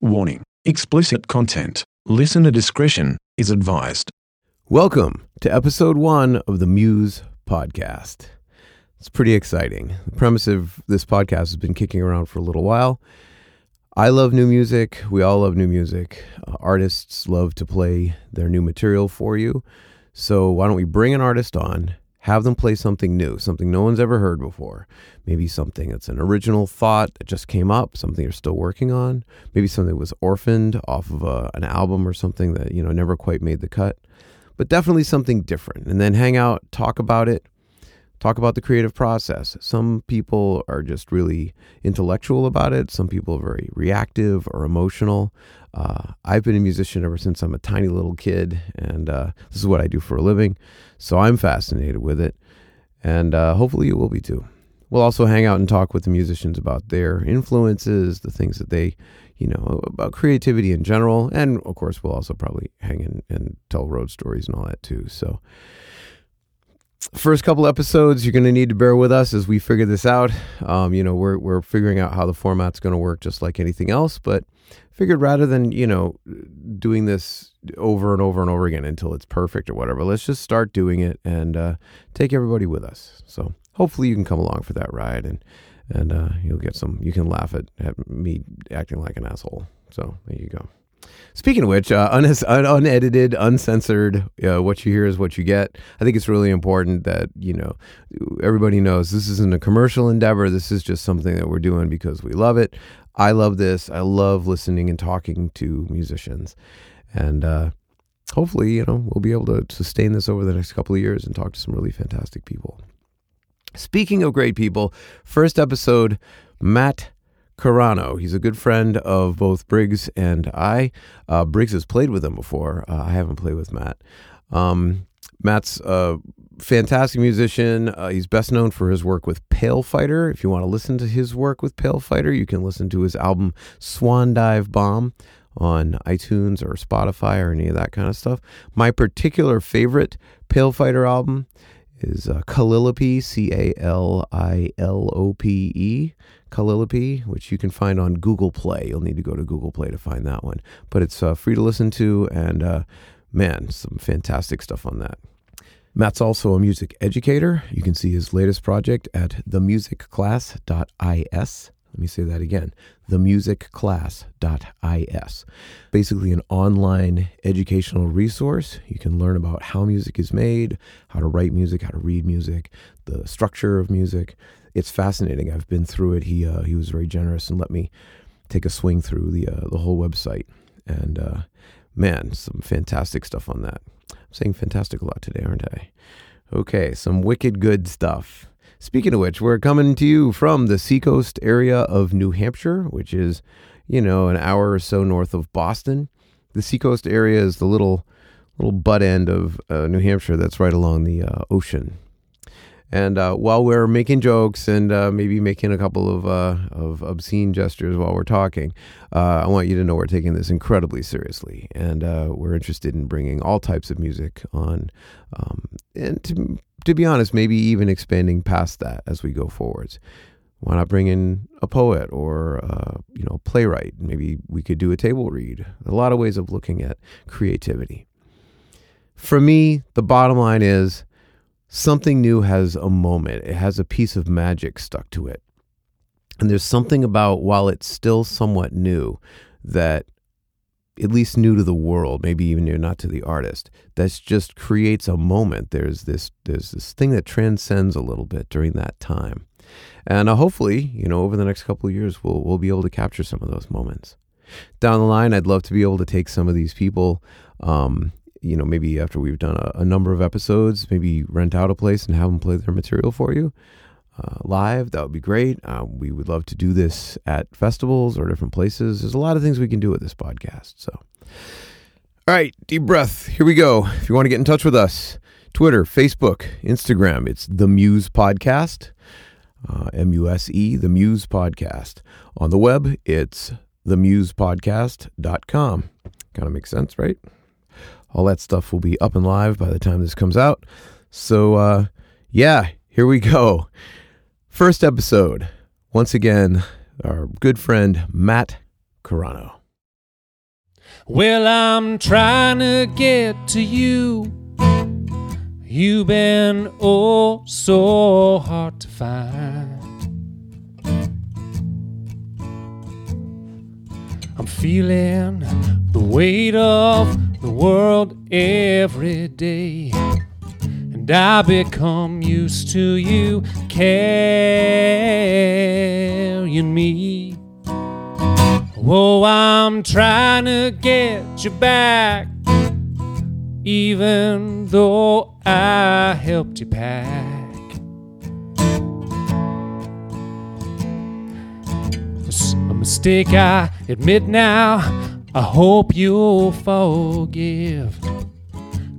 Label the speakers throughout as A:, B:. A: Warning explicit content. Listener discretion is advised.
B: Welcome to episode one of the Muse podcast. It's pretty exciting. The premise of this podcast has been kicking around for a little while. I love new music. We all love new music. Uh, artists love to play their new material for you. So, why don't we bring an artist on, have them play something new, something no one's ever heard before? Maybe something that's an original thought that just came up, something you're still working on, maybe something that was orphaned off of a, an album or something that, you know, never quite made the cut, but definitely something different. And then hang out, talk about it, talk about the creative process. Some people are just really intellectual about it. Some people are very reactive or emotional. Uh, I've been a musician ever since I'm a tiny little kid, and uh, this is what I do for a living. So I'm fascinated with it, and uh, hopefully you will be too. We'll also hang out and talk with the musicians about their influences, the things that they, you know, about creativity in general, and of course we'll also probably hang in and tell road stories and all that too. So first couple episodes, you're going to need to bear with us as we figure this out. Um, you know, we're we're figuring out how the format's going to work, just like anything else. But figured rather than you know doing this over and over and over again until it's perfect or whatever, let's just start doing it and uh, take everybody with us. So hopefully you can come along for that ride and and uh, you'll get some. You can laugh at, at me acting like an asshole. So there you go. Speaking of which, uh, un- un- unedited, uncensored, uh, what you hear is what you get. I think it's really important that you know everybody knows this isn't a commercial endeavor. This is just something that we're doing because we love it. I love this. I love listening and talking to musicians, and uh, hopefully, you know, we'll be able to sustain this over the next couple of years and talk to some really fantastic people. Speaking of great people, first episode, Matt Carano. He's a good friend of both Briggs and I. Uh, Briggs has played with him before. Uh, I haven't played with Matt. Um, Matt's a fantastic musician. Uh, he's best known for his work with Pale Fighter. If you want to listen to his work with Pale Fighter, you can listen to his album Swan Dive Bomb on iTunes or Spotify or any of that kind of stuff. My particular favorite Pale Fighter album is uh, Calliope, C A L I L O P E, Calliope, which you can find on Google Play. You'll need to go to Google Play to find that one, but it's uh, free to listen to, and uh, man, some fantastic stuff on that. Matt's also a music educator. You can see his latest project at themusicclass.is. Let me say that again themusicclass.is. Basically, an online educational resource. You can learn about how music is made, how to write music, how to read music, the structure of music. It's fascinating. I've been through it. He, uh, he was very generous and let me take a swing through the, uh, the whole website. And uh, man, some fantastic stuff on that. I'm saying fantastic a lot today, aren't I? Okay, some wicked good stuff. Speaking of which, we're coming to you from the seacoast area of New Hampshire, which is, you know, an hour or so north of Boston. The seacoast area is the little little butt end of uh, New Hampshire that's right along the uh, ocean. And uh, while we're making jokes and uh, maybe making a couple of, uh, of obscene gestures while we're talking, uh, I want you to know we're taking this incredibly seriously. And uh, we're interested in bringing all types of music on. Um, and to, to be honest, maybe even expanding past that as we go forwards. Why not bring in a poet or uh, you know a playwright? Maybe we could do a table read. A lot of ways of looking at creativity. For me, the bottom line is something new has a moment. It has a piece of magic stuck to it. And there's something about while it's still somewhat new that at least new to the world, maybe even new not to the artist, that's just creates a moment. There's this there's this thing that transcends a little bit during that time. And uh, hopefully, you know, over the next couple of years we'll we'll be able to capture some of those moments. Down the line, I'd love to be able to take some of these people um, you know, maybe after we've done a, a number of episodes, maybe rent out a place and have them play their material for you uh, live. That would be great. Uh, we would love to do this at festivals or different places. There's a lot of things we can do with this podcast. So, all right, deep breath. Here we go. If you want to get in touch with us, Twitter, Facebook, Instagram, it's The Muse Podcast, uh, M U S E, The Muse Podcast. On the web, it's themusepodcast.com. Kind of makes sense, right? All that stuff will be up and live by the time this comes out. So, uh, yeah, here we go. First episode. Once again, our good friend Matt Carano.
C: Well, I'm trying to get to you. You've been oh so hard to find. I'm feeling the weight of the world every day. And I become used to you carrying me. Oh, I'm trying to get you back, even though I helped you pack. It's a mistake I admit now. I hope you'll forgive.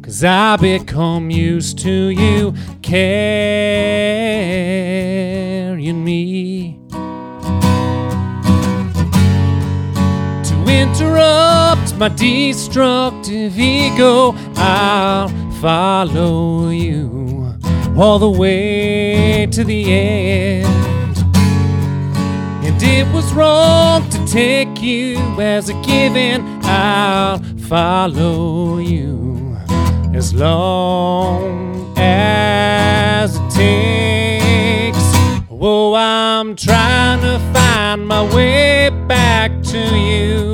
C: Cause I become used to you carrying me. to interrupt my destructive ego. I'll follow you all the way to the end. And it was wrong to take you as a given. I'll follow you as long as it takes. Oh, I'm trying to find my way back to you.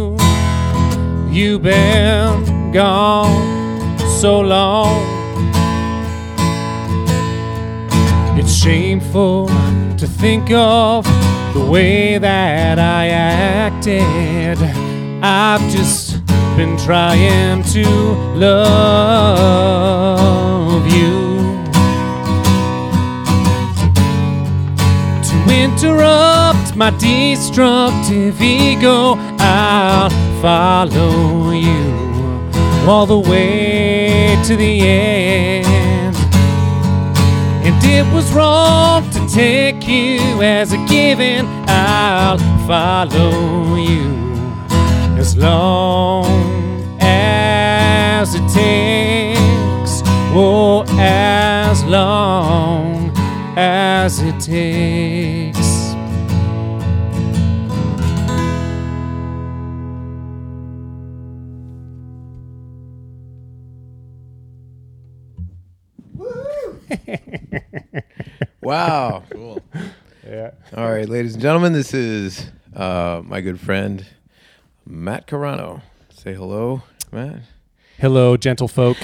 C: You've been gone so long. It's shameful to think of the way that I acted. I've just been trying to love you. to interrupt my destructive ego. I'll follow you all the way to the end. And it was wrong to take you as a given. I'll follow you as long as it takes. Oh, as long as it takes.
B: Wow. cool.
C: Yeah.
B: All right, ladies and gentlemen, this is uh, my good friend Matt Carano. Say hello, Matt.
C: Hello, gentlefolk.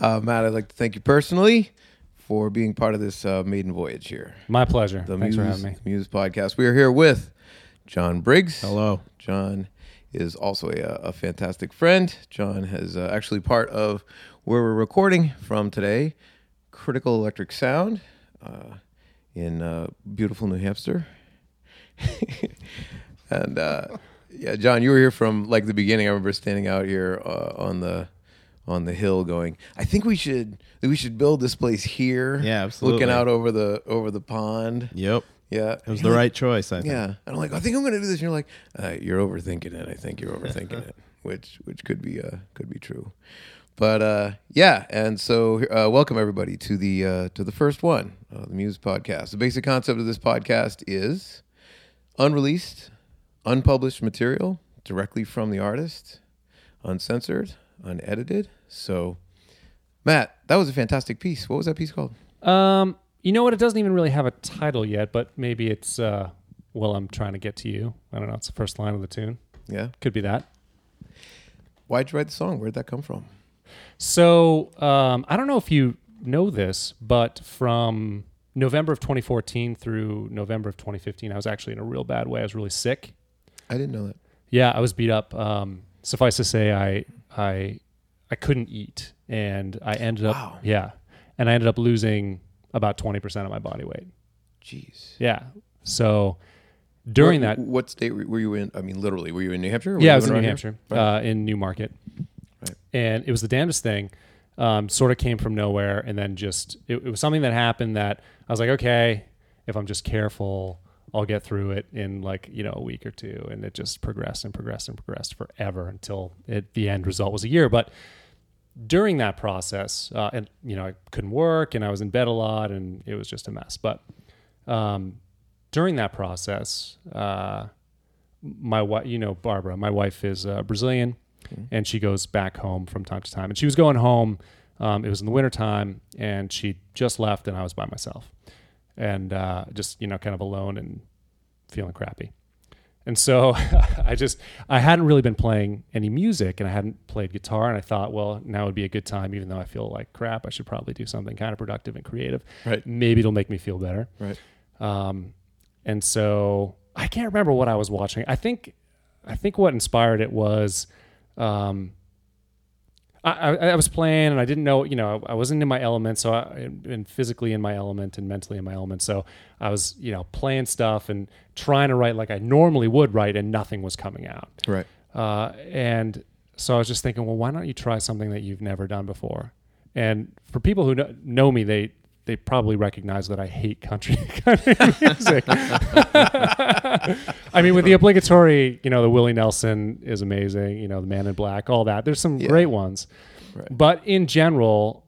B: Uh, Matt, I'd like to thank you personally for being part of this uh, maiden voyage here.
C: My pleasure.
B: The Muse,
C: Thanks for having me.
B: Muse podcast. We are here with John Briggs.
D: Hello.
B: John is also a, a fantastic friend. John is uh, actually part of where we're recording from today, Critical Electric Sound uh, in uh, beautiful New Hampshire. and uh, yeah, John, you were here from like the beginning. I remember standing out here uh, on the on the hill, going, "I think we should we should build this place here."
D: Yeah, absolutely.
B: Looking out over the over the pond.
D: Yep.
B: Yeah,
D: It was the right choice, I think.
B: yeah, and I'm like, I think I'm gonna do this. And you're like, uh, you're overthinking it. I think you're overthinking it, which which could be uh, could be true, but uh, yeah. And so, uh, welcome everybody to the uh, to the first one, uh, the Muse podcast. The basic concept of this podcast is unreleased, unpublished material directly from the artist, uncensored, unedited. So, Matt, that was a fantastic piece. What was that piece called?
C: Um, you know what? It doesn't even really have a title yet, but maybe it's uh, "Well, I'm trying to get to you." I don't know. It's the first line of the tune.
B: Yeah,
C: Could be that.
B: why'd you write the song? Where'd that come from?
C: So um, I don't know if you know this, but from November of 2014 through November of 2015, I was actually in a real bad way. I was really sick.
B: I didn't know that.
C: Yeah, I was beat up. Um, suffice to say, I I I couldn't eat, and I ended up
B: Wow.
C: yeah, and I ended up losing about 20 percent of my body weight.
B: Jeez.
C: Yeah. So during
B: Where-
C: that,
B: What state were were you in? I mean, literally, were you in New Hampshire? Were
C: yeah,
B: you
C: I was in
B: living
C: New
B: around
C: Hampshire,
B: here?
C: uh, in Newmarket,
B: Right.
C: and it was the damnedest thing. Um, sort of came from nowhere, and then just it, it was something that happened that I was like, okay, if I'm just careful, I'll get through it in like you know a week or two, and it just progressed and progressed and progressed forever until it, the end result was a year. But during that process, uh, and you know I couldn't work, and I was in bed a lot, and it was just a mess. But um, during that process, uh, my wife, you know, Barbara, my wife is uh, Brazilian,
B: Okay.
C: and she goes back home from time to time. And she was going home. Um, it was in the wintertime, and she just left, and I was by myself, and uh, just you know, kind of alone and feeling crappy. And so I just I hadn't really been playing any music, and I hadn't played guitar, and I thought, well, now would be a good time, even though I feel like crap. I should probably do something kind of productive and creative.
B: Right.
C: Maybe it'll make me feel better.
B: Right.
C: Um, and so I can't remember what I was watching. I think, I think what inspired it was, um, I, I, I was playing and I didn't know, you know, I, I wasn't in my element. So I, and physically in my element and mentally in my element. So I was, you know, playing stuff and trying to write like I normally would write and nothing was coming out.
B: Right.
C: Uh, and so I was just thinking, well, why don't you try something that you've never done before? And for people who know, know me, they they probably recognize that I hate country, country music. I mean, with the obligatory, you know, the Willie Nelson is amazing, you know, the Man in Black, all that. There's some
B: Yeah.
C: great ones,
B: Right.
C: but in general,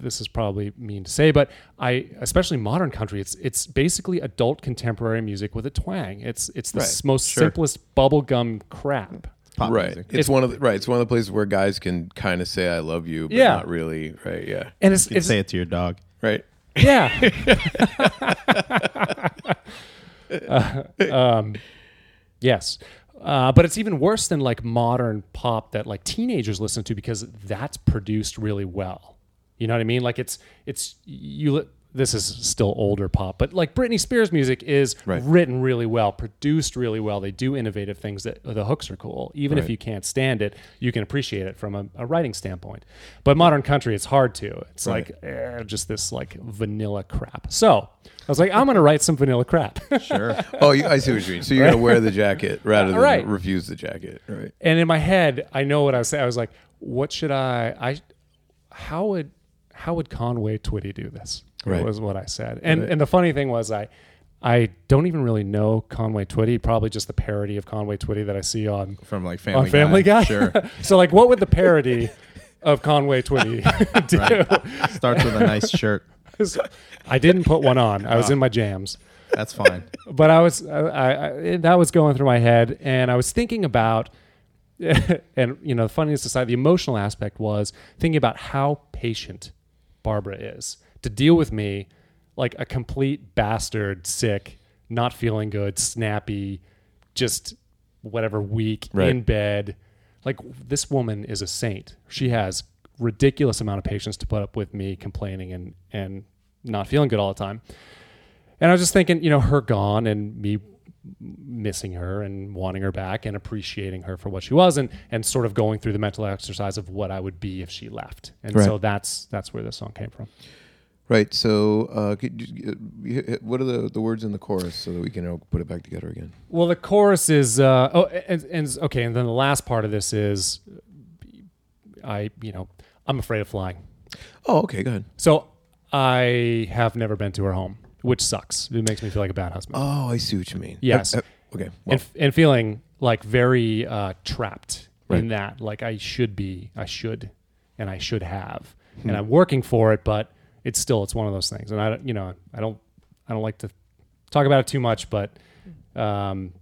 C: this is probably mean to say, but I, especially modern country, it's it's basically adult contemporary music with a twang. It's it's the
D: Right.
C: s- most
D: Sure.
C: simplest bubblegum crap.
D: Pop
B: right.
D: music.
B: It's, one of the, right. It's one of the places where guys can kind of say I love you, but
C: Yeah.
B: not really. Right. Yeah.
C: And it's,
D: You can
C: it's
D: say it to your dog.
B: Right.
C: yeah. Uh, um, yes. Uh, but it's even worse than like modern pop that like teenagers listen to because that's produced really well. You know what I mean? Like it's it's you. Li- this is still older pop, but like Britney Spears music is
B: Right.
C: written really well, produced really well. They do innovative things that the hooks are cool. Even if
B: Right.
C: you can't stand it, you can appreciate it from a, a writing standpoint. But modern country, it's hard to. It's
B: Right.
C: like eh, just this like vanilla crap. So I was like, I'm gonna write some vanilla crap.
D: Sure.
B: Oh, you, I see what you mean. So you're gonna wear the jacket rather than
C: Right.
B: refuse the jacket. Right.
C: and in my head, I know what I was saying. I was like, what should I? I how would how would Conway Twitty do this?
B: Right.
C: Was what I said. And and the funny thing was, I I don't even really know Conway Twitty. Probably just the parody of Conway Twitty that I see on
D: From like Family
C: on Family Guy.
D: Sure.
C: so like, what would the parody of Conway Twitty do?
D: Starts with a nice shirt.
C: So I didn't put one on. I was in my jams.
D: That's fine.
C: but I was I, I, I, that was going through my head, and I was thinking about, and you know, the funniest aside, the emotional aspect was thinking about how patient Barbara is to deal with me, like a complete bastard, sick, not feeling good, snappy, just whatever, weak
B: Right.
C: in bed. Like this woman is a saint. She has ridiculous amount of patience to put up with me complaining and and not feeling good all the time. And I was just thinking, you know, her gone and me missing her and wanting her back and appreciating her for what she was and and sort of going through the mental exercise of what I would be if she left. And
B: Right.
C: so that's that's where this song came from.
B: Right. So, uh, could you, uh, what are the, the words in the chorus so that we can uh, put it back together again?
C: Well, the chorus is uh, oh, and, and okay, and then the last part of this is I, you know, I'm afraid of flying.
B: Oh, okay. Go ahead.
C: So I have never been to her home, which sucks. It makes me feel like a bad husband.
B: Oh, I see what you mean.
C: Yes.
B: Uh, uh, okay. Well,
C: and, and feeling like very uh, trapped in
B: Right.
C: that. Like I should be, I should, and I should have,
B: Hmm.
C: and I'm working for it, but it's still it's one of those things. And I, don't- you know, I don't, I don't like to talk about it too much, but, um,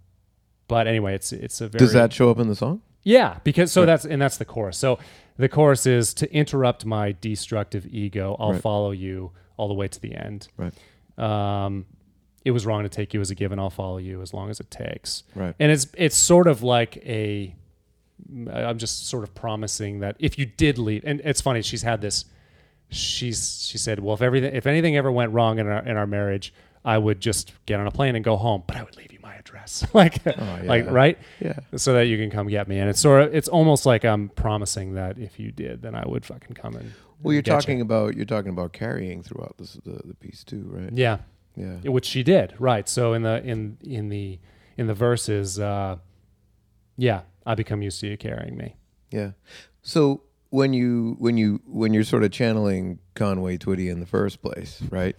C: but anyway, it's it's a very
B: does that show up in the song?
C: yeah, because so that's and that's the chorus. So the chorus is to interrupt my destructive ego. I'll
B: Right.
C: follow you all the way to the end.
B: Right.
C: Um, it was wrong to take you as a given. I'll follow you as long as it takes.
B: Right.
C: And it's it's sort of like a I'm just sort of promising that if you did leave, and it's funny, she's had this. She's she said, well, if everything, if anything ever went wrong in our in our marriage, I would just get on a plane and go home, but I would leave you my address, like like
B: Oh, yeah.
C: right,
B: Yeah.
C: so that you can come get me. And it's sort of it's almost like I'm promising that if you did, then I would fucking come and.
B: Well, you're
C: and get
B: talking
C: you.
B: about you're talking about carrying throughout this the, the piece too, right?
C: yeah.
B: Yeah.
C: which she did right so in the in in the in the verses uh yeah i become used to you carrying me
B: Yeah. So when you when you when you're sort of channeling Conway Twitty in the first place, right?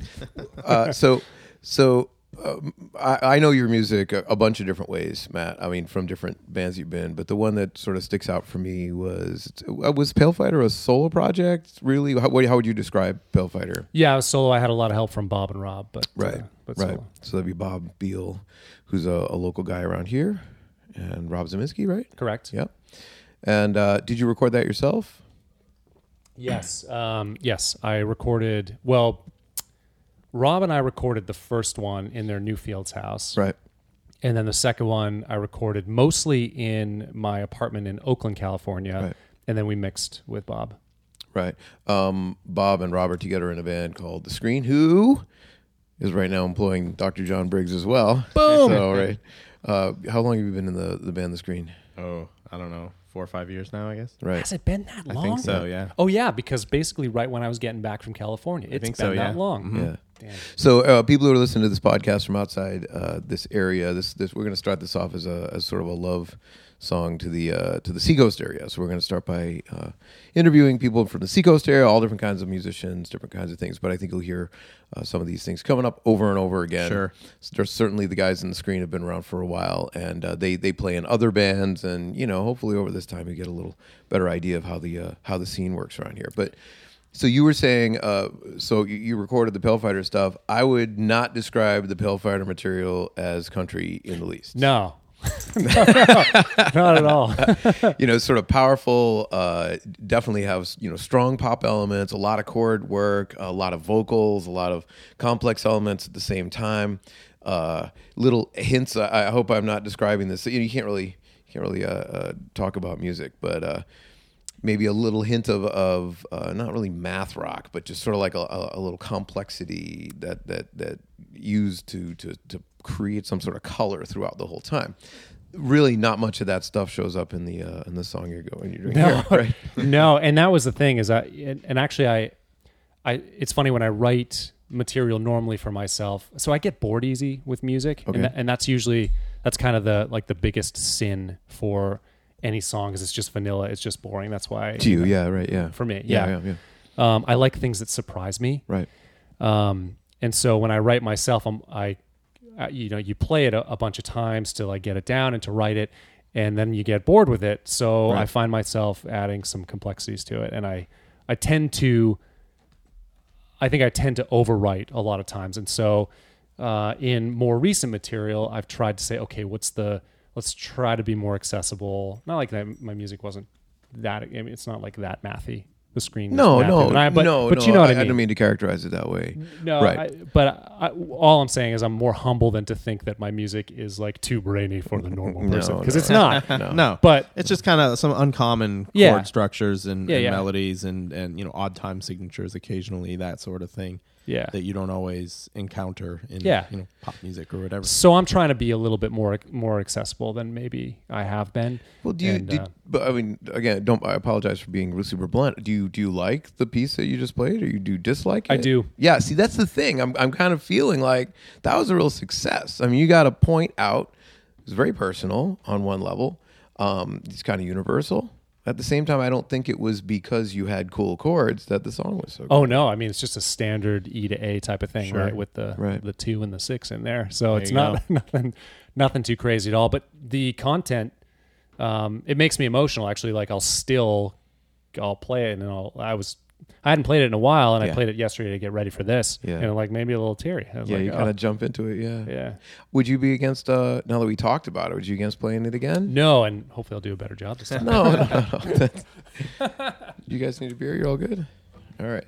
B: uh, so so um, I, I know your music a, a bunch of different ways, Matt. I mean, from different bands you've been, but the one that sort of sticks out for me was uh, was Pale Fighter a solo project? Really? How, what, how would you describe Pale Fighter?
C: yeah I was solo i had a lot of help from bob and rob but uh,
B: Right.
C: but
B: right.
C: solo.
B: So that'd be Bob Beal, who's a, a local guy around here. and Rob Zeminski, right?
C: Correct.
B: Yep. And uh, did you record that yourself?
C: Yes. Um, yes. I recorded. Well, Rob and I recorded the first one in their Newfields house,
B: Right.
C: and then the second one I recorded mostly in my apartment in Oakland, California,
B: Right.
C: and then we mixed with Bob.
B: Right. Um, Bob and Robert together in a band called The Screen, who is right now employing Dr. John Briggs as well. Boom. So, right. Uh, how long have you been in the, the band The Screen?
D: Oh, I don't know, four or five years now, I guess.
B: Right.
C: Has it been that long?
D: I think so. Yeah.
C: Oh yeah, because basically right when I was getting back from California, it's been
D: think so,
C: that
D: yeah. Mm-hmm.
C: long.
B: Yeah.
C: Damn.
B: So, uh, people who are listening to this podcast from outside uh, this area, this, this we're going to start this off as a as sort of a love song to the uh, to the Seacoast area. So, we're going to start by uh, interviewing people from the Seacoast area, all different kinds of musicians, different kinds of things. But I think you'll hear uh, some of these things coming up over and over again.
D: Sure.
B: There's certainly the guys in the screen have been around for a while, and uh, they they play in other bands, and you know, hopefully over this time you get a little better idea of how the uh, how the scene works around here. But so you were saying, uh, so you, you recorded the Pale Fighter stuff. I would not describe the Pale Fighter material as country in the least.
C: No. no, no, not at all.
B: you know, it's sort of powerful. Uh, definitely have you know strong pop elements, a lot of chord work, a lot of vocals, a lot of complex elements at the same time. Uh, little hints. I, I hope I'm not describing this. You, know, you can't really you can't really uh, uh, talk about music, but. Uh, Maybe a little hint of, of uh, not really math rock, but just sort of like a, a, a little complexity that that that used to, to to create some sort of color throughout the whole time really not much of that stuff shows up in the uh, in the song you're going you're doing here, right
C: no, and that was the thing is I and, and actually I, I it's funny when I write material normally for myself, so I get bored easy with music,
B: Okay.
C: and, tha- and that's usually that's kind of the like the biggest sin for any song is it's just vanilla, it's just boring. That's why
B: to you yeah right yeah
C: for me, yeah.
B: yeah yeah, yeah.
C: Um, I like things that surprise me.
B: right
C: Um, and so when I write myself, I'm, I, I, you know, you play it a, a bunch of times to like get it down and to write it, and then you get bored with it. So I find myself adding some complexities to it, and I, I tend to. I think I tend to overwrite a lot of times, and so uh, in more recent material, I've tried to say, okay, what's the let's try to be more accessible. Not like that my music wasn't that. I mean, it's not like that mathy. The screen. is
B: no
C: mathy,
B: no
C: but I- but,
B: no
C: but
B: no,
C: you know what I,
B: I
C: mean.
B: don't mean to characterize it that way
C: No,
B: Right.
C: I, but I, all I'm saying is I'm more humble than to think that my music is like too brainy for the normal
B: No,
C: person because
B: no.
C: it's not.
D: No.
C: But
D: it's just kind of some uncommon chord
C: Yeah.
D: structures and,
C: Yeah,
D: and
C: yeah.
D: melodies and, and you know odd time signatures occasionally that sort of thing
C: yeah,
D: that you don't always encounter in
C: Yeah.
D: you know pop music or whatever.
C: so I'm trying to be a little bit more more accessible than maybe I have been.
B: well do you
C: And,
B: did,
C: uh,
B: but i mean again don't i apologize for being super blunt do you do you like the piece that you just played or you do dislike it
C: I do.
B: yeah see that's the thing i'm, I'm kind of feeling like that was a real success i mean you got to point out it's very personal on one level um, it's kind of universal at the same time i don't think it was because you had cool chords that the song was so good.
C: Oh no, I mean it's just a standard E to A type of thing, right? With the
B: Right.
C: the two and the six in there, so it's
D: you
C: not nothing nothing too crazy at all. But the content, um, it makes me emotional. Actually, like I'll still I'll play it, and I'll I was. I hadn't played it in a while, and I
B: Yeah.
C: played it yesterday to get ready for this,
B: Yeah.
C: and like maybe a little teary. I was
B: Yeah,
C: like,
B: you
C: oh,
B: kind of jump into it. Yeah.
C: yeah,
B: Would you be against? uh Now that we talked about it, would you against playing it again?
C: no, and hopefully I'll do a better job this time.
B: No. no, no, That's- you guys need a beer. You're all good. All right.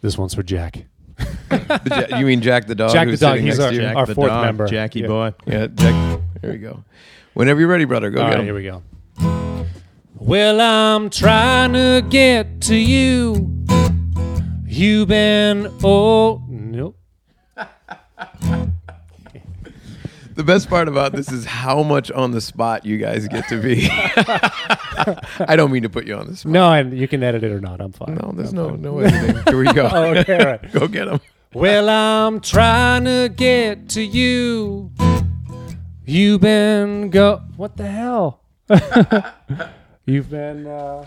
C: This one's for Jack.
B: The Ja- you mean Jack the dog?
C: Jack
B: who's
C: the dog,
B: sitting
C: he's
B: next
C: our-
B: to you?
C: Jack our the fourth dog, member.
D: Jackie
C: Yeah.
D: boy.
B: Yeah, Jack. There we go. Whenever you're ready, brother, go
C: All
B: get
C: right,
B: him.
C: here we go. Well, I'm trying to get to you. You've been oh nope.
B: The best part about this is how much on the spot you guys get to be. I don't mean to put you on the spot.
C: No, and you can edit it or not. I'm fine.
B: No, there's no no editing. Here we go.
C: Oh, okay, all right.
B: go get him.
C: Well, I'm trying to get to you. You've been go. What the hell? you've been. Uh,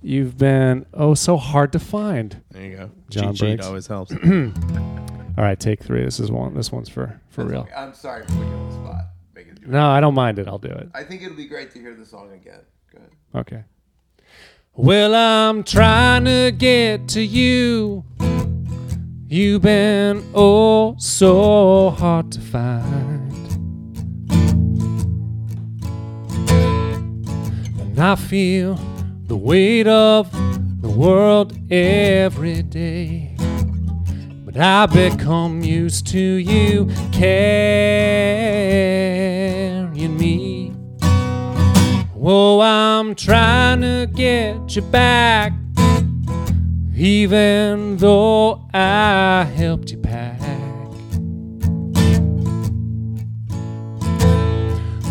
C: you've been oh so hard to find.
D: There you go.
C: John
D: Cheat sheet
C: Briggs.
D: always helps.
C: All right, take three. This is one. This one's for for real.
B: I'm sorry for putting you on the spot. Make it do it.
C: No, I don't mind it. I'll do it.
B: I think it'll be great to hear the song again. Go ahead.
C: Okay. Well, I'm trying to get to you. You've been oh so hard to find. And I feel the weight of the world every day. But I become used to you carrying me. Oh, I'm trying to get you back, even though I helped you pack.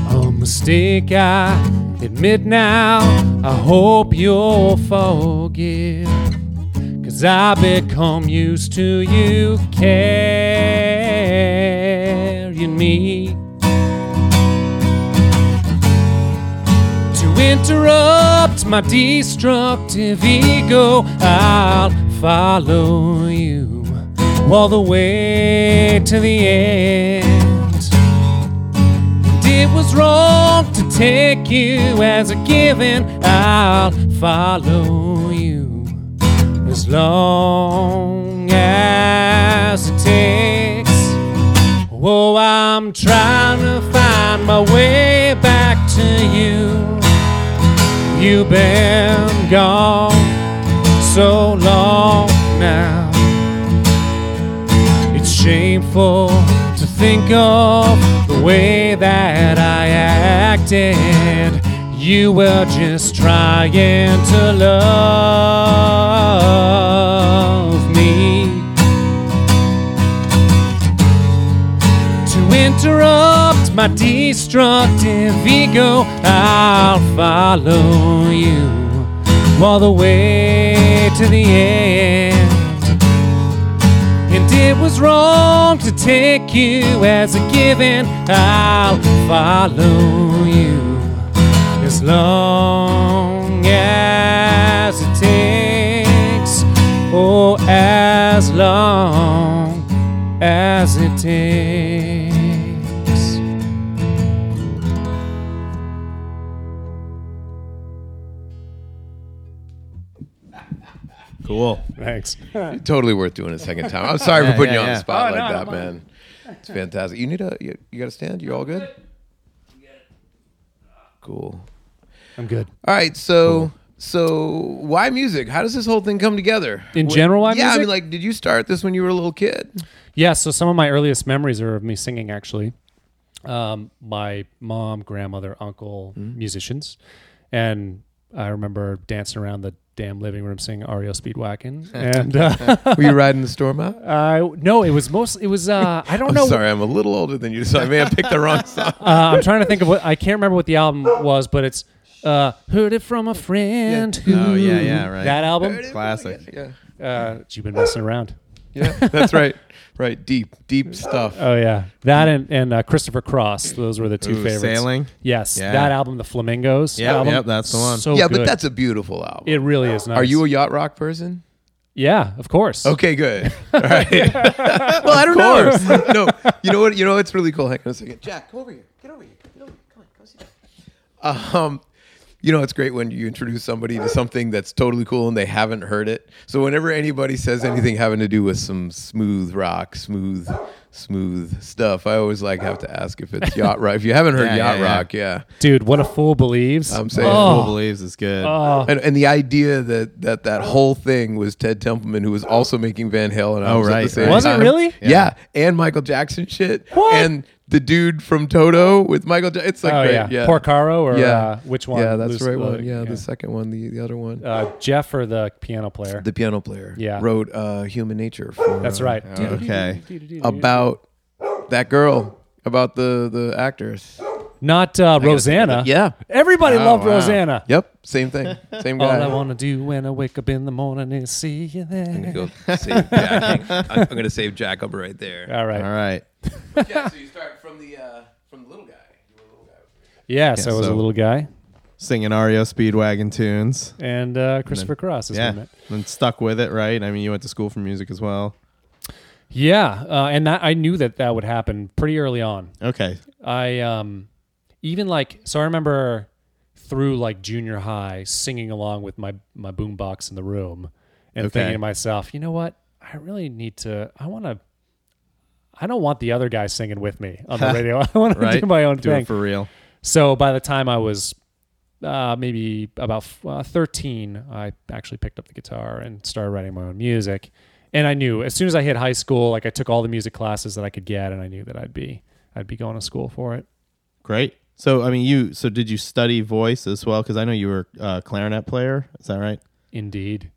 C: A mistake I admit now, I hope you'll forgive. Cause I become used to you carrying me. To interrupt my destructive ego, I'll follow you all the way to the end. And it was wrong to take you as a given. I'll follow you as long as it takes. Oh, I'm trying to find my way back to you. You've been gone so long now. It's shameful to think of the way that I acted. You were just trying to love me. to interrupt my destructive ego. I'll follow you all the way to the end. And it was wrong to take you as a given. I'll follow you as long as it takes. Oh, as long as it takes.
B: Cool.
C: Thanks.
B: Totally worth doing a second time. I'm sorry for putting
D: yeah,
B: you on
D: yeah.
B: the spot
C: Oh,
B: like
C: no,
B: that,
C: come on.
B: man. It's fantastic. You need a you, you got a stand? You all good? Cool.
C: I'm good.
B: All right, so so why music? How does this whole thing come together?
C: In general, why
B: yeah, I
C: music?
B: mean, like, did you start this when you were a little kid?
C: Yeah, so some of my earliest memories are of me singing, actually. Um, my mom, grandmother, uncle, musicians. And I remember dancing around the damn living room singing Ario Speedwagon. And uh,
B: Were you riding the storm out?
C: I, no, it was most, it was, uh, I don't
B: I'm
C: know.
B: sorry, I'm a little older than you, so I may have picked the wrong song.
C: Uh, I'm trying to think of what, I can't remember what the album was, but it's, uh, Heard It From a Friend. Who,
D: Oh, yeah, yeah, right.
C: That album.
D: Classic.
B: Yeah,
C: Uh, you've been messing around.
B: yeah, that's right, right. Deep, deep stuff.
C: Oh yeah, that and and uh, Christopher Cross. Those were the two
D: Ooh,
C: favorites.
D: Sailing?
C: Yes,
D: Yeah.
C: that album, the Flamingos.
D: Yep,
C: album,
D: yep, that's the one.
C: So
B: yeah,
C: good.
B: but that's a beautiful album.
C: it. Really is nice.
B: Are you a yacht rock person?
C: Yeah, of course.
B: Okay, good. All right. well, I don't know. no, you know what? You know what's really cool. Hang on a second, Jack. Come over here. Get over here. Get over here. Come on. Come sit down. Um, you know it's great when you introduce somebody to something that's totally cool and they haven't heard it. So whenever anybody says anything having to do with some smooth rock, smooth, smooth stuff, I always like have to ask if it's yacht rock. If you haven't heard
D: Yeah,
B: yacht
D: yeah, yeah.
B: rock, yeah.
C: dude? What a fool believes.
B: I'm saying-
D: Fool
C: Oh,
D: believes is good.
B: And, and the idea that, that that whole thing was Ted Templeman, who was also making Van Halen albums at the
D: right,
B: same
D: right.
C: Oh, Was it
B: time.
C: really?
B: Yeah. and Michael Jackson shit.
C: What?
B: And the dude from Toto with Michael. Ja- it's like
C: oh
B: great.
C: yeah.
B: yeah,
C: Porcaro or
B: Yeah.
C: uh, which one?
B: Yeah, that's
C: Luce-
B: the right
C: uh,
B: one. Yeah, the second one, the, the other one.
C: uh, Jeff or the piano player.
B: the piano player.
C: yeah.
B: wrote uh, Human Nature. For,
C: that's
B: uh,
C: right.
D: okay.
B: About that girl, about the the actress.
C: Not uh, Rosanna.
B: Yeah.
C: Everybody loved
D: wow.
C: Rosanna.
B: Yep, same thing, same
C: Oh, All
B: guy.
C: I want to do when I wake up in the morning is see you there.
B: Go save Jack. I'm going to save Jack up right there.
C: All right.
D: All right.
B: yeah, so you start from the uh, from the little guy. You were a little guy.
C: Yeah, so I was a
D: so-
C: little guy.
D: Singing Ario Speedwagon tunes.
C: And uh, Christopher Cross is in
D: Yeah.
C: it.
D: And stuck with it, right? I mean, you went to school for music as well.
C: Yeah, uh, and that, I knew that that would happen pretty early on.
D: Okay.
C: I um, even like so I remember through like junior high singing along with my my boombox in the room, and
D: Okay.
C: thinking to myself, you know what? I really need to. I want to. I don't want the other guy singing with me on the radio. I want to
D: Right.
C: do my own
D: Do
C: thing.
D: it for real.
C: so by the time I was uh, maybe about uh, 13, I actually picked up the guitar and started writing my own music. And I knew as soon as I hit high school, like I took all the music classes that I could get, and I knew that I'd be I'd be going to school for it.
D: Great. So I mean, you so did you study voice as well? Because I know you were a uh, clarinet player. Is that right?
C: Indeed.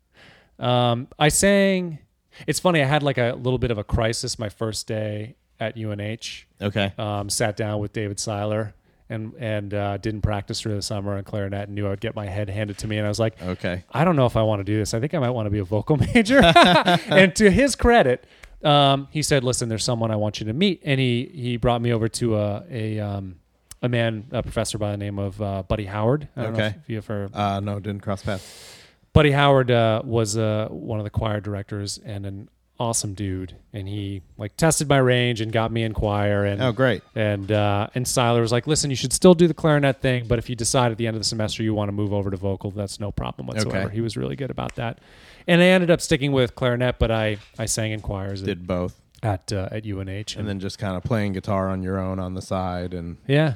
C: Um, I sang. It's funny. I had like a little bit of a crisis my first day at UNH.
D: Okay.
C: Um, sat down with David Seiler and and uh, didn't practice through the summer on clarinet. And knew I would get my head handed to me, and I was like,
D: Okay.
C: I don't know if I want to do this. I think I might want to be a vocal major. and to his credit, um, he said, "Listen, there's someone I want you to meet," and he he brought me over to a a um, a man, a professor by the name of uh, Buddy Howard. I don't know
D: Okay.
C: if you ever
D: Uh, no, didn't cross paths.
C: Buddy Howard uh, was uh, one of the choir directors and an awesome dude, and he like tested my range and got me in choir. And
D: Oh, great.
C: And uh, and Siler was like, "Listen, you should still do the clarinet thing, but if you decide at the end of the semester you want to move over to vocal, that's no problem whatsoever."
D: Okay.
C: He was really good about that, and I ended up sticking with clarinet, but I I sang in choirs
D: Did both,
C: at uh, at UNH,
D: and then just kind of playing guitar on your own on the side and
C: yeah,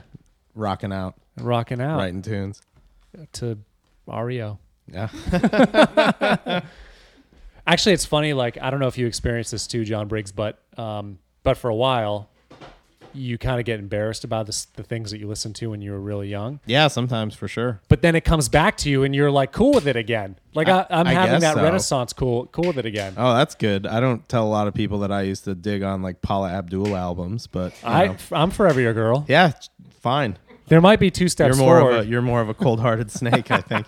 D: rocking out,
C: rocking out
D: writing tunes.
C: to E REO.
D: Yeah.
C: Actually, it's funny. Like I don't know if you experienced this too, John Briggs, but um, but for a while, you kind of get embarrassed about this, the things that you listened to when you were really young.
D: Yeah. Sometimes for sure.
C: But then it comes back to you, and you're like cool with it again. Like I,
D: I-
C: I, am
D: I
C: having
D: guess
C: that
D: so.
C: renaissance cool cool with it again.
D: Oh, that's good. I don't tell a lot of people that I used to dig on like Paula Abdul albums, but you
C: I
D: know.
C: I'm forever your girl.
D: yeah, fine.
C: There might be two steps
D: You're more
C: forward,
D: of a you're more of a cold-hearted snake, I think.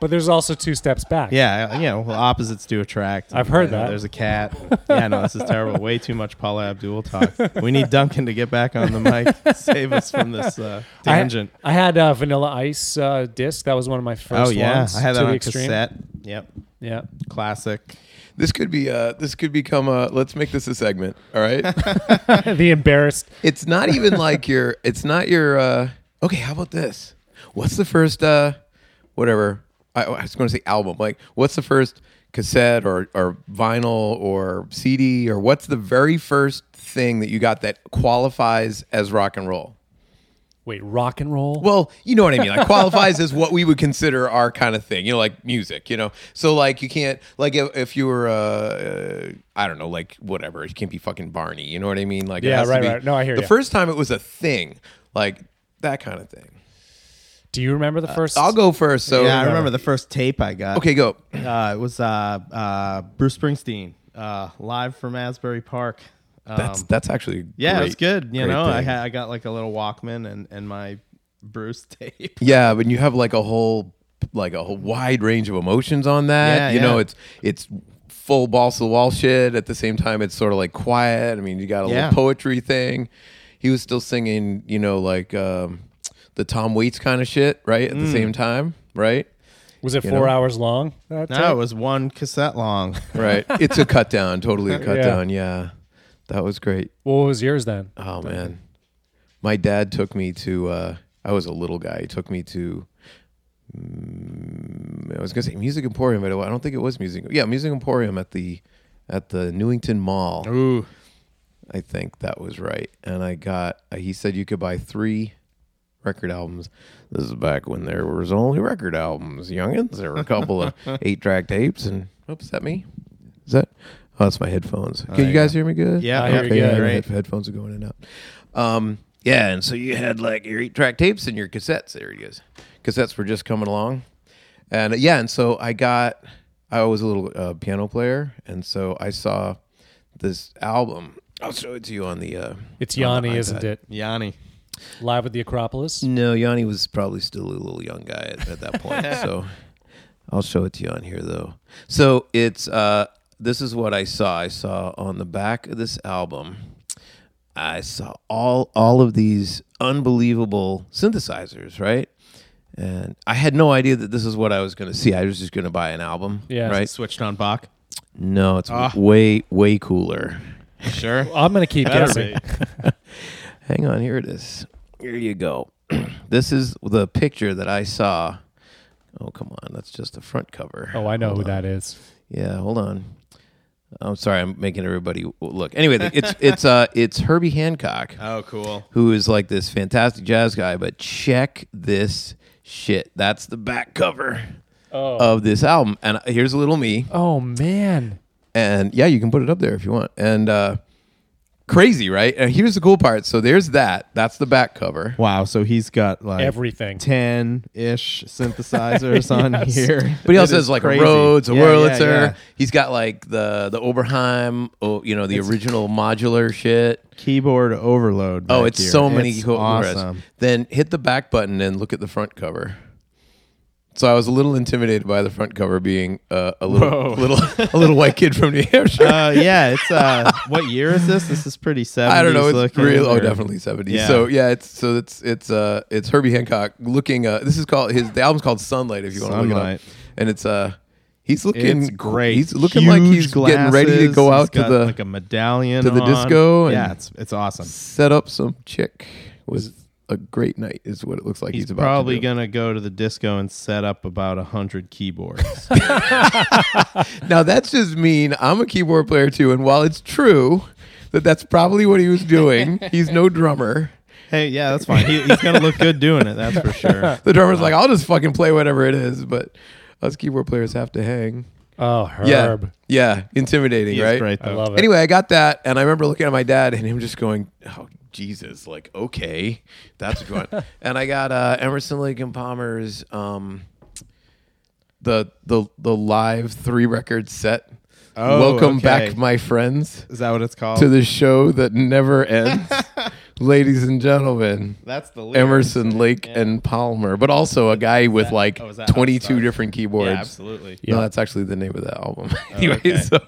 C: but there's also two steps back.
D: Yeah, uh, you know, well, opposites do attract.
C: I've heard
D: You know,
C: that.
D: There's a cat. Yeah, no, this is terrible. Way too much Paula Abdul talk. We need Duncan to get back on the mic, save us from this uh,
C: I-
D: tangent.
C: I, had a Vanilla Ice uh, disc. That was one of my first.
D: oh yeah,
C: ones,
D: I had
C: to
D: that
C: the
D: on
C: extreme.
D: cassette. Yep,
C: Yeah,
D: classic.
B: This could be uh this could become a let's make this a segment, all right?
C: the embarrassed.
B: it's not even like your it's not your uh okay, how about this? What's the first uh whatever I, I was going to say album. Like what's the first cassette or or vinyl or CD or what's the very first thing that you got that qualifies as rock and roll?
C: Wait, rock and roll.
B: Well, you know what I mean. Like qualifies as what we would consider our kind of thing. You know, like music. You know, so like you can't like if, if you were uh, uh, I don't know, like whatever. It can't be fucking Barney. You know what I mean? Like it
C: Yeah,
B: has to
C: right,
B: be-
C: right. No, I hear
B: The
C: ya.
B: first time it was a thing, like that kind of thing.
C: Do you remember the
D: uh,
C: first?
B: I'll go first. So
D: yeah, I remember the first tape I got.
B: Okay, go.
D: uh, it was uh, uh, Bruce Springsteen uh, live from Asbury Park. Um,
B: That's that's actually
D: yeah,
B: great,
D: it was good. You
B: great
D: know, I,
B: thing.
D: ha- I got like a little Walkman and and my Bruce tape.
B: Yeah, but you have like a whole like a whole wide range of emotions on that.
D: Yeah,
B: you know,
D: yeah.
B: it's it's full balls to the wall shit. At the same time, it's sort of like quiet. I mean, you got a
D: Yeah.
B: little poetry thing. He was still singing, you know, like um, the Tom Waits kind of shit, right? At
D: Mm.
B: the same time, right?
C: Was it
B: You
C: four
B: know?
C: hours long?
D: No, it was one cassette long.
B: Right. it's a cut down, totally a cut
C: Yeah.
B: down. Yeah, that was great.
C: What was yours then?
B: Oh man, my dad took me to. Uh, I was a little guy. He took me to. mm, I was gonna say Music Emporium, but I don't think it was Music. Yeah, Music Emporium at the at the Newington Mall.
D: Ooh,
B: I think that was right. And I got. uh, He said you could buy three record albums. This is back when there was only record albums, youngins. There were a couple of eight track tapes, and oops, is that me? Is that? Oh, that's my headphones. Can you
D: yeah.
B: guys hear me good? Oh,
D: Yeah,
C: Uh, I hear you good.
B: my
D: Great.
B: head- headphones are going in and out. Um, yeah, and so you had like your eight track tapes and your cassettes. There it is. Cassettes were just coming along, and uh, yeah, and so I got. I was a little uh, piano player, and so I saw this album. I'll show it to you on the. Uh,
C: It's
D: Oh,
B: on the
C: Yanni,
B: iPad.
C: isn't it?
D: Yanni.
C: Live at the Acropolis.
D: Mm.
B: No, Yanni was probably still a little young guy at, at that point. so I'll show it to you on here though. So it's uh this is what I saw. I saw on the back of this album. I saw all all of these unbelievable synthesizers, right? And I had no idea that this is what I was going to see. I was just going to buy an album,
C: Yeah.
B: right?
D: Switched on Bach.
B: No, it's way way cooler.
D: Sure.
C: I'm gonna keep
D: Better
C: guessing.
D: be.
B: Hang on, here it is. Here you go. this is the picture that I saw. Oh, come on. That's just the front cover.
C: Oh, I know who that is.
B: Yeah, hold on. I'm sorry, I'm making everybody w- look. Anyway, the- it's it's uh it's Herbie Hancock,
D: Oh, cool.
B: who is like this fantastic jazz guy, but check this shit, that's the back cover
C: Oh.
B: of this album. And here's a little me.
C: oh man.
B: And yeah, you can put it up there if you want. And uh, crazy, right? And here's the cool part. So there's that. That's the back cover.
D: Wow, so he's got like
C: Everything.
D: ten ish synthesizers on
C: Yes.
D: here.
B: But he
D: It
B: also
D: is
B: has like
D: crazy.
B: a Rhodes, a
D: Yeah, yeah,
B: Wurlitzer.
D: yeah.
B: He's got like the the Oberheim, oh, you know, the original modular shit.
D: keyboard overload.
B: Oh,
D: back
B: it's
D: here.
B: so many
D: It's
B: cool covers.
D: awesome.
B: Then hit the back button and look at the front cover. So I was a little intimidated by the front cover being uh, a little, little, a little white kid from New Hampshire.
D: Uh, yeah, it's uh, what year is this? This is pretty seventies.
B: I don't know. It's
D: looking,
B: real. Oh,
D: or-
B: definitely seventies.
D: Yeah.
B: So yeah, it's so it's it's uh it's Herbie Hancock looking. Uh, this is called his. The album's called Sunlight. If you want to look it
D: Sunlight.
B: up, and it's uh he's looking
D: It's great.
B: He's looking
D: Huge
B: like he's getting ready to
D: glasses.
B: go
D: He's
B: out to
D: got,
B: the
D: like a medallion
B: to the
D: on.
B: disco and-
D: yeah, it's it's awesome.
B: set up some chick with a great night. Is what it looks like. He's,
D: He's,
B: about
D: probably
B: to do.
D: gonna go to the disco and set up about a hundred keyboards.
B: Now that's just mean. I'm a keyboard player too, and while it's true that that's probably what he was doing, he's no drummer.
D: hey, yeah, that's fine. He, he's gonna look good doing it. That's for sure.
B: The drummer's like, I'll just fucking play whatever it is, but us keyboard players have to hang.
C: Oh, Herb.
B: Yeah, yeah, intimidating,
D: He's
B: right?
D: great
C: I
D: though.
C: love it.
B: Anyway, I got that, and I remember looking at my dad and him just going, "Oh Jesus!" Like, okay, that's what you want. and I got uh, Emerson, Lake and Palmer's um, the the the live three record set.
D: Oh,
B: Welcome
D: okay.
B: back, my friends,
D: Is that what it's called?
B: to the show that never ends, ladies and gentlemen.
D: that's the lyrics.
B: Emerson, Lake, and Palmer, but also a guy with
D: that-
B: like
D: oh, is that how it
B: 22
D: starts?
B: different keyboards.
D: Yeah, absolutely.
B: No,
C: Yeah. Oh,
B: that's actually the name of that album. anyway,
D: okay.
B: so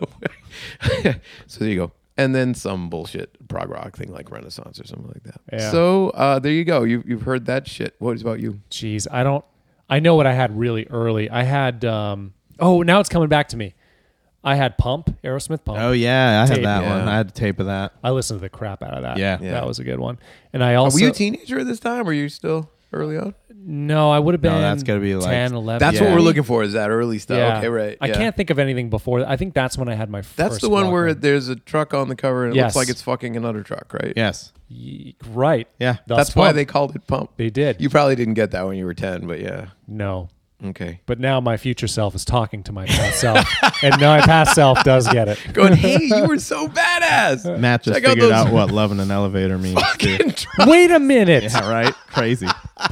B: so there you go. And then some bullshit prog rock thing like Renaissance or something like that.
C: Yeah.
B: So uh, there you go. You, you've heard that shit. What is about you?
C: Jeez, I don't. I know what I had really early. I had. um Oh, now it's coming back to me. I had Pump, Aerosmith Pump.
D: Oh yeah, I
C: Tape.
D: had that
B: Yeah.
D: one. I had a tape of that.
C: I listened to the crap out of that.
D: Yeah.
B: Yeah.
C: that was a good one. And I also
B: Were you a teenager at this time? Were you still early on?
C: no, I would have been.
D: No, that's gotta be like-
C: 10, 11.
B: That's
D: Yeah.
B: what we're looking for is that early stuff.
C: Yeah.
B: Okay, right.
C: I
B: yeah.
C: can't think of anything before. that. I think that's when I had my.
B: That's
C: first
B: the one where
C: Walkman.
B: there's a truck on the cover and it
C: Yes.
B: looks like it's fucking another truck, right?
D: Yes.
C: Ye- right.
D: Yeah.
C: Thus
B: That's why
C: Pump.
B: they called it Pump.
C: they did.
B: You probably didn't get that when you were 10, but yeah.
C: no.
B: Okay.
C: But now my future self is talking to my past self, and now my past self does get it.
B: Going, hey, you were so badass.
D: Matt just
B: Check out
D: figured
B: those-
D: out what love in an elevator means. too.
B: Fucking truck.
C: Wait a minute,
D: Yeah, right? Crazy.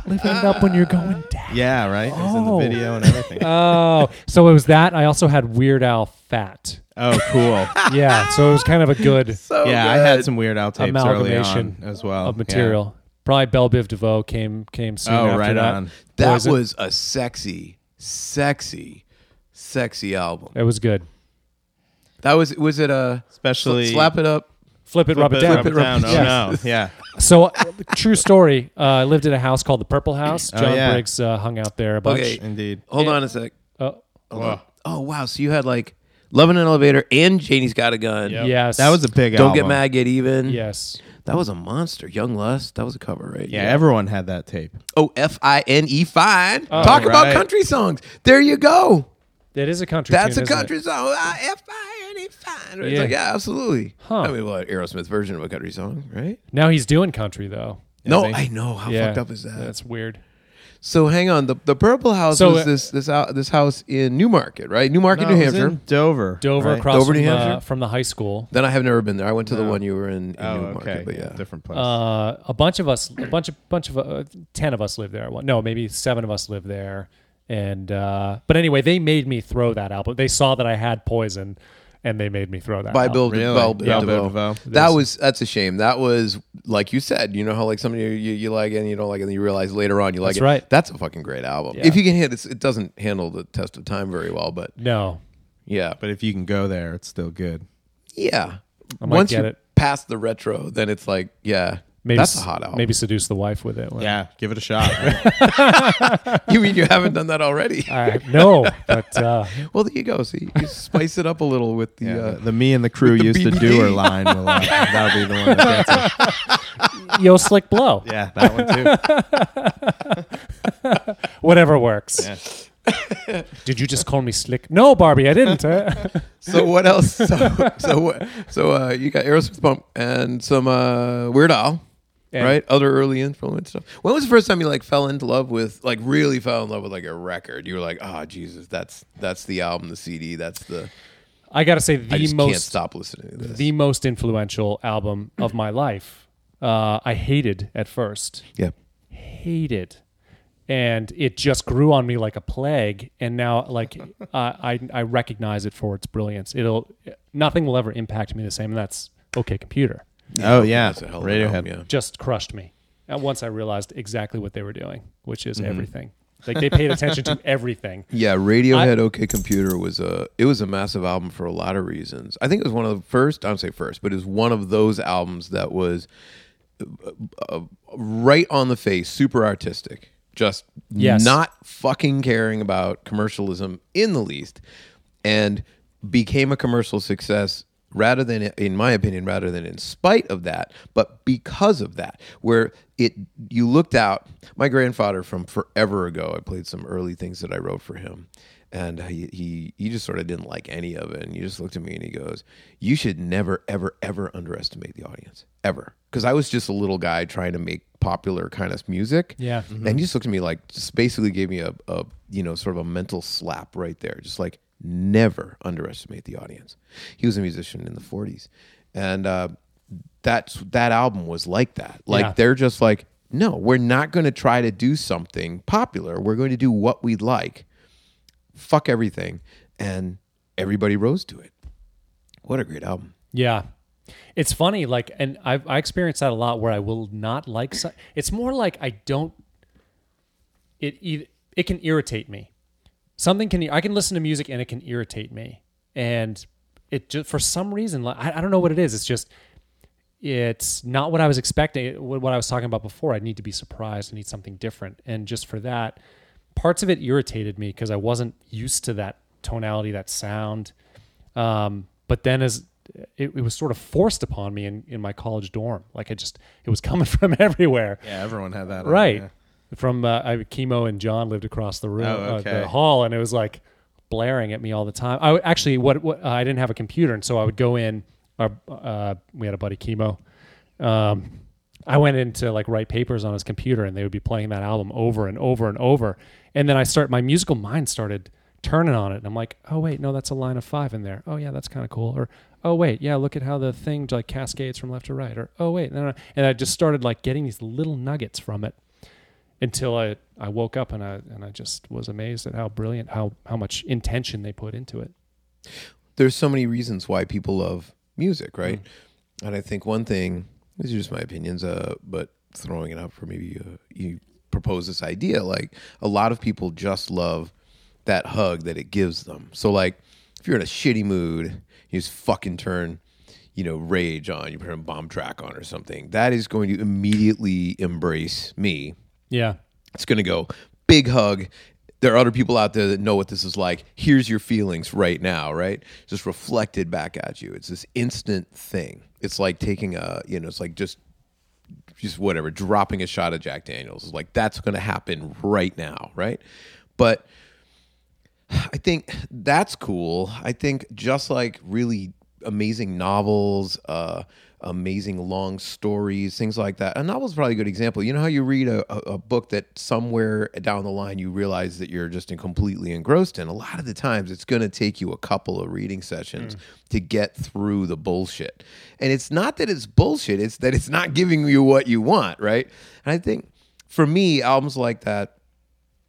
C: living it up when you're going down.
D: Yeah, right? It was in
C: Oh.
D: the video and everything.
C: Oh, so it was that. I also had Weird Al Fat.
D: oh, cool.
C: Yeah, so it was kind of a good
B: So
D: yeah, I
B: good.
D: had some Weird Al tapes early on
C: Amalgamation
D: as well.
C: of
D: Yeah.
C: material. Probably Belle Biv DeVoe came came soon
D: Oh,
C: after
D: right
C: that.
D: on.
B: That
C: Poison.
B: was a sexy, sexy, sexy album.
C: It was good.
B: That was was it a
D: Especially
B: slap it up?
C: Flip it, rub it down.
D: Flip it, down. Oh,
C: Yeah.
D: no. Yeah.
C: So, uh, true story. Uh, I lived in a house called the Purple House. John
D: yeah.
C: Briggs uh, hung out there a bunch.
B: Okay.
D: Indeed.
B: Hold on a sec.
C: Oh,
B: Hold on. Oh wow, so you had like Love in an Elevator and Janie's Got a Gun.
C: yes,
D: That was a big
B: Don't
D: album.
B: get mad, get even.
C: yes.
B: That was a monster. Young Lust. That was a cover, right?
D: Yeah, everyone had that tape.
B: Oh, F I N E fine.
C: Oh,
B: Talk about
D: right.
B: country songs. There you go.
C: It is a country.
B: That's a
C: tune, isn't
B: country
C: It?
B: song. Ah, F I N E fine. It's
C: Yeah.
B: like, yeah, absolutely.
C: Huh.
B: I mean, well, Aerosmith's version of a country song, right?
C: Now he's doing country though.
B: no,
D: they-
B: I know. How
C: yeah,
B: fucked up is that?
C: That's weird.
B: So hang on, the the purple house
C: So,
B: was
C: uh,
B: this this hou- this house in Newmarket, right? Newmarket,
D: No,
B: New
D: it was
B: Hampshire.
D: in Dover.
C: Dover
D: right?
C: across
B: Dover,
C: from,
B: New
C: uh,
B: Hampshire?
C: from the high school.
B: then I have never been there. I went to the one you were in, in
D: Oh,
B: Newmarket,
D: okay.
B: but yeah.
D: Different place.
C: Uh, a bunch of us, a bunch of bunch of uh, ten of us lived there. Well, No, maybe seven of us lived there. And uh, but anyway, they made me throw that album. They saw that I had poison, and they made me throw that.
B: By
C: album.
B: Bill,
D: Really?
B: Bell,
D: Bill
B: DeVoe.
D: DeVoe.
B: That was that's a shame. That was like you said. You know how like something you, you, you like it and you don't like it, and you realize later on you like
C: That's
B: it.
C: right.
B: That's a fucking great album.
C: Yeah.
B: If you can hit it, it doesn't handle the test of time very well, but
C: No,
B: yeah,
D: but if you can go there, it's still good.
B: yeah.
C: might
B: Once
C: get
B: you
C: it.
B: pass the retro, then it's like yeah,
C: maybe
B: that's a
C: s-
B: hot album.
C: Maybe seduce the wife with it. Well,
D: Yeah, give it a shot.
B: you mean you haven't done that already?
C: I, no, but uh,
B: Well, there you go. See, you spice it up a little with the.
D: Yeah,
B: uh,
D: the, the me and the crew
B: the
D: used to
B: BBD.
D: do her line a lot. That would be the one that gets it.
C: yo, slick blow.
D: Yeah, that one too.
C: Whatever works. Did you just call me slick? No, Barbie, I didn't.
B: So what else? So so what? So uh, you got Aerosmith Pump and some uh, Weird Al.
C: And-
B: right? Other early influence stuff. When was the first time you like fell into love with like really fell in love with like a record? You were like, oh Jesus, that's that's the album, the CD, that's the.
C: I gotta say the
B: I just can't
C: most
B: stop listening to this.
C: the most influential album of my life. Uh, I hated at first,
B: yeah,
C: hated, and it just grew on me like a plague. And now, like uh, I, I recognize it for its brilliance. It'll nothing will ever impact me the same. And that's okay, computer.
D: oh yeah,
B: that's a hell of an album,
D: Radiohead.
B: yeah.
C: just crushed me and once I realized exactly what they were doing, which is everything. Like they paid attention to everything.
B: Yeah, Radiohead OK Computer was a it was a massive album for a lot of reasons. I think it was one of the first, I don't say first, but it was one of those albums that was uh, uh, right on the face, super artistic. Just
C: Yes.
B: not fucking caring about commercialism in the least and became a commercial success rather than in my opinion rather than in spite of that but because of that where it you looked out my grandfather from forever ago i played some early things that i wrote for him and he, he he just sort of didn't like any of it and he just looked at me and he goes you should never ever ever underestimate the audience ever because i was just a little guy trying to make popular kind of music
C: Yeah.
B: and he just looked at me like just basically gave me a, a you know sort of a mental slap right there just like never underestimate the audience he was a musician in the 40s and uh, that's that album was like that like
C: Yeah.
B: they're just like no we're not going to try to do something popular we're going to do what we like fuck everything and everybody rose to it what a great album
C: Yeah. It's funny, like, and I've, I experience that a lot where I will not like. So, it's more like I don't. It e- it can irritate me. Something can I can listen to music and it can irritate me, and it just for some reason like I, I don't know what it is. It's just it's not what I was expecting. it- What what I was talking about before. I need to be surprised. I need something different, and just for that, parts of it irritated me because I wasn't used to that tonality, that sound. Um, but then as it, it was sort of forced upon me in, in my college dorm, like I just, it was coming from everywhere.
D: Yeah, everyone had that. on,
C: Right.
D: yeah.
C: From, uh, I, Chemo and John lived across the room,
D: Oh,
C: uh,
D: okay.
C: the hall, and it was like blaring at me all the time. I would- actually, what, what uh, I didn't have a computer. And so I would go in, our, uh, we had a buddy Chemo. Um, I went in to like write papers on his computer and they would be playing that album over and over and over. And then I start, my musical mind started turning on it. And I'm like, oh, wait, no, that's a line of five in there. Oh, yeah, that's kind of cool. Or, oh, wait, yeah, look at how the thing like cascades from left to right. Or, oh, wait. No, no. And I just started like getting these little nuggets from it until I, I woke up and I, and I just was amazed at how brilliant, how, how much intention they put into it.
B: there's so many reasons why people love music, right? And I think one thing, these are just my opinions, uh, but throwing it out for maybe uh, you propose this idea, like a lot of people just love that hug that it gives them. So like, if you're in a shitty mood, you just fucking turn, you know, rage on, you put a bomb track on or something. That is going to immediately embrace me
C: Yeah.
B: it's going to go big hug. There are other people out there that know what this is like. Here's your feelings right now, right? Just reflected back at you. It's this instant thing. It's like taking a, you know, it's like just just whatever, dropping a shot of Jack Daniels. It's Like that's going to happen right now, right? But I think that's cool. I think just like really amazing novels, uh, amazing long stories, things like that. A novel's probably a good example. You know how you read a, a, a book that somewhere down the line you realize that you're just in completely engrossed in. A lot of the times it's going to take you a couple of reading sessions to get through the bullshit. And it's not that it's bullshit, it's that it's not giving you what you want, right? And I think for me, albums like that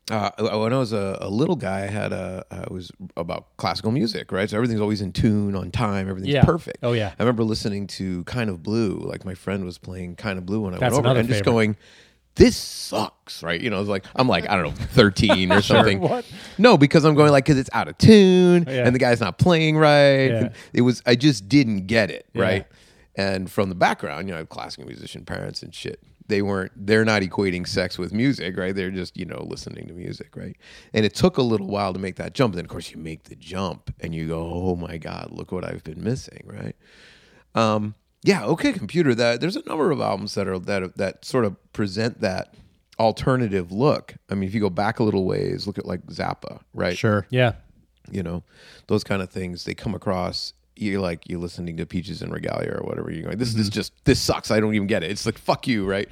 B: uh, when I was a, a little guy, I had a I was about classical music, right? So everything's always in tune, on time, everything's
C: Yeah.
B: perfect.
C: Oh, yeah.
B: I remember listening to Kind of Blue, like my friend was playing Kind of Blue when I
C: That's
B: went over,
C: another
B: and just
C: favorite.
B: going, "This sucks," right? You know, it's like I'm like I don't know, thirteen or something.
C: What?
B: No, because I'm going like because it's out of tune
C: Yeah.
B: and the guy's not playing right.
C: Yeah.
B: And It was I just didn't get it
C: Yeah.
B: right. And from the background, you know, I have classical musician parents and shit. They weren't they're not equating sex with music, right? They're just, you know, listening to music, right? And it took a little while to make that jump. Then of course you make the jump and you go, Oh my God, look what I've been missing, right? Um, yeah, okay, computer. That there's a number of albums that are that that sort of present that alternative look. I mean, if you go back a little ways, look at like Zappa, right?
D: Sure.
C: Yeah.
B: you know those kind of things they come across you're like you're listening to Peaches and Regalia or whatever. You're going, this
C: Mm-hmm.
B: is just this sucks. I don't even get it. It's like fuck you, right?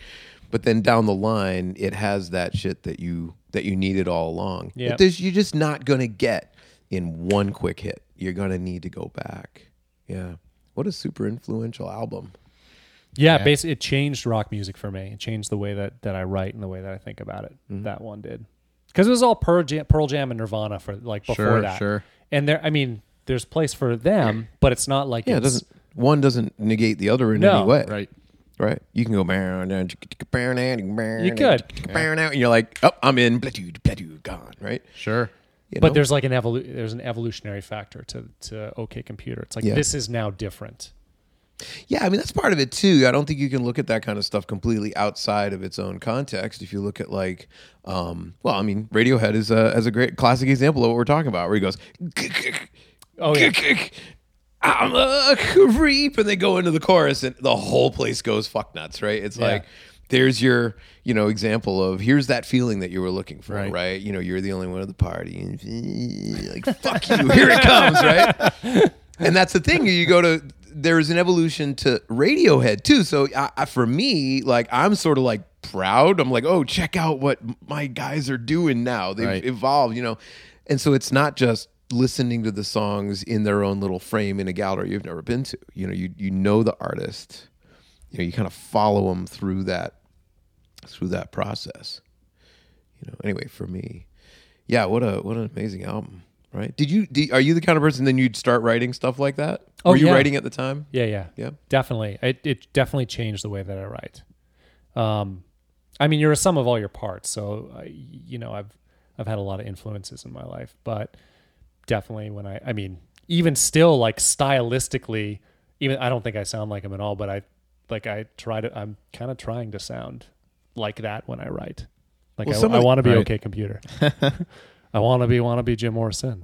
B: But then down the line, it has that shit that you that you needed all along.
C: Yep.
B: That there's you're just not gonna get in one quick hit. You're gonna need to go back. Yeah. What a super influential album.
C: Yeah, basically, it changed rock music for me. It changed the way that, that I write and the way that I think about it.
B: Mm-hmm.
C: That one did because it was all Pearl Jam, Pearl Jam and Nirvana for like before
D: Sure,
C: that.
D: sure.
C: And there, I mean, there's place for them, but it's not like
B: Yeah, it
C: it's,
B: doesn't one doesn't negate the other in
C: No.
B: any way.
D: Right.
B: Right. You can go You
C: could.
B: And you're like, oh, I'm in. Bladood, bladood, gone. Right.
D: Sure.
B: You
C: but
B: know?
C: there's like an evolu- there's an evolutionary factor to to OK Computer. It's like
B: Yeah.
C: this is now different.
B: Yeah, I mean that's part of it too. I don't think you can look at that kind of stuff completely outside of its own context. If you look at like, um, well, I mean, Radiohead is a as a great classic example of what we're talking about, where he goes,
C: Oh yeah,
B: "I'm a creep," and they go into the chorus, and the whole place goes fuck nuts. Right? It's like there's your you know example of here's that feeling that you were looking for. Right?
D: Right.
B: You know, you're the only one at the party, and like fuck you, here it comes. Right? and that's the thing. You go to there is an evolution to Radiohead too. So I, I, for me, like I'm sort of like proud. I'm like, oh, check out what my guys are doing now. They've
D: Right.
B: evolved, you know. And so it's not just listening to the songs in their own little frame in a gallery you've never been to. You know, you you know the artist. You know, you kind of follow them through that through that process. You know, anyway, for me, yeah, what a what an amazing album, right? Did you did, are you the kind of person then you'd start writing stuff like that?
C: Oh,
B: Were you
C: yeah.
B: writing at the time?
C: yeah, yeah,
B: Yeah.
C: Definitely, it it definitely changed the way that I write. Um, I mean, you're a sum of all your parts, so I, you know I've I've had a lot of influences in my life, but definitely when I I mean even still like stylistically, even I don't think I sound like him at all, but I like I try to I'm kind of trying to sound like that when I write. Like
B: Well,
C: I,
B: some
C: I
B: of-
C: want to be
D: Right.
C: okay, computer. I want to be want to be Jim Morrison.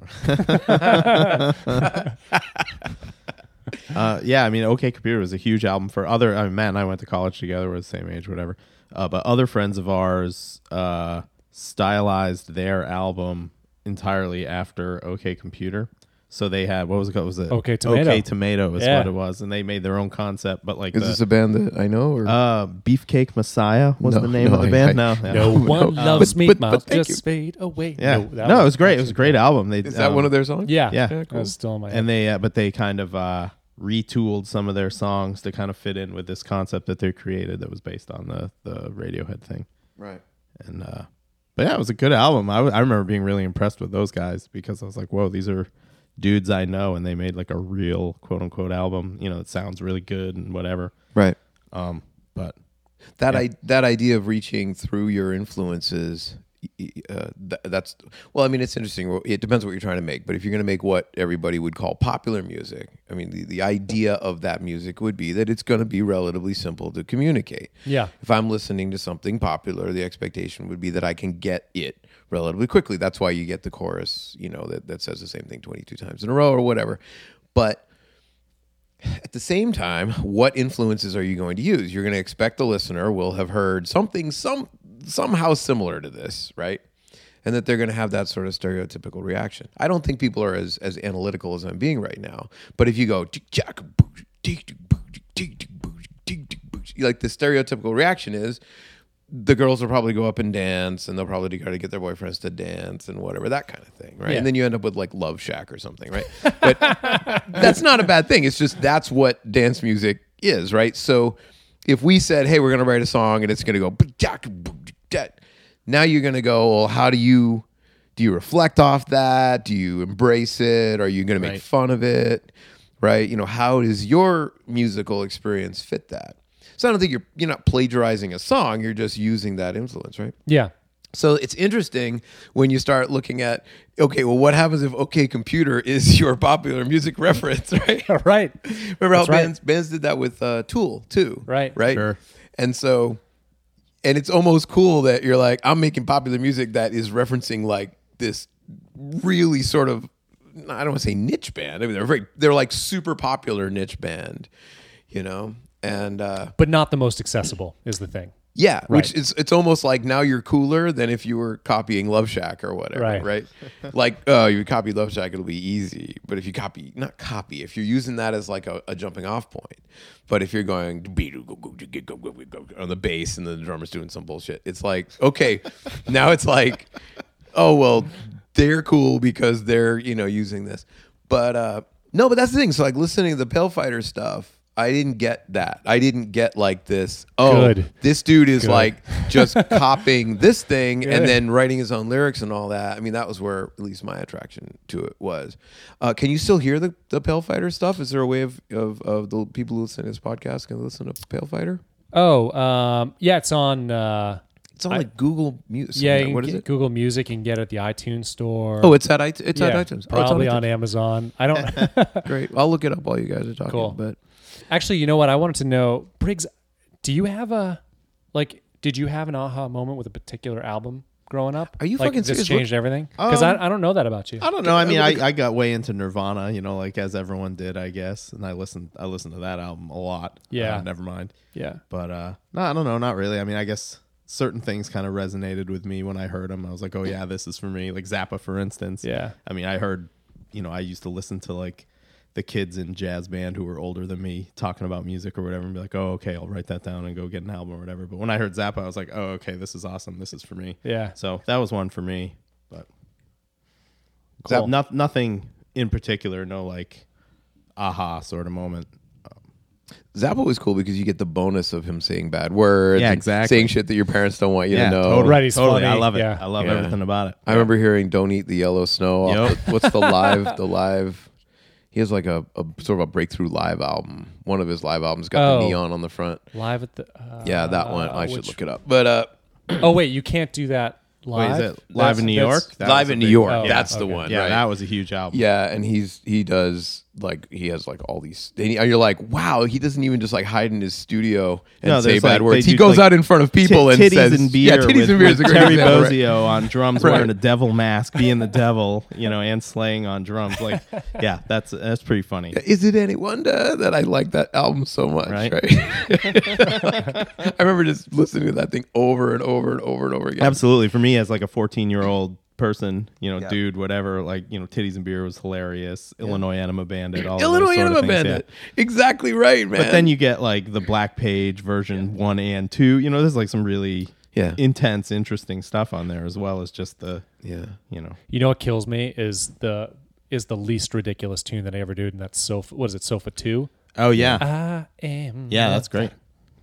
D: Uh, yeah, I mean, OK Computer was a huge album for other. I mean, Matt and I went to college together. We're the same age, whatever. Uh, but other friends of ours uh, stylized their album entirely after OK Computer. So they had what was it called? Was it
C: OK Tomato.
D: OK Tomato is
C: Yeah.
D: what it was, and they made their own concept. But like
B: Is
D: the,
B: this a band that I know or
D: uh, Beefcake Messiah was
B: No,
D: the name
B: no,
D: of the
B: I-
D: band.
B: I-
D: no, yeah.
C: No one
B: no.
C: loves
B: But-
C: me,
B: but- but
C: mouth
B: thank
C: just
B: you.
C: fade away.
D: yeah.
C: No, that
D: no, it was great. It was a great album. They,
B: is that one of their songs?
C: Yeah,
D: Yeah.
B: Yeah,
C: that
B: cool.
C: was still in my head.
D: and they uh, but they kind of uh, retooled some of their songs to kind of fit in with this concept that they created that was based on the the Radiohead thing.
B: Right.
D: And uh, but yeah, it was a good album. I, w- I remember being really impressed with those guys because I was like, whoa, these are dudes I know, and they made like a real quote unquote album. You know, it sounds really good and whatever.
B: Right.
D: Um, but
B: that I that idea of reaching through your influences y- y- uh, th- that's well i mean it's interesting it depends what you're trying to make but if you're going to make what everybody would call popular music i mean the, the idea of that music would be that it's going to be relatively simple to communicate
C: Yeah.
B: if i'm listening to something popular the expectation would be that i can get it relatively quickly that's why you get the chorus you know that, that says the same thing 22 times in a row or whatever but at the same time, what influences are you going to use? You're going to expect the listener will have heard something some somehow similar to this, right? And that they're going to have that sort of stereotypical reaction. I don't think people are as as analytical as I'm being right now. But if you go tick, jack, boo, tick, tick, boo, tick, tick, tick, boo, tick, tick, boo, like the stereotypical reaction is the girls will probably go up and dance and they'll probably try to get their boyfriends to dance and whatever that kind of thing right
C: Yeah.
B: and then you end up with like love shack or something right but that's not a bad thing it's just that's what dance music is right so if we said hey we're going to write a song and it's going to go "Ba-jack, boo-jack," now you're going to go well how do you do you reflect off that do you embrace it are you going to make
D: Right.
B: fun of it right you know how does your musical experience fit that so i don't think you're you're not plagiarizing a song you're just using that influence right
C: yeah.
B: so it's interesting when you start looking at okay well what happens if okay computer is your popular music reference right
C: Right.
B: Remember how
C: That's right.
B: bands bands did that with uh, Tool too,
C: Right.
B: Right.
D: Sure.
B: And so, and it's almost cool that you're like, I'm making popular music that is referencing like this really sort of, I don't want to say niche band. I mean, they're very, they're like super popular niche band, you know. And uh,
C: But not the most accessible is the thing.
B: Yeah, which
C: Right.
B: is it's almost like now you're cooler than if you were copying Love Shack or whatever, right?
C: Right.
B: like, oh, you copy Love Shack, it'll be easy. But if you copy, not copy, if you're using that as like a, a jumping off point, but if you're going on the bass and then the drummer's doing some bullshit, it's like okay, now it's like, oh well, they're cool because they're you know using this, but uh no, but that's the thing. So like listening to the Pale Fighter stuff. I didn't get that. I didn't get like this. Oh,
C: Good.
B: this dude is like just copying this thing and
C: Good.
B: then writing his own lyrics and all that. I mean, that was where at least my attraction to it was. Uh, can you still hear the, the Pale Fighter stuff? Is there a way of, of, of the people who listen to this podcast can listen to Pale Fighter?
C: Oh, um, yeah, it's on. Uh,
B: It's on like Google Music.
C: yeah, you can
B: what is
C: get
B: it?
C: Google Music and get it at the iTunes store.
B: Oh, it's at iTunes. It's
C: Yeah,
B: at iTunes.
C: Probably
B: oh, it's
C: on Amazon. I don't.
B: iTunes. Great. I'll look it up while you guys are talking.
C: Cool.
B: But
C: Actually, you know what? I wanted to know, Briggs, do you have a like? Did you have an aha moment with a particular album growing up?
B: Are you
C: like,
B: fucking
C: this
B: serious? Um,
C: changed everything? Because I, I don't know that about you.
D: I don't know. I mean, I, I got way into Nirvana, you know, like as everyone did, I guess. And I listened, I listened to that album a lot.
C: Yeah.
D: Uh, never mind.
C: yeah.
D: But uh, no, I don't know. Not really. I mean, I guess certain things kind of resonated with me when I heard them. I was like, oh yeah, this is for me. Like Zappa, for instance.
C: Yeah.
D: I mean, I heard, you know, I used to listen to like the kids in jazz band who were older than me talking about music or whatever and be like, oh, okay, I'll write that down and go get an album or whatever. But when I heard Zappa, I was like, oh, okay, this is awesome. This is for me.
C: Yeah.
D: So that was one for me. But
C: Cool.
D: Zap- no- nothing in particular, no like aha sort of moment.
B: Zappa was cool because you get the bonus of him saying bad words.
D: Yeah,
B: and
D: exactly.
B: Saying shit that your parents don't want you to know.
C: Right, he's
D: totally. I
C: funny.
D: love it.
C: Yeah.
D: I love
B: Yeah.
D: everything about it.
B: I remember hearing "Don't eat the yellow snow." off
D: Yep.
B: the- what's the live? the live. He has like a, a sort of a breakthrough live album. One of his live albums got the
C: Oh.
B: neon on the front.
C: Live at the. Uh,
B: Yeah, that one. I should
C: which-
B: look it up. But uh,
C: Oh wait, you can't do that
D: Wait,
C: live.
D: is it live
C: That's-
D: in New
C: that's-
D: York? That
B: live
D: was a
B: in
D: big-
B: New York.
C: oh,
B: that's the
C: okay.
B: one.
D: Yeah,
B: right?
D: that was a huge album.
B: Yeah, and he's he does like he has like all these. And he- you're like, wow, he doesn't even just like hide in his studio and
D: No,
B: say
D: there's,
B: bad
D: like,
B: words.
D: they
B: He
D: do,
B: goes
D: like,
B: out in front of people and
D: Titties
B: says,
D: and beer.
B: "Yeah, titties
D: with,
B: and beer is a
D: with
B: great
D: Terry
B: example, right?
D: Bozzio on drums
B: Right.
D: wearing a devil mask, being the devil, you know, and slaying on drums. Like, yeah, that's that's pretty funny.
B: Is it any wonder that I like that album so much? Right.
D: Right.
B: I remember just listening to that thing over and over and over and over again.
D: Absolutely. For me, as like a 14 year old person, you know, dude, whatever, like, you know, titties and beer was hilarious. Illinois Anima Bandit. All of those
B: Illinois
D: sort of
B: Anima
D: things, yeah.
B: Bandit. Exactly right, man.
D: But then you get like the Black Page version one and two. You know, there's like some really
B: Yeah.
D: intense, interesting stuff on there as well as just the
B: Yeah.
D: you know
C: You know what kills me is the is the least ridiculous tune that I ever did, and that's sofa. What is it? Sofa two.
D: oh yeah
C: I am.
D: yeah that's great.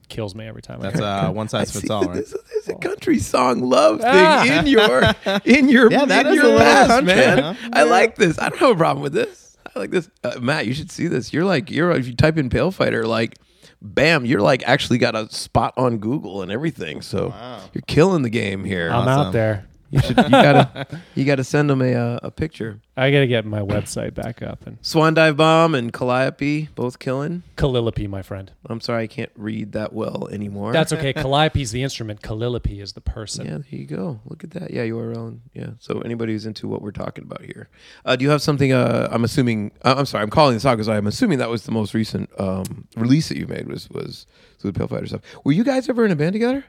C: Kills me every time. I
D: That's
C: hear it.
D: uh, one size
B: See,
D: fits all. Right?
B: There's, a, there's a country song love thing
C: Ah.
B: in your in your
D: Yeah, that
B: in
D: is a
B: your
D: little
B: past,
D: country,
B: man.
D: huh?
B: I like this. I don't have a problem with this. I like this. Uh, Matt, you should see this. You're like you're if you type in Pale Fighter, like bam, you're like actually got a spot on Google and everything. So you're killing the game here.
C: I'm
D: awesome.
C: out there.
B: You should you gotta you gotta send them a uh, a picture.
C: I gotta get my website back up and
B: Swan Dive Bomb and Calliope both killing.
C: Calliope, my friend.
B: I'm sorry I can't read that well anymore.
C: That's okay. Calliope's the instrument. Calliope is the person.
B: yeah, there you go. Look at that. Yeah, URL. And, yeah. So anybody who's into what we're talking about here, uh, do you have something? Uh, I'm assuming. Uh, I'm sorry. I'm calling this out because I'm assuming that was the most recent um, release that you made was was the Pale Fighter stuff. Were you guys ever in a band together?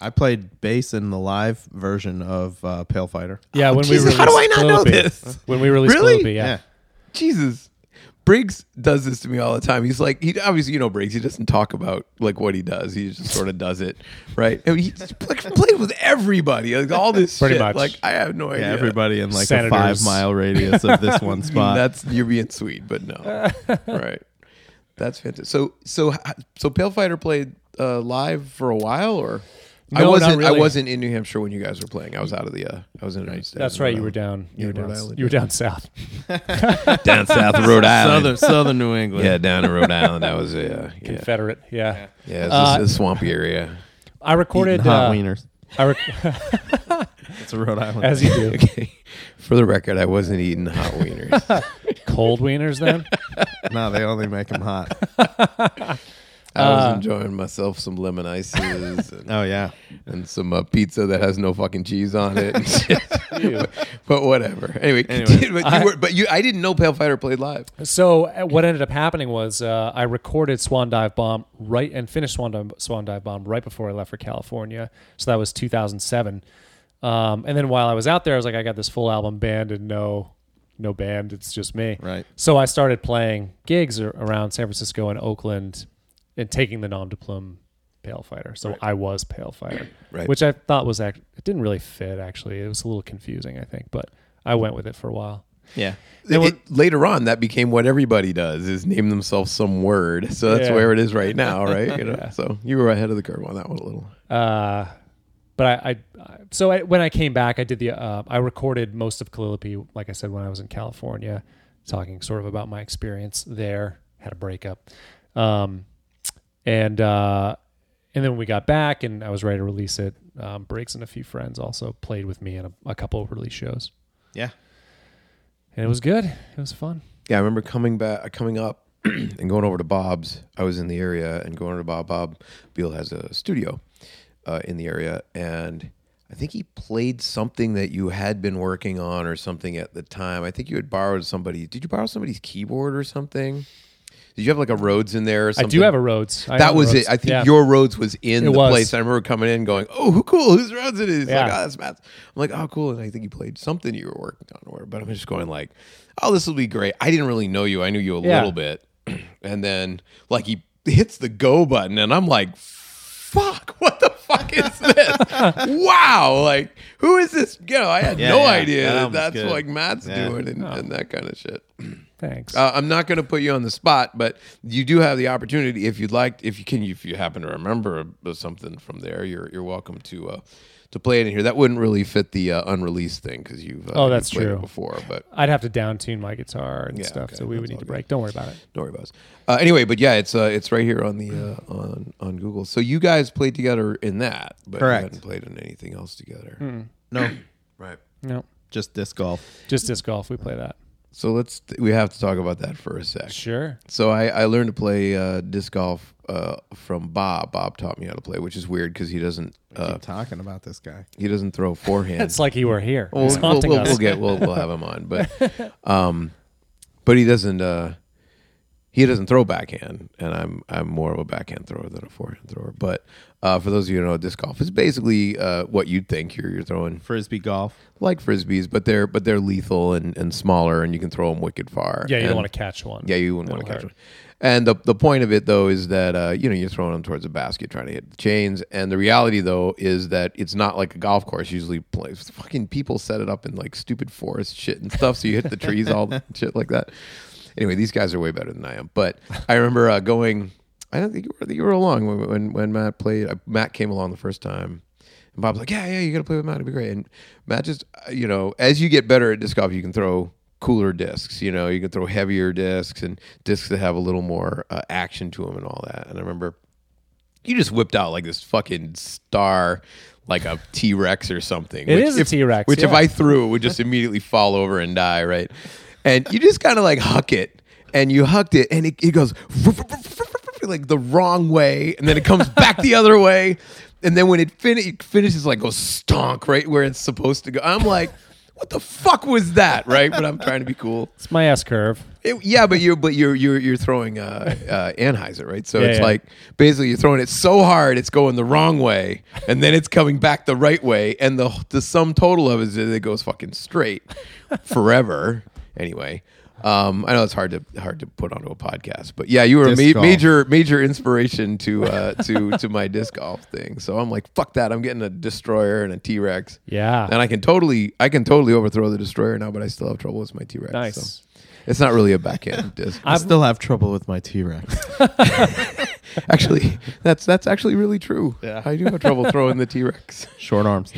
D: I played bass in the live version of uh, Pale Fighter.
C: Yeah, when we
B: Jesus,
C: released
B: how do I not know
C: Calliope-
B: this?
C: When we released
B: Really?
C: Calliope, yeah.
B: Jesus. Briggs does this to me all the time. He's like, he obviously, you know, Briggs, he doesn't talk about like what he does. He just sort of does it, right? And he just pl- plays with everybody, like all this
C: Pretty
B: shit.
C: much.
B: Like, I have no idea.
D: Yeah, everybody in like
C: Senators.
D: a five mile radius of this one spot.
B: That's you're being sweet, but no, right? That's fantastic. So, so, so Pale Fighter played uh, live for a while, or I
C: No,
B: wasn't.
C: not really.
B: I wasn't in New Hampshire when you guys were playing. I was out of the. Uh, I was in the United States.
C: That's right. You were down. You were
B: Rhode
C: down.
B: Island,
C: You were down south.
B: down south of Rhode
D: southern Southern New England.
B: Yeah, down in Rhode Island. That was yeah, yeah,
C: Confederate. Yeah.
B: yeah. It's
C: Uh,
B: a swampy area.
C: I recorded.
D: Eating hot
C: uh,
D: wieners.
C: I rec-
D: That's a Rhode Island.
C: as
D: thing.
C: you do.
B: Okay. For the record, I wasn't eating hot wieners.
C: Cold wieners then.
D: no, they only make them hot.
B: I was
C: Uh,
B: enjoying myself some lemon ices and,
D: Oh yeah,
B: and some uh, pizza that has no fucking cheese on it. and shit.
C: Ew.
B: but whatever. Anyway,
D: Anyway.
B: continue. but you were, but you, I didn't know Pale Fighter played live.
C: So uh, what ended up happening was uh, I recorded Swan Dive Bomb right and finished Swan Dive, Swan Dive Bomb right before I left for California. So that was 2007. Um, and then while I was out there, I was like, I got this full album band and no, no band. It's just me.
D: Right.
C: So I started playing gigs ar- around San Francisco and Oakland, and taking the nom de plume Pale Fighter. So I was Pale Fighter,
B: Right.
C: which I thought was act- it didn't really fit actually. It was a little confusing, I think, but I went with it for a while.
D: yeah.
B: It- later on, that became what everybody does: is name themselves some word. So that's
C: Yeah.
B: where it is right now, right? You know? So you were ahead of the curve on that one a little.
C: Uh, but I, I- I so I, when I came back, I did the uh, I recorded most of Calliope, like I said, when I was in California, talking sort of about my experience there. Had a breakup, um, and uh, and then we got back, and I was ready to release it. Um, Briggs and a few friends also played with me in a, a couple of release shows,
D: Yeah.
C: and it was good. It was fun.
B: Yeah, I remember coming back, coming up, and going over to Bob's. I was in the area and going over to Bob. Bob Beal has a studio uh, in the area, and I think he played something that you had been working on or something at the time. I think you had borrowed somebody. Did you borrow somebody's keyboard or something? Did you have like a Rhodes in there? or something?
C: I do have a Rhodes. I have
B: that
C: a
B: was
C: Rhodes.
B: it. I think
C: Yeah.
B: your roads was in
C: It
B: the
C: was.
B: place. I remember coming in, and going, "Oh, who cool? Whose roads it is?" He's Like,
C: Yeah.
B: oh, that's Matt's. I'm like, "Oh, cool." And I think you played something you were working on, or but I'm just going like, "Oh, this will be great." I didn't really know you. I knew you a
C: Yeah.
B: little bit, and then like he hits the go button, and I'm like. Fuck! What the fuck is this? wow! Like, who is this? You know, I had
D: Yeah,
B: no
D: yeah.
B: idea
D: That
B: that
D: album's
B: that's
D: good.
B: like Matt's
D: Yeah.
B: doing
C: Oh.
B: and, and that kind of shit.
C: Thanks.
B: Uh, I'm not going to put you on the spot, but you do have the opportunity if you'd like, if you can, if you happen to remember something from there, you're you're welcome to uh, to play it in here. That wouldn't really fit the uh, unreleased thing because you've uh,
C: Oh, that's
B: you've played
C: true.
B: it before, but
C: I'd have to down tune my guitar and
B: Yeah,
C: stuff,
B: okay.
C: so we would
B: That's
C: need
B: all
C: to
B: good.
C: break. Don't worry about it.
B: don't worry about us. Uh, anyway, but yeah, it's uh, it's right here on the uh, on on Google. So you guys played together in that, but
D: Correct.
B: you hadn't played in anything else together,
C: Hmm.
D: No,
B: right?
C: No,
D: just disc golf.
C: just disc golf. We play that.
B: So let's we have to talk about that for a sec.
C: Sure.
B: So I, I learned to play uh, disc golf uh, from Bob. Bob taught me how to play, which is weird because he doesn't uh,
D: Keep talking about this guy.
B: he doesn't throw forehands.
C: It's like he were here.
B: we'll,
C: He's
B: we'll,
C: haunting
B: we'll-
C: us.
B: we'll get we'll, we'll have him on, but um, but he doesn't uh, he doesn't throw backhand, and I'm I'm more of a backhand thrower than a forehand thrower. But uh, for those of you who know, disc golf is basically uh, what you'd think you're you're throwing
D: Frisbee golf.
B: like frisbees, but they're but they're lethal and, and smaller, and you can throw them wicked far.
C: yeah, you
B: And-
C: don't want to catch one.
B: Yeah, you wouldn't want to
C: That'll
B: catch one.
C: hurt.
B: And the, the point of it though is that uh, you know you're throwing them towards a basket, trying to hit the chains. And the reality though is that it's not like a golf course usually plays. Fucking people set it up in like stupid forest shit and stuff, so you hit the trees all shit like that. Anyway, these guys are way better than I am. But I remember uh, going. I don't think you were, you were along when, when when Matt played. Uh, Matt came along the first time. And Bob's like, yeah, yeah, you got to play with Matt. It'd be great. And Matt just, uh, you know, as you get better at disc golf, you can throw cooler discs. You know, you can throw heavier discs and discs that have a little more uh, action to them and all that. And I remember you just whipped out like this fucking star, like a T Rex or something.
C: It
B: which
C: is a
B: if-
C: T-Rex,
B: Which if
C: yeah.
B: I threw, it would just immediately fall over and die, right? And you just kind of like huck it, and you hucked it, and it, it goes like the wrong way, and then it comes back the other way, and then when it, fin- it finishes, like goes stonk right where it's supposed to go. I'm like. What the fuck was that, right? But I'm trying to be cool.
C: It's my S curve.
B: It- yeah, but you're but you're you're you're throwing uh, uh, Anheuser, right? So
C: Yeah,
B: it's
C: yeah.
B: like basically you're throwing it so hard it's going the wrong way, and then it's coming back the right way, and the the sum total of it is that it goes fucking straight forever. Anyway, um, I know it's hard to hard to put onto a podcast, but yeah, you were a
D: Disc
B: ma-
D: golf.
B: major major inspiration to uh, to to my disc golf thing. So I'm like, fuck that! I'm getting a destroyer and a T Rex.
C: Yeah.
B: And I can totally, I can totally overthrow the destroyer now, but I still have trouble with my T Rex.
C: nice.
B: It's not really a backhand disc.
D: I still have trouble with my T Rex.
B: actually, that's that's actually really true.
D: Yeah.
B: I do have trouble throwing the T Rex.
D: Short arms.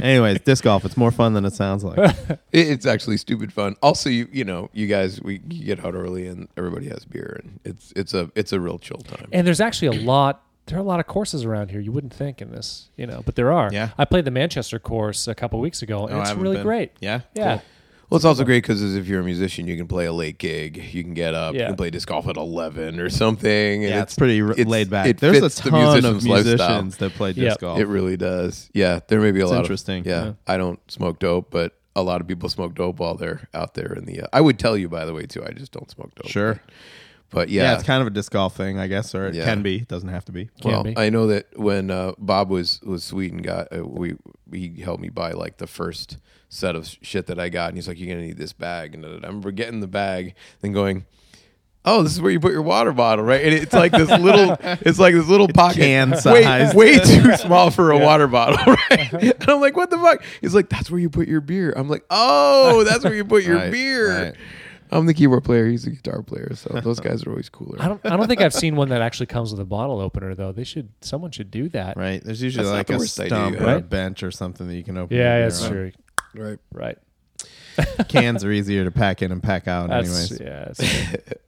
D: Anyways, disc golf. It's more fun than it sounds like. Oh,
B: It's actually stupid fun. Also, you you know, you guys we you get out early and everybody has beer and it's it's a it's a real chill time.
C: And there's actually a lot. There are a lot of courses around here you wouldn't think in this, you know, but there are.
D: Yeah.
C: I played the Manchester course a couple weeks ago, and
D: Oh, I
C: it's
D: haven't
C: really
D: been.
C: great.
D: Yeah?
C: Yeah.
D: Cool.
B: Well, it's also great because if you're a musician, you can play a late gig. You can get up
C: Yeah.
B: and play disc golf at eleven or something. and
D: Yeah, it's, pretty r
B: it's-
D: laid back.
B: It
D: There's a
B: fits the
D: ton of
B: musician's
D: musicians
B: lifestyle.
D: that play disc
C: Yep.
D: golf.
B: It really does. Yeah, there may be a lot.
D: interesting,
B: Of, yeah,
D: yeah.
B: I don't smoke dope, but a lot of people smoke dope while they're out there in the. Uh, I would tell you, by the way, too. I just don't smoke dope.
D: sure.
B: but
D: Yeah.
B: yeah,
D: it's kind of a disc golf thing, I guess, or it
B: Yeah.
D: can be. It doesn't have to be.
C: Can
B: well,
C: be.
B: I know that when uh, Bob was was sweet and got uh, we he helped me buy like the first set of shit that I got, and he's like, "You're gonna need this bag." And da- da- da. I remember getting the bag, then going. Oh, this is where you put your water bottle, right? And it's like this little, it's like this little pocket, way,
D: can-sized.
B: way too small for a water bottle, right? And I'm like, what the fuck? He's like, that's where you put your beer. I'm like, oh, that's where you put your
D: Right,
B: beer.
D: right.
B: I'm the keyboard player. He's a guitar player, so those guys are always cooler.
C: I don't. I don't think I've seen one that actually comes with a bottle opener though. They should. Someone should do that.
D: Right. There's usually
B: That's not
D: like
B: the
D: a
B: worst idea,
D: stump or a
C: right?
D: bench or something that you can open.
C: Yeah,
D: with
C: that's
D: your own.
C: true.
B: right.
C: Right.
D: Cans are easier to pack in and pack out,
C: That's
D: anyways.
C: yeah. that's-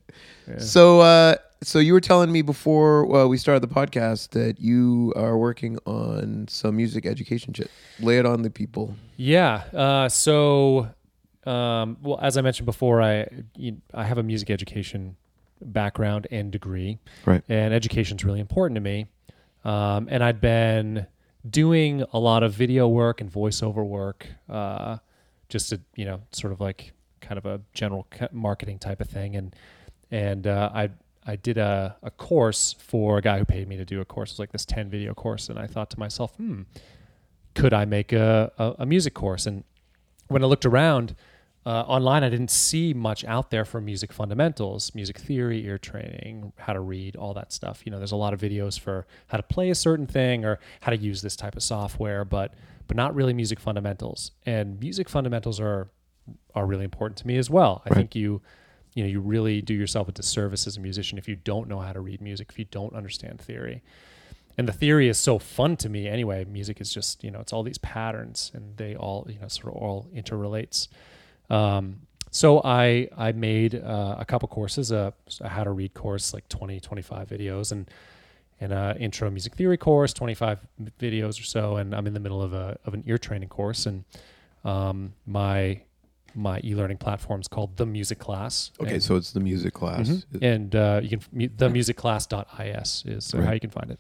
B: So, uh, so you were telling me before uh, we started the podcast that you are working on some music education shit. Lay it on the people.
C: yeah. Uh, so, um, well, as I mentioned before, I you, I have a music education background and degree.
B: Right.
C: And education's really important to me. Um, and I'd been doing a lot of video work and voiceover work, uh, just to you know, sort of like kind of a general c- marketing type of thing. And and uh, I I did a, a course for a guy who paid me to do a course. It was like this ten video course, and I thought to myself, hmm, could I make a, a, a music course? And when I looked around uh, online, I didn't see much out there for music fundamentals, music theory, ear training, how to read, all that stuff. You know, there's a lot of videos for how to play a certain thing or how to use this type of software, but but not really music fundamentals. And music fundamentals are are really important to me as well. I think you you know you really do yourself a disservice as a musician if you don't know how to read music, if you don't understand theory and the theory is so fun to me anyway music is just you know it's all these patterns and they all you know sort of all interrelates um, so i i made uh, a couple courses a, a how to read course like 20 25 videos and and a intro music theory course 25 m- videos or so and i'm in the middle of a of an ear training course and um, my my e-learning platform is called the music class
B: Okay,
C: and,
B: so it's the music class.
C: and uh, you can mu- the musicclass.is is uh how you can find it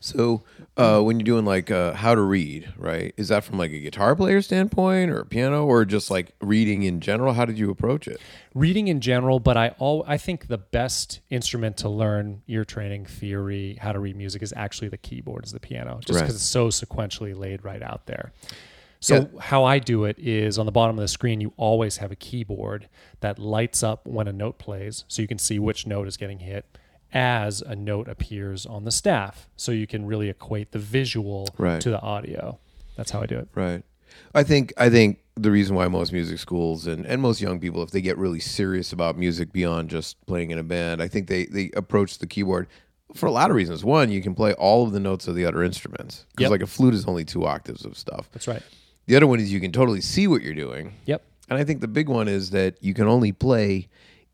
B: So, uh, when you're doing like uh, how to read, right? Is that from like a guitar player standpoint or a piano or just like reading in general? How did you approach it?
C: reading in general, but I all I think the best instrument to learn ear training theory, how to read music is actually the keyboard, is the piano, just because
B: Right.
C: it's so sequentially laid right out there. So how I do it is on the bottom of the screen, you always have a keyboard that lights up when a note plays, so you can see which note is getting hit as a note appears on the staff, so you can really equate the visual
B: Right.
C: to the audio. That's how I do it.
B: Right. I think I think the reason why most music schools and, and most young people, if they get really serious about music beyond just playing in a band, I think they, they approach the keyboard for a lot of reasons. One, you can play all of the notes of the other instruments. Because
C: Yep.
B: like a flute is only two octaves of stuff.
C: That's right.
B: The other one is you can totally see what you're doing.
C: Yep.
B: And I think the big one is that you can only play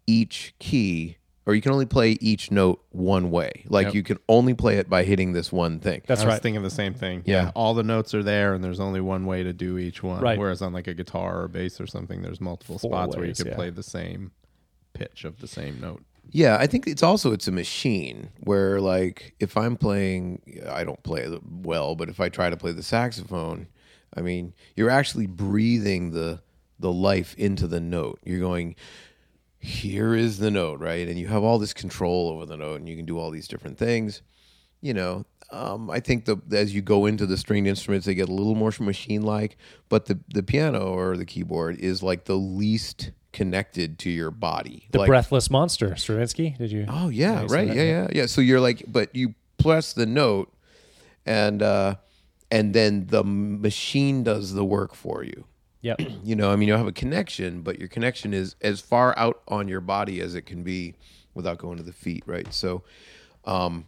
B: each key or you can only play each note one way. Like you can only play it by hitting this one thing.
C: That's
D: I was
C: right.
D: thinking the same thing.
B: Yeah.
D: All the notes are there, and there's only one way to do each one.
C: Right.
D: Whereas on like a guitar or bass or something, there's multiple
C: Four
D: spots where you
C: ways,
D: can
C: yeah.
D: play the same pitch of the same note.
B: Yeah, I think it's also it's a machine where like if I'm playing, I don't play it well, but if I try to play the saxophone, I mean, you're actually breathing the the life into the note. You're going here is the note, right? And you have all this control over the note and you can do all these different things. You know, um, I think the as you go into the stringed instruments, they get a little more machine like, but the the piano or the keyboard is like the least connected to your body.
C: The
B: like,
C: breathless monster, Stravinsky. Did you?
B: Oh yeah,
C: you saw
B: right.
C: that,
B: Yeah, yeah, yeah. So you're like, but you press the note, and uh, and then the m- machine does the work for you.
C: Yep.
B: You know, I mean, you have a connection, but your connection is as far out on your body as it can be without going to the feet, right? So, um,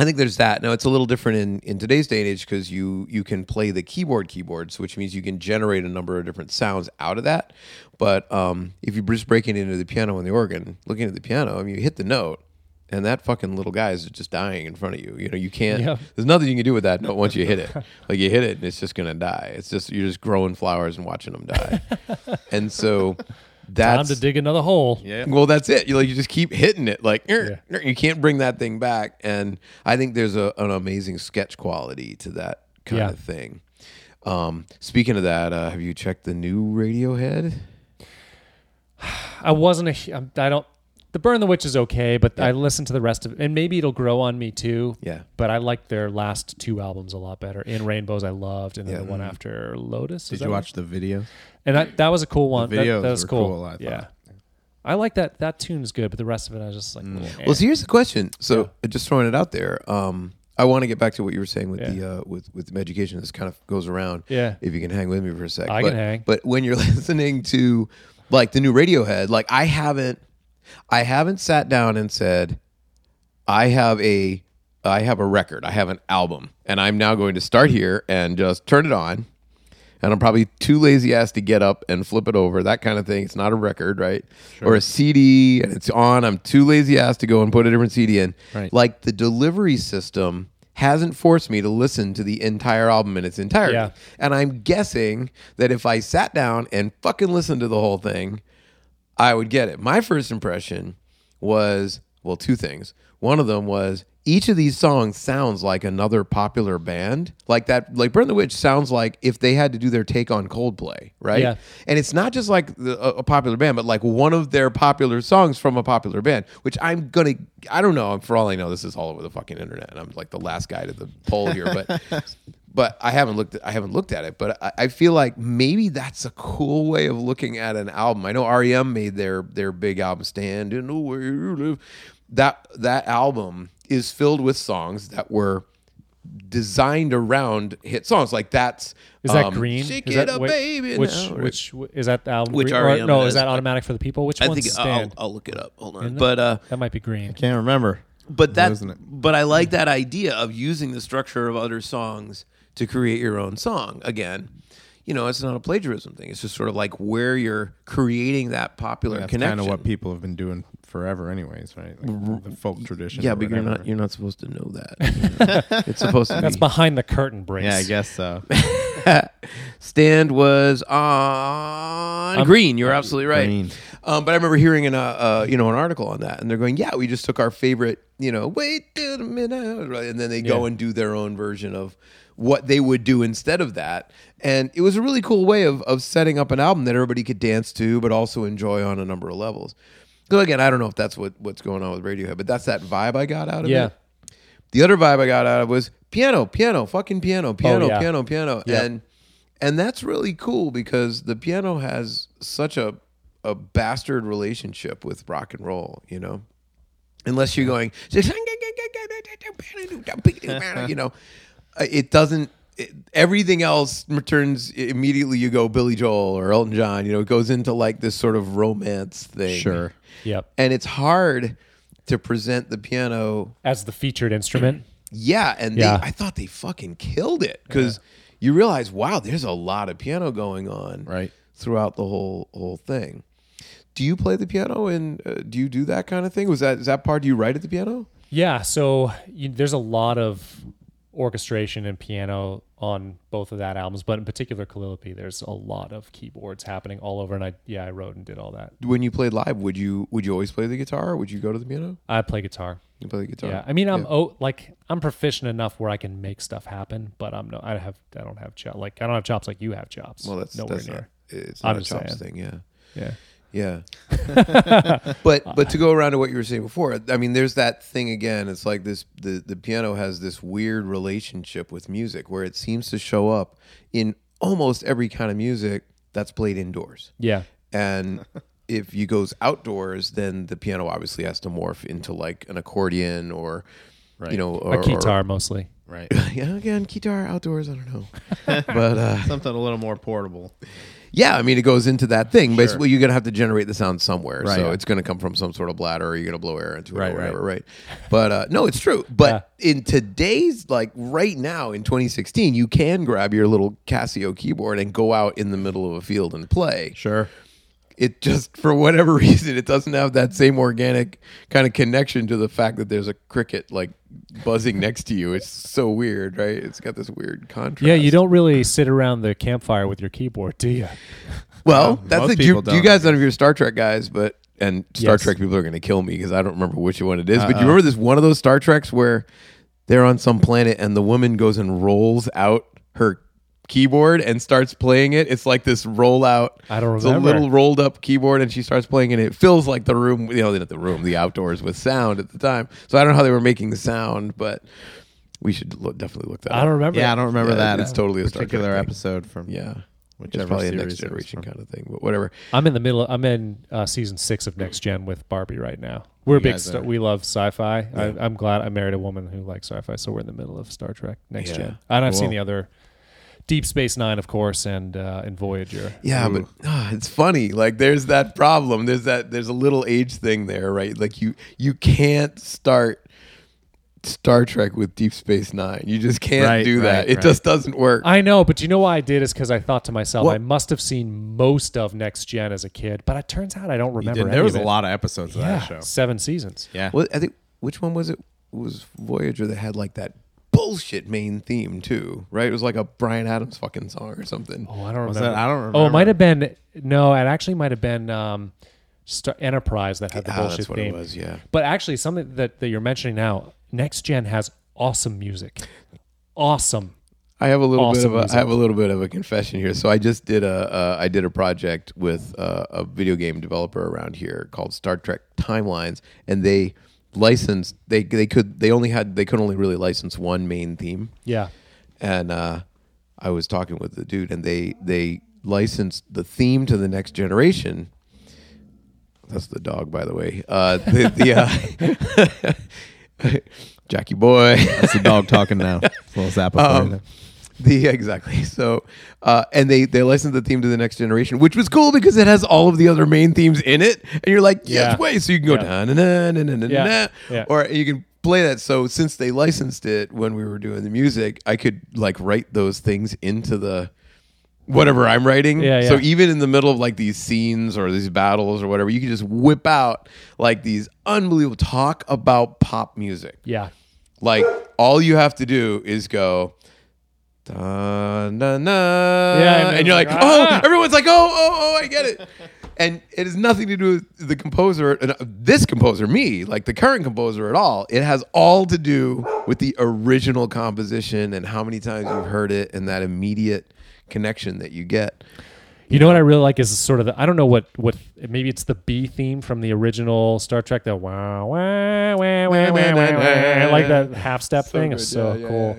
B: I think there's that. Now it's a little different in, in today's day and age because you you can play the keyboard keyboards, which means you can generate a number of different sounds out of that. But um, if you just break it into the piano and the organ, looking at the piano, I mean, you hit the note, and that fucking little guy is just dying in front of you. You know, you can't.
C: Yeah.
B: There's nothing you can do with that. No, once you hit it, like you hit it, and it's just gonna die. It's just you're just growing flowers and watching them die. and so
C: Time
B: that's
C: to dig another hole.
D: Yeah.
B: well, that's it. You like you just keep hitting it. Like "Er,
C: Yeah.
B: er," you can't bring that thing back. And I think there's a, an amazing sketch quality to that kind
C: Yeah.
B: of thing. Um, speaking of that, uh, have you checked the new Radiohead?
C: I wasn't a. hu- I'm- I don't. The Burn the Witch is okay, but I listened to the rest of it, and maybe it'll grow on me too.
B: Yeah.
C: But I liked their last two albums a lot better. In Rainbows, I loved, and then
B: Yeah.
C: the one after Lotus. is
D: mm. Did
C: that
D: you
C: what-
D: watch the video?
C: And that, that was a cool one.
D: The
C: That-
D: videos
C: that, was
D: were
C: cool.
D: cool, I thought. Mm.
C: yeah. I like that. That tune's good, but the rest of it, I was just like. eh.
B: Well, so here's the question. So uh, just throwing it out there. Um, I want to get back to what you were saying with
C: Yeah.
B: the uh, with with education. This kind of goes around.
C: Yeah.
B: If you can hang with me for a sec,
C: I
B: but,
C: can hang.
B: But when you're listening to like the new Radiohead, like I haven't, I haven't sat down and said, I have a, I have a record. I have an album, and I'm now going to start here and just turn it on. And I'm probably too lazy ass to get up and flip it over, that kind of thing. It's not a record, right? Or a CD and it's on. I'm too lazy ass to go and put a different CD in.
D: Right.
B: Like the delivery system hasn't forced me to listen to the entire album in its entirety.
C: Yeah.
B: And I'm guessing that if I sat down and fucking listened to the whole thing, I would get it. My first impression was well, two things. One of them was each of these songs sounds like another popular band. Like that, like Burn the Witch sounds like if they had to do their take on Coldplay, right?
C: Yeah.
B: And it's not just like the, a, a popular band, but like one of their popular songs from a popular band, which I'm gonna, I don't know. For all I know, this is all over the fucking internet, and I'm like the last guy to the poll here, but. But I haven't looked. At, I haven't looked at it. But I, I feel like maybe that's a cool way of looking at an album. I know REM made their their big album "Stand in the Way You Live." That that album is filled with songs that were designed around hit songs. Like that's
C: Is that
B: um,
C: green?
B: Shake
C: is
B: it
C: that,
B: up,
C: wait,
B: baby.
C: Which
B: now.
C: which is that the album?
B: Which
C: green, or,
B: REM
C: no?
B: it
C: Is
B: is,
C: that
B: but-
C: automatic for the people? Which
E: I
C: one's
E: think I'll,
C: stand?
E: I'll look it up. Hold on,
C: Isn't it?
E: but uh,
C: that might be green.
D: Can't remember.
E: but that,
D: Wasn't it?
E: but I like that idea.
B: idea of using the structure of other songs to create your own song again you know it's not a plagiarism thing it's just sort of like where you're creating that popular
D: That's
B: connection
D: kind of what people have been doing forever, anyways, right? Like the folk tradition.
B: yeah
D: or
B: but you're
D: whatever.
B: not you're not supposed to know that it's supposed to
C: That's
B: be
C: behind the curtain breaks.
D: Yeah, I guess so.
B: stand was on green you're absolutely right
D: Green.
B: um, but i remember hearing in a uh, you know an article on that and they're going yeah we just took our favorite you know wait till the minute right? and then they go
C: Yeah.
B: and do their own version of what they would do instead of that and it was a really cool way of, of setting up an album that everybody could dance to but also enjoy on a number of levels so again i don't know if that's what, what's going on with radiohead but that's that vibe i got out of
C: Yeah.
B: it the other vibe I got out of was piano, piano, fucking piano, piano,
C: Oh, yeah.
B: piano, piano, and and that's really cool because the piano has such a a bastard relationship with rock and roll, you know. Unless you're going, you know, uh, it doesn't. It, everything else returns immediately. You go Billy Joel or Elton John. You know, it goes into like this sort of romance thing.
D: sure.
C: Yep.
B: and it's hard to present the piano
C: As the featured instrument.
B: yeah, and
C: Yeah.
B: They, I thought they fucking killed it because you realize, wow, there's a lot of piano going on
D: Right.
B: throughout the whole whole thing. Do you play the piano and uh, do you do that kind of thing? Was that is that part? Do you write at the piano?
C: Yeah, so you, there's a lot of orchestration and piano on both of that albums, but in particular Calliope, there's a lot of keyboards happening all over. And I yeah, I wrote and did all that.
B: When you played live, would you would you always play the guitar? Or would you go to the piano?
C: I play guitar.
B: You play the guitar.
C: Yeah, I mean I'm oh like I'm proficient enough where I can make stuff happen, but I'm no I have I don't have chop like I don't have chops like you have chops.
B: well, that's
C: nowhere
B: that's
C: near.
B: Not, it's
C: I'm
B: not a
C: just
B: chops
C: saying.
B: thing. Yeah.
C: yeah,
B: Yeah. but but
C: Uh.
B: to go around to what you were saying before, I mean, there's that thing again. It's like this the, the piano has this weird relationship with music where it seems to show up in almost every kind of music that's played indoors.
C: yeah,
B: And if you goes outdoors, then the piano obviously has to morph into like an accordion or you know or,
C: a
B: or-
C: guitar mostly.
D: Right.
B: yeah, again, guitar outdoors, I don't know. but uh
D: Something a little more portable.
B: yeah, I mean, it goes into that thing. Basically, you're going to have to generate the sound somewhere.
D: Right,
B: so
D: yeah.
B: it's going to come from some sort of bladder or you're going to blow air into it
D: Right,
B: or
D: right.
B: whatever, right? But uh, no, it's true. But in today's, like right now in 2016, you can grab your little Casio keyboard and go out in the middle of a field and play.
D: Sure.
B: it just for whatever reason it doesn't have that same organic kind of connection to the fact that there's a cricket like buzzing next to you. It's so weird, right? It's got this weird contrast.
C: Yeah, you don't really sit around the campfire with your keyboard, do you?
B: Well, that's
D: most
B: the you,
D: people
B: you
D: don't,
B: guys none of you are Star Trek guys, but and Star
C: Yes. Uh-uh.
B: Trek people are going to kill me because I don't remember which one it is. But you remember this one of those Star Treks where they're on some planet and the woman goes and rolls out her keyboard and starts playing it. It's like this rollout.
C: I don't
B: It's a
C: remember.
B: little rolled up keyboard and she starts playing and it fills like the room, you know, not the room, the outdoors with sound at the time. So I don't know how they were making the sound, but we should look, definitely look that.
C: I don't
B: Up.
C: remember.
D: Yeah, I don't remember
B: Yeah,
D: that.
B: it's totally a Star Trek
D: particular
B: thing.
D: episode from
B: Yeah, it's
D: whichever
B: probably a
D: series
B: next
D: it was
B: generation
D: from.
B: kind of thing, but whatever.
C: I'm in the middle. I'm in uh, season six of Next Gen with Barbie right now. We're big.
D: guys
C: Sta-
D: are-
C: we love sci-fi. I, I'm glad I married a woman who likes sci-fi, so we're in the middle of Star Trek Next Gen. And I've seen
D: Cool.
C: the other Deep Space Nine, of course, and uh, and Voyager.
B: Yeah,
C: Mm.
B: but ah, it's funny. Like there's that problem. There's that there's a little age thing there, right? Like you you can't start Star Trek with Deep Space 9. You just can't
D: Right,
B: do that.
D: right,
B: It
D: right.
B: just doesn't work.
C: I know, but you know why I did is because I thought to myself,
B: What?
C: I must have seen most of Next Gen as a kid, but it turns out I don't remember.
D: And
C: any
D: there was
C: of
D: a
C: it.
D: lot of episodes of
C: Yeah,
D: that show.
C: seven seasons.
D: Yeah.
B: well, I think which one was it? it? Was Voyager that had like that bullshit main theme too, right? It was like a Brian Adams fucking song or something.
C: Oh, I don't
D: Was
C: remember.
D: that- I
C: Oh,
D: don't
C: it
D: remember.
C: might have been no. It actually might have been um, Star- Enterprise that had the
B: Ah,
C: bullshit
B: that's what
C: theme.
B: it was, yeah.
C: But actually, something that, that you're mentioning now, Next Gen has awesome music. Awesome.
B: I have a little
C: Awesome
B: bit of a,
C: music.
B: I have a little bit of a confession here. So I just did a uh, I did a project with uh, a video game developer around here called Star Trek Timelines, and they licensed they they could they only had they could only really license one main theme
C: Yeah.
B: and uh, I was talking with the dude, and they they licensed the theme to the next generation. That's the dog, by the way. Uh, the, the uh, Jackie boy.
D: That's the dog talking now. It's a little Zappa for you.
B: Um, the exactly so, uh, and they they licensed the theme to the next generation, which was cool because it has all of the other main themes in it, and you're like, yes,
C: Yeah.
B: way. So you can go
C: Yeah.
B: na na na na na na
C: Yeah.
B: na,
C: Yeah.
B: or you can play that. So since they licensed it when we were doing the music, I could like write those things into the whatever I'm writing.
C: Yeah, yeah.
B: So even in the middle of like these scenes or these battles or whatever, you can just whip out like these unbelievable talk about pop music.
C: Yeah.
B: Like all you have to do is go. Da, na, na,
C: Yeah,
B: yeah,
C: and
B: and you're like,
C: it's like, "Ah."
B: oh, everyone's like, oh, oh, oh, I get it. and it has nothing to do with the composer, and uh, this composer, me, like the current composer at all. It has all to do with the original composition and how many times you've heard it and that immediate connection that you get.
C: You know what I really like is sort of the I don't know what what maybe it's the B theme from the original Star Trek the wow wow wow wow wow wow like that half step thing is so cool.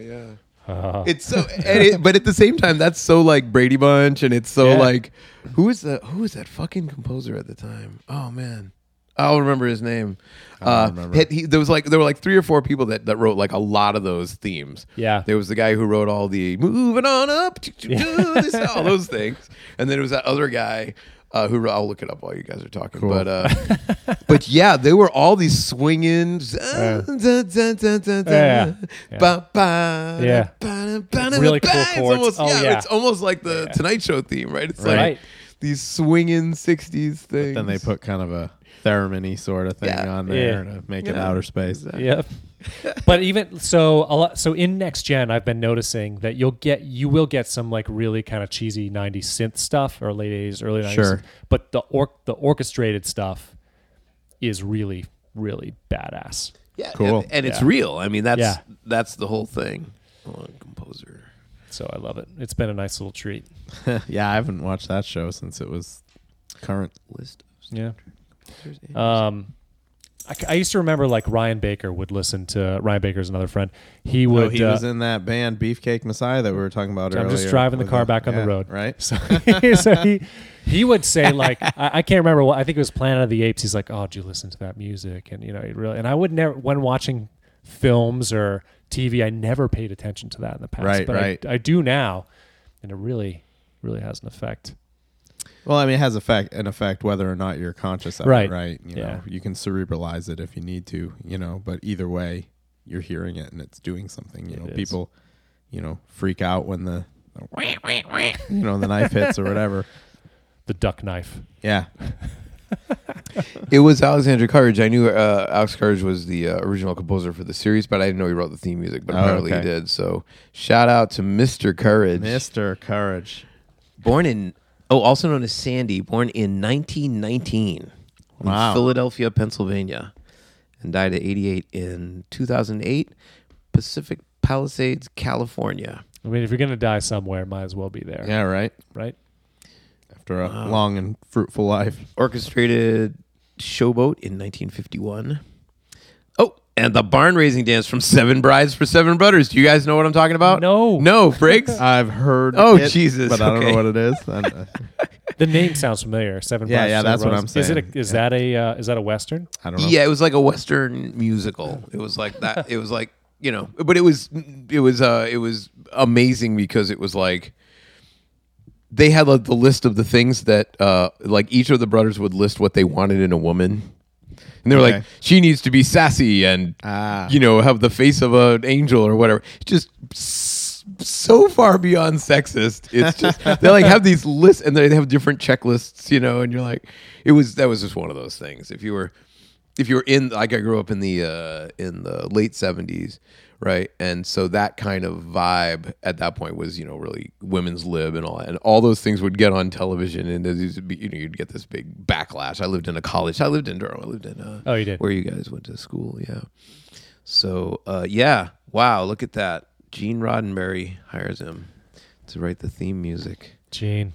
B: It's so, and it, but at the same time, that's so like Brady Bunch, and it's so
C: Yeah.
B: like, who is the who is that fucking composer at the time? Oh man, I'll remember his name. Uh, had- he- there was like there were like three or four people that, that wrote like a lot of those themes.
C: Yeah.
B: there was the guy who wrote all the moving on up, this- all those things, and then there was that other guy. Uh, who wrote- I'll look it up while you guys are talking, but uh, but yeah, they were all these swinging,
C: Yeah.
B: Ba- ba-
C: Yeah.
B: ba- ba- ba-
C: Really
B: ba-
C: cool
B: it's
C: chords.
B: almost-
C: Oh,
B: yeah,
C: yeah.
B: it's almost like the Tonight Show theme, right? It's
C: Right.
B: like these swinging '60s things.
D: Then they put kind of a theremin sort of thing
B: Yeah.
D: on there
C: Yeah.
D: to make it outer space.
C: Yep. but even so, a lot, so in next gen, I've been noticing that you'll get you will get some like really kind of cheesy '90s synth stuff or late '80s, early '90s.
D: Sure.
C: But the or, the orchestrated stuff is really really badass.
B: yeah,
D: Cool.
B: and, and it's
C: Yeah.
B: real. I mean, that's
C: Yeah.
B: that's the whole thing. Hold on, composer.
C: So I love it. It's been a nice little treat.
D: yeah, I haven't watched that show since it was current.
B: List. of-
C: Yeah. Um, I, I used to remember like Ryan Baker would listen to Ryan Baker's another friend. He would.
D: oh, he
C: uh,
D: was in that band Beefcake Messiah that we were talking about
C: I'm
D: earlier.
C: just driving the
D: Was
C: car
D: it-
C: back on
D: yeah,
C: the road.
D: Right?
C: So, so he he would say like I, I can't remember what I think it was Planet of the Apes. He's like, oh, do you listen to that music? And you know, he really. And I would never when watching films or TV, I never paid attention to that in the past.
D: Right,
C: but
D: right.
C: I, I do now, and it really really has an effect.
D: Well, I mean, it has effect an effect whether or not you're conscious of
C: Right.
D: it, right? You
C: Yeah.
D: know, you can cerebralize it if you need to, you know, but either way, you're hearing it and it's doing something. You know,
C: is.
D: people, you know, freak out when the you know the knife hits or whatever.
C: the duck knife.
D: Yeah.
B: It was Alexander Courage. I knew uh, Alex Courage was the uh, original composer for the series, but I didn't know he wrote the theme music. But
D: Oh,
B: apparently
D: okay.
B: he did. So shout out to Mr. Courage,
D: Mr. Courage.
B: born in oh, also known as Sandy, born in 1919
D: Wow.
B: in Philadelphia, Pennsylvania, and died at 88 in 2008, Pacific Palisades, California.
C: I mean, if you're gonna die somewhere, might as well be there,
D: Yeah, right.
C: right?
D: After a long and fruitful life.
B: orchestrated Showboat in 1951. Oh, and the barn raising dance from Seven Brides for Seven Brothers. Do you guys know what I'm talking about?
C: No.
B: No, Briggs?
D: I've heard.
B: Oh,
D: it,
B: Jesus.
D: But I don't
B: Okay.
D: know what it is. And, uh,
C: The name sounds familiar. Seven.
D: Yeah,
C: Brides,
D: yeah,
C: Seven
D: that's what
C: Brothers.
D: I'm
C: Is it?
D: saying.
C: A, is that a? Uh, is that a western?
D: I don't know.
B: yeah, it was like a Western musical. It was like that. It was like, you know, but it was, it was, uh, it was amazing because it was like, they had like the list of the things that, uh, like each of the brothers would list what they wanted in a woman. And they were like,
D: Okay.
B: she needs to be sassy and
D: Ah.
B: you know, have the face of an angel or whatever. Just s- so far beyond sexist. It's just they like have these lists and they have different checklists, you know, and you're like, it was that was just one of those things. If you were, if you were in, like, I grew up in the uh, in the late '70s, right, and so that kind of vibe at that point was, you know, really women's lib and all, that. and all those things would get on television, and these would be, you know, you'd get this big backlash. I lived in a college. I lived in Durham. I lived in uh,
C: Oh, you did.
B: where you guys went to school, yeah. So uh, yeah, wow, look at that. Gene Roddenberry hires him to write the theme music.
C: Gene.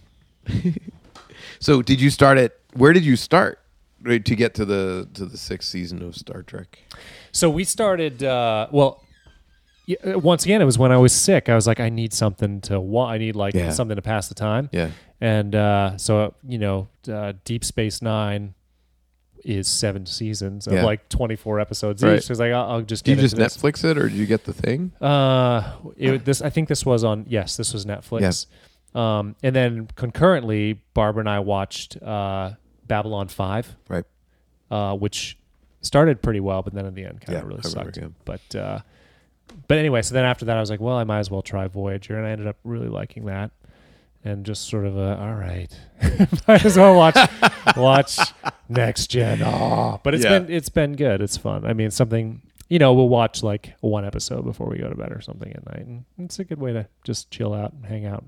B: So did you start at where did you start right, to get to the to the sixth season of Star Trek?
C: So we started. Uh, well, y- uh, once again, it was when I was sick. I was like, I need something to. Wa- I need like
B: Yeah.
C: something to pass the time.
B: Yeah.
C: And uh, so you know, uh, Deep Space Nine is seven seasons of
B: Yeah.
C: like 24 episodes
B: Right.
C: each. So I was like, I'll, I'll just.
B: Did you
C: get
B: just
C: into this.
B: Netflix it or did you get the thing?
C: Uh, it, this I think this was on. Yes, this was Netflix. Um, and then concurrently, Barbara and I watched uh, Babylon Five,
B: Right.
C: uh, which started pretty well, but then in the end, kind of
B: Yeah,
C: really
B: I remember,
C: sucked. But uh, but anyway, so then after that, I was like, well, I might as well try Voyager, and I ended up really liking that, and just sort of a all right, might as well watch watch Next Gen. Oh, but it's
B: Yeah.
C: been it's been good. It's fun. I mean, something you know, we'll watch like one episode before we go to bed or something at night, and it's a good way to just chill out and hang out.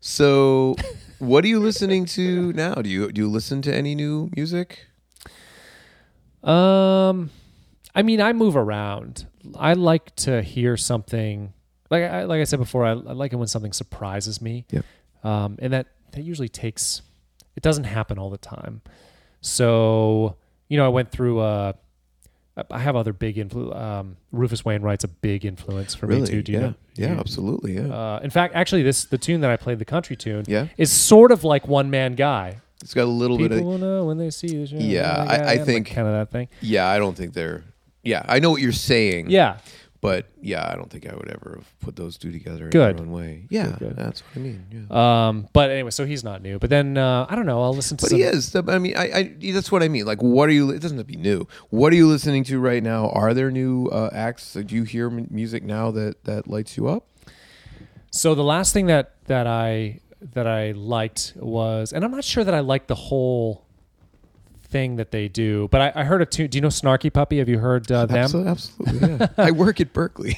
B: So what are you listening to now? Do you do you listen to any new music?
C: Um, I mean, I move around. I like to hear something. Like I, like I said before, I, I like it when something surprises me.
B: Yep.
C: Um, and that that usually takes. It doesn't happen all the time. So you know, I went through. Uh, I- I have other big influence. Um, Rufus Wainwright's a big influence for me too. Do you
B: yeah.
C: know?
B: yeah,
C: you-
B: absolutely. Yeah.
C: Uh, in fact, actually, this the tune that I played, the country tune,
B: Yeah.
C: is sort of like one man guy.
B: it's got a little
C: People
B: bit of
C: will know when they see you.
B: Yeah, I- I think-
C: kind of that thing.
B: Yeah, I don't think they're Yeah, I know what you're saying.
C: Yeah,
B: But yeah, I don't think I would ever have put those two together in
C: Good.
B: their own way. Yeah,
C: good.
B: that's what I mean. Yeah.
C: Um, but anyway, so he's not new. But then uh, I don't know. I'll listen to.
B: but
C: some,
B: he is. the- I mean, I, I that's what I mean. Like, what are you? It doesn't have to be new. What are you listening to right now? Are there new uh, acts? Do you hear m- music now that that lights you up?
C: So the last thing that that I that I liked was, and I'm not sure that I liked the whole thing that they do. But I, I heard a tune. Do you know Snarky Puppy? Have you heard uh, them?
B: Absolutely, absolutely. Yeah. I work at Berkeley.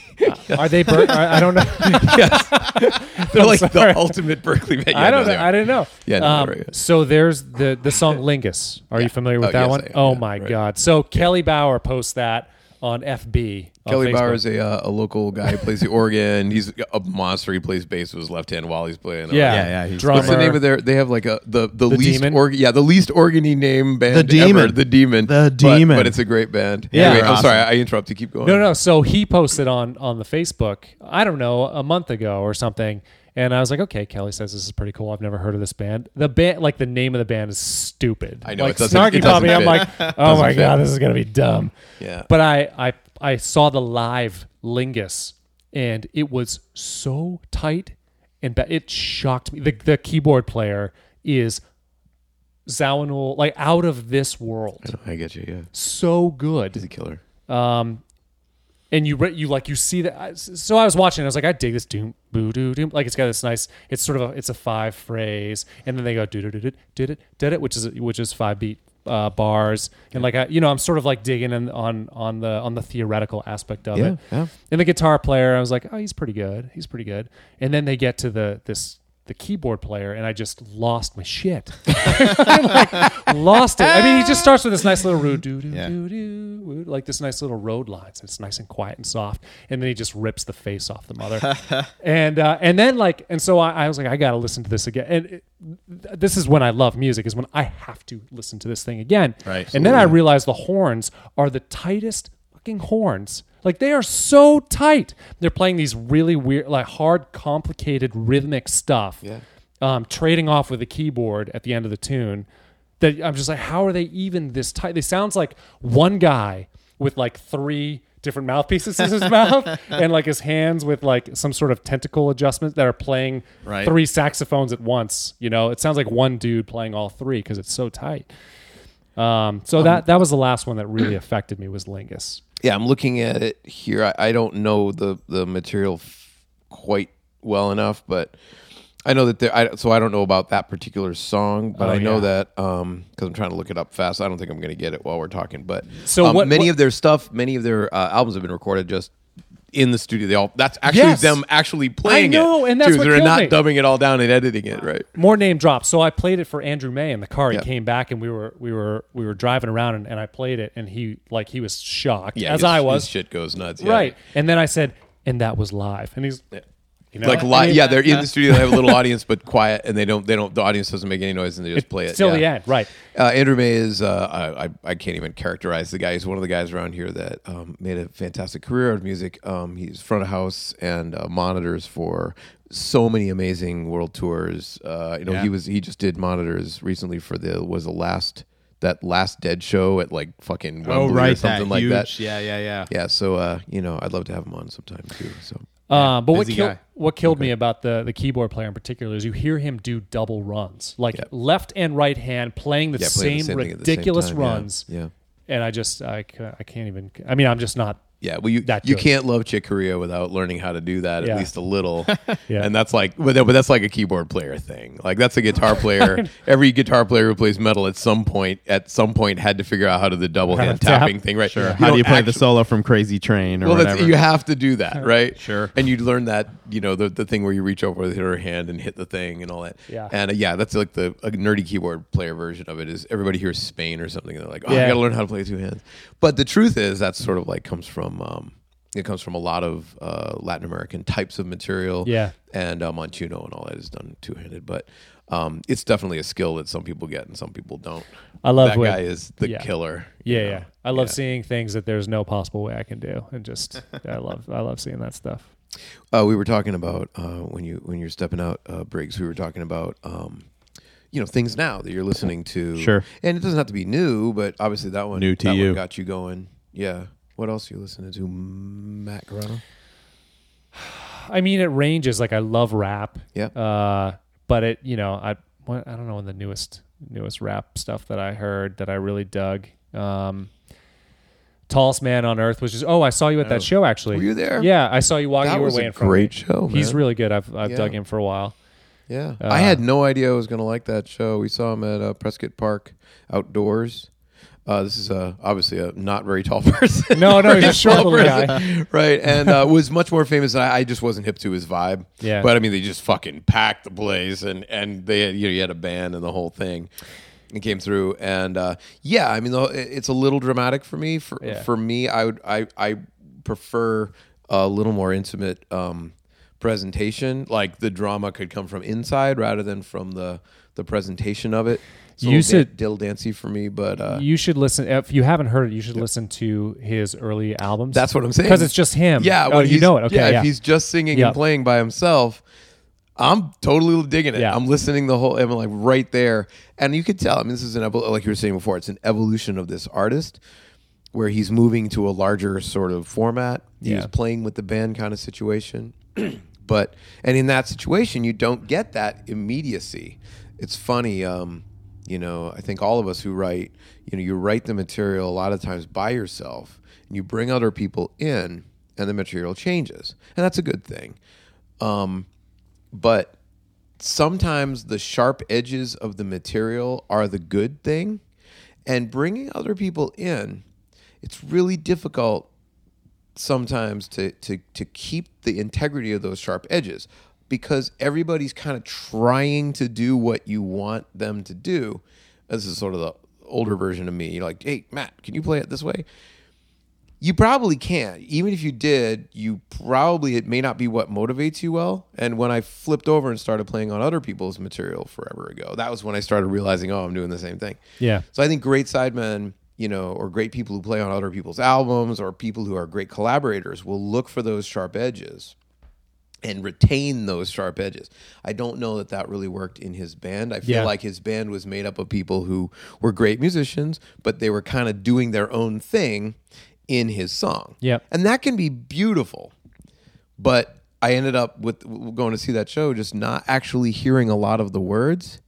C: Are they? Bur- I, I don't know.
B: They're like
C: sorry.
B: the ultimate Berkeley band.
C: I don't.
B: know.
C: know. I didn't know.
B: Yeah, no,
C: Um,
B: right, yeah.
C: So there's the the song Lingus. Are you familiar with
B: Oh,
C: that
B: yes,
C: one?
B: I am.
C: oh
B: Yeah,
C: my
B: right.
C: god! So Kelly Bauer posts that on FB. on
B: Kelly
C: Facebook.
B: Bauer is a, uh, a local guy. He plays the organ. He's a monster. He plays bass with his left hand while he's playing.
C: Yeah,
D: Yeah, yeah, he's-
C: Drummer.
B: What's the name of their? They have like a the the, least
C: Demon?
B: org, yeah the least organy name band.
D: The
B: ever,
D: Demon.
B: the demon,
D: The
B: But-
D: Demon.
B: But, it's a great band.
D: Yeah,
B: Anyway,
D: they're
B: I'm
D: awesome.
B: sorry, I interrupted. Keep going.
C: No, no. So he posted on on the Facebook, I don't know, a month ago or something, and I was like, okay, Kelly says this is pretty cool. I've never heard of this band. The band, like the name of the band, is stupid.
B: I know,
C: like
B: it doesn't-
C: Snarky
B: it doesn't
C: Puppy. I'm
B: fit.
C: like, oh my
B: fit.
C: god, this is gonna be dumb.
B: Yeah.
C: But I I I saw the live Lingus, and it was so tight, and ba- it shocked me. The the keyboard player is. Zawinul, like out of this world,
B: I get you. Yeah,
C: so good.
B: killer.
C: Um, and you re- you like you see that. I- So I was watching. I was like, I dig this doom boo doo doom. Like it's got this nice. It's sort of a it's a five phrase, and then they go do do do did it did it, which is which is five beat uh, bars, and like I you know I'm sort of like digging in on on the on the theoretical aspect of it.
F: yeah.
C: And the guitar player, I was like, oh, he's pretty good. He's pretty good. And then they get to the this the keyboard player, and I just lost my shit. like, lost it. I mean, he just starts with this nice little root doo doo
D: Yeah.
C: doo doo woo, like this nice little road lines. It's nice and quiet and soft, and then he just rips the face off the mother. and uh, and then like and so I, I was like, I gotta listen to this again. And it, th- this is when I love music is when I have to listen to this thing again.
D: Right.
C: And then I realized the horns are the tightest fucking horns. Like they are so tight. They're playing these really weird, like hard, complicated rhythmic stuff. Yeah. Um, trading off with the keyboard at the end of the tune. That I'm just like, how are they even this tight? They sounds like one guy with like three different mouthpieces in his mouth and like his hands with like some sort of tentacle adjustment that are playing
D: Right.
C: three saxophones at once. You know, it sounds like one dude playing all three because it's so tight. Um, so that that was the last one that really affected me was Lingus.
B: Yeah, I'm looking at it here. I, I don't know the the material f- quite well enough, but I know that there. I, so I don't know about that particular song, but
C: Oh,
B: I know
C: yeah.
B: that because I'm trying to look it up fast. I don't think I'm going to get it while we're talking. But
C: So
B: um,
C: what-
B: many
C: what-
B: of their stuff, many of their uh, albums have been recorded just in the studio. They all that's actually
C: Yes.
B: them actually playing
C: know,
B: it.
C: and that's
B: too.
C: what
B: they're
C: killed
B: not
C: me.
B: dubbing it all down and editing it, right?
C: More name drops. So I played it for Andrew May in the car. He
B: Yeah.
C: came back and we were we were we were driving around and, and I played it and he like he was shocked
B: Yeah,
C: as
B: his-
C: I
B: his
C: was
B: shit goes nuts. yeah.
C: right. And then I said, and that was live. And he's you know,
B: like
C: I
B: li-
C: mean,
B: yeah, they're in the studio. They have a little audience, but quiet, and they don't. They don't. The audience doesn't make any noise, and they just play it.
C: till
B: yeah.
C: the end, right?
B: Uh, Andrew May is. Uh, I, I I can't even characterize the guy. He's one of the guys around here that um, made a fantastic career out of music. Um, he's front of house and uh, monitors for so many amazing world tours. Uh, you know, he was he just did monitors recently for the was the last that last Dead show at like fucking Wembley
D: Oh,
B: or something like Oh, that.
D: Yeah, yeah, yeah.
B: Yeah, so uh, you know, I'd love to have him on sometime too. So
C: Uh, but what
D: busy
C: killed
D: guy.
C: what killed me about the the keyboard player in particular is you hear him do double runs, like left and right hand playing the
B: yeah, playing the
C: same
B: thing at the same
C: ridiculous
B: time, yeah,
C: runs.
B: yeah.
C: And I just I, ca- I can't even. I mean, I'm just not
B: Yeah, well, you
C: That
B: you
C: good.
B: can't love Chick Corea without learning how to do that
C: Yeah.
B: at least a little.
C: Yeah.
B: and that's like, but, that- but that's like a keyboard player thing. Like that's a guitar player. Every guitar player who plays metal at some point at some point had to figure out how to do the double
C: How to
B: hand
C: tap.
B: tapping thing, right? Sure.
D: How do you play the solo from Crazy Train or
B: Well,
D: whatever?
B: that's, you have to do that, right?
D: Sure.
B: And you learn that, you know, the, the thing where you reach over with your hand and hit the thing and all that.
C: Yeah.
B: And uh, yeah, that's like the a nerdy keyboard player version of it is everybody hears Spain or something. And they're like, oh,
C: Yeah.
B: I got to learn how to play two hands. But the truth is, that's sort of like comes from. Um, it comes from a lot of uh, Latin American types of material,
C: Yeah.
B: and uh, Montuno and all that is done two handed. But um, it's definitely a skill that some people get and some people don't.
C: I love
B: that
C: when-
B: guy is the
C: yeah.
B: killer. you
C: Yeah,
B: know?
C: yeah. I love seeing things that there's no possible way I can do, and just I love I love seeing that stuff.
B: Uh, we were talking about uh, when you when you're stepping out, uh, Briggs. We were talking about um, you know things now that you're listening to.
D: Sure.
B: and it doesn't have to be new, but obviously that one
D: New to
B: that
D: you.
B: one got you going. Yeah. What else are you listening to, Matt Corona?
C: I mean, it ranges. Like I love rap.
B: Yeah.
C: Uh, but it, you know, I what, I don't know when the newest newest rap stuff that I heard that I really dug. Um, Tallest man on earth, which is oh, I saw you at that show actually.
B: Were you there?
C: Yeah, I saw Oh, you walking.
B: That
C: you were
B: was
C: way
B: a
C: in front of me.
B: great show,
C: He's
B: man.
C: really good. I've I've
B: Yeah.
C: dug him for a while.
B: Yeah,
C: Uh,
B: I had no idea I was going to like that show. We saw him at uh, Prescott Park outdoors. Uh, this is uh, obviously a not very tall person.
C: No, no, he's a short
B: Small
C: little
B: person.
C: guy.
B: right? And uh, was much more famous. Than I, I just wasn't hip to his vibe.
C: Yeah.
B: But I mean, they just fucking packed the place, and and they had, you know you had a band and the whole thing. And came through, and uh, yeah, I mean, the, it's a little dramatic for me. For
C: Yeah.
B: for me, I would I I prefer a little more intimate um, presentation. Like the drama could come from inside rather than from the the presentation of it. It's a
C: You
B: little
C: said-
B: dill dancy for me, but uh,
C: you should listen. If you haven't heard it, you should listen to his early albums.
B: That's what I'm saying.
C: Because it's just him.
B: Yeah,
C: Oh,
B: when
C: you
B: he's-
C: know it. Okay, yeah.
B: if he's just singing
C: Yeah.
B: and playing by himself, I'm totally digging it.
C: Yeah.
B: I'm listening the whole. I'm like right there, and you could tell. I mean, this is an evol- like you were saying before. It's an evolution of this artist, where he's moving to a larger sort of format. He was
C: Yeah.
B: playing with the band kind of situation, but and in that situation, you don't get that immediacy. It's funny. Um, you know, I think all of us who write, you know, you write the material a lot of times by yourself, and you bring other people in and the material changes, and that's a good thing. Um, but sometimes the sharp edges of the material are the good thing, and bringing other people in, it's really difficult sometimes to to to keep the integrity of those sharp edges because everybody's kind of trying to do what you want them to do. This is sort of the older version of me. You're like, hey, Matt, can you play it this way? You probably can't. Even if you did, you probably it may not be what motivates you well. And when I flipped over and started playing on other people's material forever ago, that was when I started realizing, oh, I'm doing the same thing.
C: Yeah.
B: So I think great sidemen, you know, or great people who play on other people's albums or people who are great collaborators will look for those sharp edges and retain those sharp edges. I don't know that that really worked in his band. I feel
C: Yeah.
B: like his band was made up of people who were great musicians, but they were kind of doing their own thing in his song.
C: Yep.
B: And that can be beautiful. But I ended up with going to see that show just not actually hearing a lot of the words.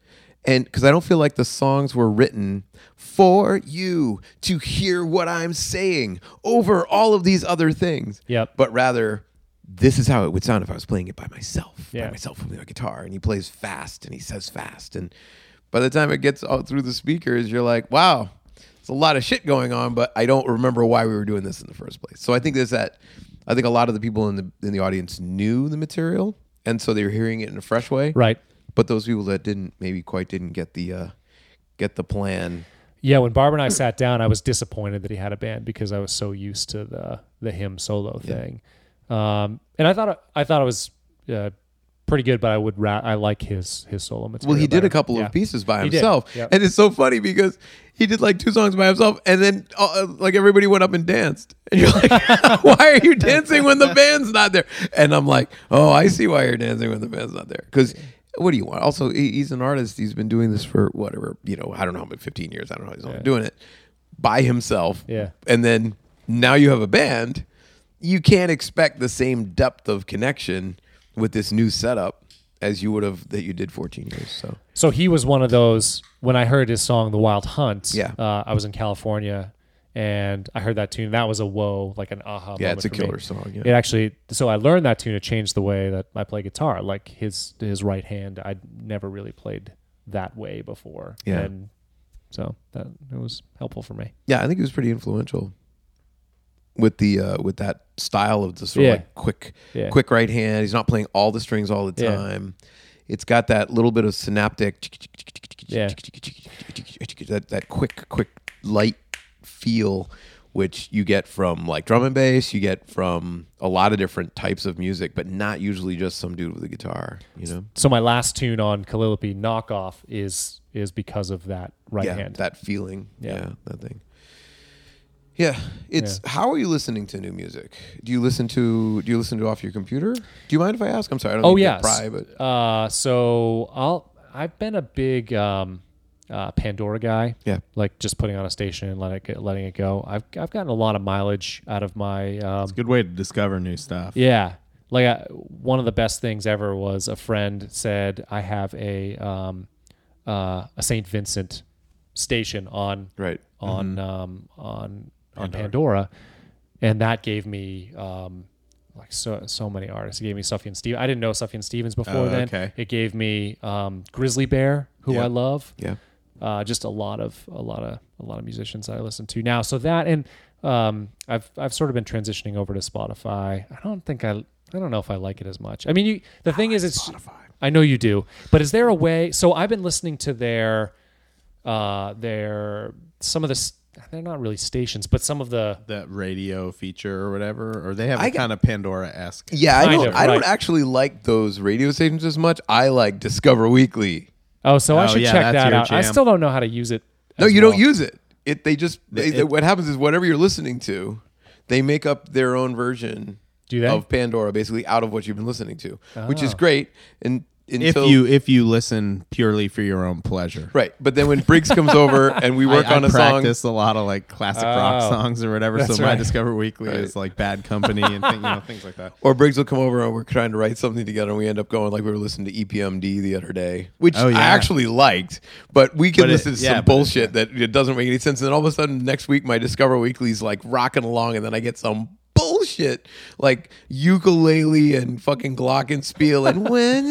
B: And because I don't feel like the songs were written for you to hear what I'm saying over all of these other things.
C: Yep.
B: But rather, this is how it would sound if I was playing it by myself,
C: Yeah.
B: by myself with my guitar. And he plays fast and he says fast. And by the time it gets out through the speakers, you're like, wow, it's a lot of shit going on, but I don't remember why we were doing this in the first place. So I think there's that. I think a lot of the people in the in the audience knew the material, and so they were hearing it in a fresh way.
C: Right.
B: But those people that didn't maybe quite didn't get the uh, get the plan.
C: Yeah, when Barbara and I sat down, I was disappointed that he had a band because I was so used to the the him solo thing. Um, and I thought I thought it was uh, pretty good, but I would ra- I like his his solo material.
B: Well, he did
C: better.
B: a couple
C: Yeah.
B: of pieces by
C: He did.
B: himself,
C: Yep.
B: and it's so funny because he did like two songs by himself, and then uh, like everybody went up and danced, and you're like, "Why are you dancing when the band's not there?" And I'm like, "Oh, I see why you're dancing when the band's not there." Because what do you want? Also, he- he's an artist; he's been doing this for whatever you know. I don't know how many 15 years. I don't know how he's only doing it by himself.
C: Yeah.
B: and then now you have a band. You can't expect the same depth of connection with this new setup as you would have that you did 14 years. So.
C: So he was one of those. When I heard his song "The Wild Hunt,"
B: Yeah.
C: uh, I was in California, and I heard that tune. That was a whoa, like an aha.
B: Yeah, it's
C: moment
B: a
C: for me.
B: killer song. Yeah.
C: It actually, so I learned that tune. It changed the way that I play guitar. Like his his right hand, I'd never really played that way before.
B: Yeah.
C: and so that it was helpful for me.
B: yeah, I think it was pretty influential with the uh, with that style of the sort
C: Yeah.
B: of like quick
C: Yeah.
B: quick right hand. He's not playing all the strings all the
C: Yeah.
B: time. It's got that little bit of synaptic
C: Yeah.
B: that that quick quick light feel which you get from like drum and bass, you get from a lot of different types of music, but not usually just some dude with a guitar, you know.
C: So my last tune on Calliope knockoff is is because of that right
B: yeah,
C: hand.
B: That feeling.
C: Yeah.
B: Yeah. that thing. Yeah, it's how are you listening to new music? Do you listen to do you listen to off your computer? Do you mind if I ask? I'm sorry, I don't
C: oh
B: mean to
C: yeah,
B: pry, but
C: uh, so I'll I've been a big um, uh, Pandora guy.
B: Yeah.
C: like just putting on a station and letting it go, letting it go. I've I've gotten a lot of mileage out of my um,
D: Good way to discover new stuff.
C: Yeah. Like I, one of the best things ever was a friend said, "I have a um, uh, a Saint Vincent station on
B: Right.
C: on um, on on Pandora," and that gave me um, like so so many artists. It gave me Sufjan Stevens. I didn't know Sufjan Stevens before
D: Oh,
C: then.
D: okay.
C: It gave me um, Grizzly Bear, who
D: Yeah.
C: I love
B: yeah.
C: uh, just a lot of a lot of a lot of musicians that I listen to now. So that and um, I've I've sort of been transitioning over to Spotify. I don't think I I don't know if I like it as much. I mean, you, the thing is, it's I know you do, but is there a way? So I've been listening to their uh, their some of the s- they're not really stations, but some of the
D: That radio feature or whatever, or they have
B: I
D: a
B: get-
D: kind of Pandora esque.
B: Yeah, I
C: Kind
B: don't
C: of,
B: I don't
C: right.
B: actually like those radio stations as much. I like Discover Weekly.
C: oh, so I
D: Oh,
C: should
D: yeah,
C: check
D: that's
C: that
D: your
C: out. I
D: jam.
C: still don't know how to use it.
B: No,
C: as
B: you
C: well.
B: don't use it. It they just they,
D: It-
B: what happens is whatever you're listening to, they make up their own version
C: Do they?
B: of Pandora basically out of what you've been listening to, which
C: Ah.
B: is great and
D: If
B: until
D: you if you listen purely for your own pleasure,
B: Right, but then when Briggs comes over and we work
D: I,
B: on
D: I
B: a song,
D: practice a lot of like classic
C: Oh.
D: rock songs or whatever. So
C: That's
D: my
C: right.
D: Discover Weekly is like Bad Company and thing, you know, things like that.
B: Or Briggs will come over and we're trying to write something together, and we end up going like we were listening to E EPMD the other day, which
D: Oh, yeah.
B: I actually liked, but we can
D: But it-
B: listen to
D: yeah,
B: some
D: but it's-
B: bullshit that it doesn't make any sense. And then all of a sudden, next week, my Discover Weekly's like rocking along, and then I get some bullshit bullshit like ukulele and fucking glockenspiel and when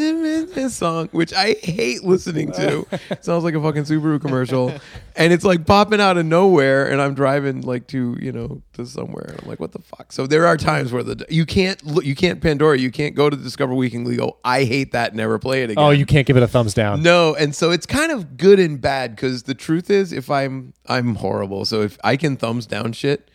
B: this song, which I hate listening to. Sounds like a fucking Subaru commercial, and it's like popping out of nowhere. And I'm driving like to you know to somewhere, and I'm like, what the fuck? So there are times where the you can't look, you can't Pandora, you can't go to Discover Weekly. Go, I hate that. Never play it again.
C: Oh, you can't give it a thumbs down.
B: No, and so it's kind of good and bad because the truth is, if I'm I'm horrible. So if I can thumbs down shit,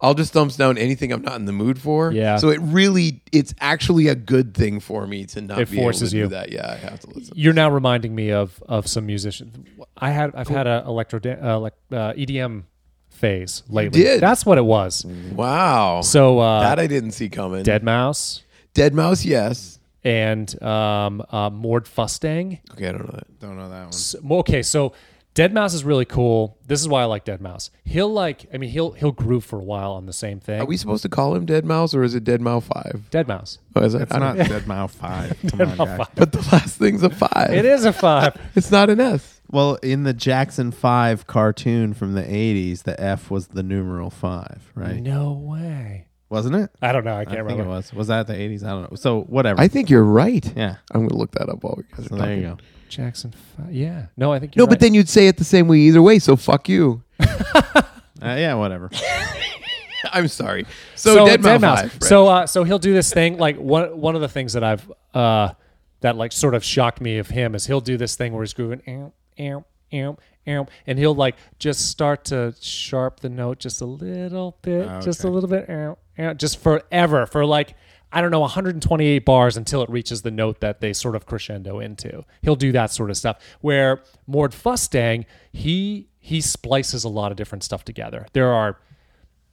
B: I'll just thumbs down anything I'm not in the mood for.
C: Yeah.
B: So it really, it's actually a good thing for me to not.
C: It
B: be able
C: forces
B: to
C: you.
B: do that. Yeah, I have to listen.
C: You're now reminding me of of some musicians. I had I've had a electro da- uh, elec- uh, EDM phase lately.
B: did?
C: That's what it was.
B: Wow,
C: So uh,
B: that I didn't see coming.
C: Dead Mouse
B: Dead Mouse, yes.
C: and um, uh, Mord Fustang.
B: Okay, I don't know that.
D: Don't know that one.
C: S- well, okay, so Dead Mouse is really cool. This is why I like Dead Mouse. He'll like I mean he'll he'll groove for a while on the same thing.
B: Are we supposed to call him Dead Mouse or is it Dead Mouse Five?
C: Dead Mouse.
B: Or is that,
D: It's
B: I
D: not
B: don't-
D: Dead Mile Five. Come on, Jack.
B: But the last thing's a five.
C: It is a five.
B: It's not an S.
D: Well, in the Jackson Five cartoon from the '80s, the F was the numeral five, right?
B: Mm-hmm.
C: no way.
D: Wasn't it?
C: I don't know. I
D: I
C: can't
D: think
C: remember.
D: it was. Was that the '80s? I don't know. So whatever.
B: I think you're right.
D: yeah.
B: I'm gonna look that up while we guys are
D: So
B: talking.
D: there you go.
C: Jackson. Five. Yeah. No, I think
B: No,
C: you're
B: but
C: right.
B: then you'd say it the same way either way. So fuck you.
D: Uh, yeah, whatever.
B: I'm sorry. So, Dead, Mouse. Five, right.
C: So uh, so he'll do this thing like one one of the things that I've uh, that like sort of shocked me of him is he'll do this thing where he's grooving amp amp amp amp and he'll like just start to sharp the note just a little bit
B: Ah,
C: just a little bit amp, amp, just forever for like I don't know 128 bars until it reaches the note that they sort of crescendo into. He'll do that sort of stuff where Mord Fustang he he splices a lot of different stuff together. There are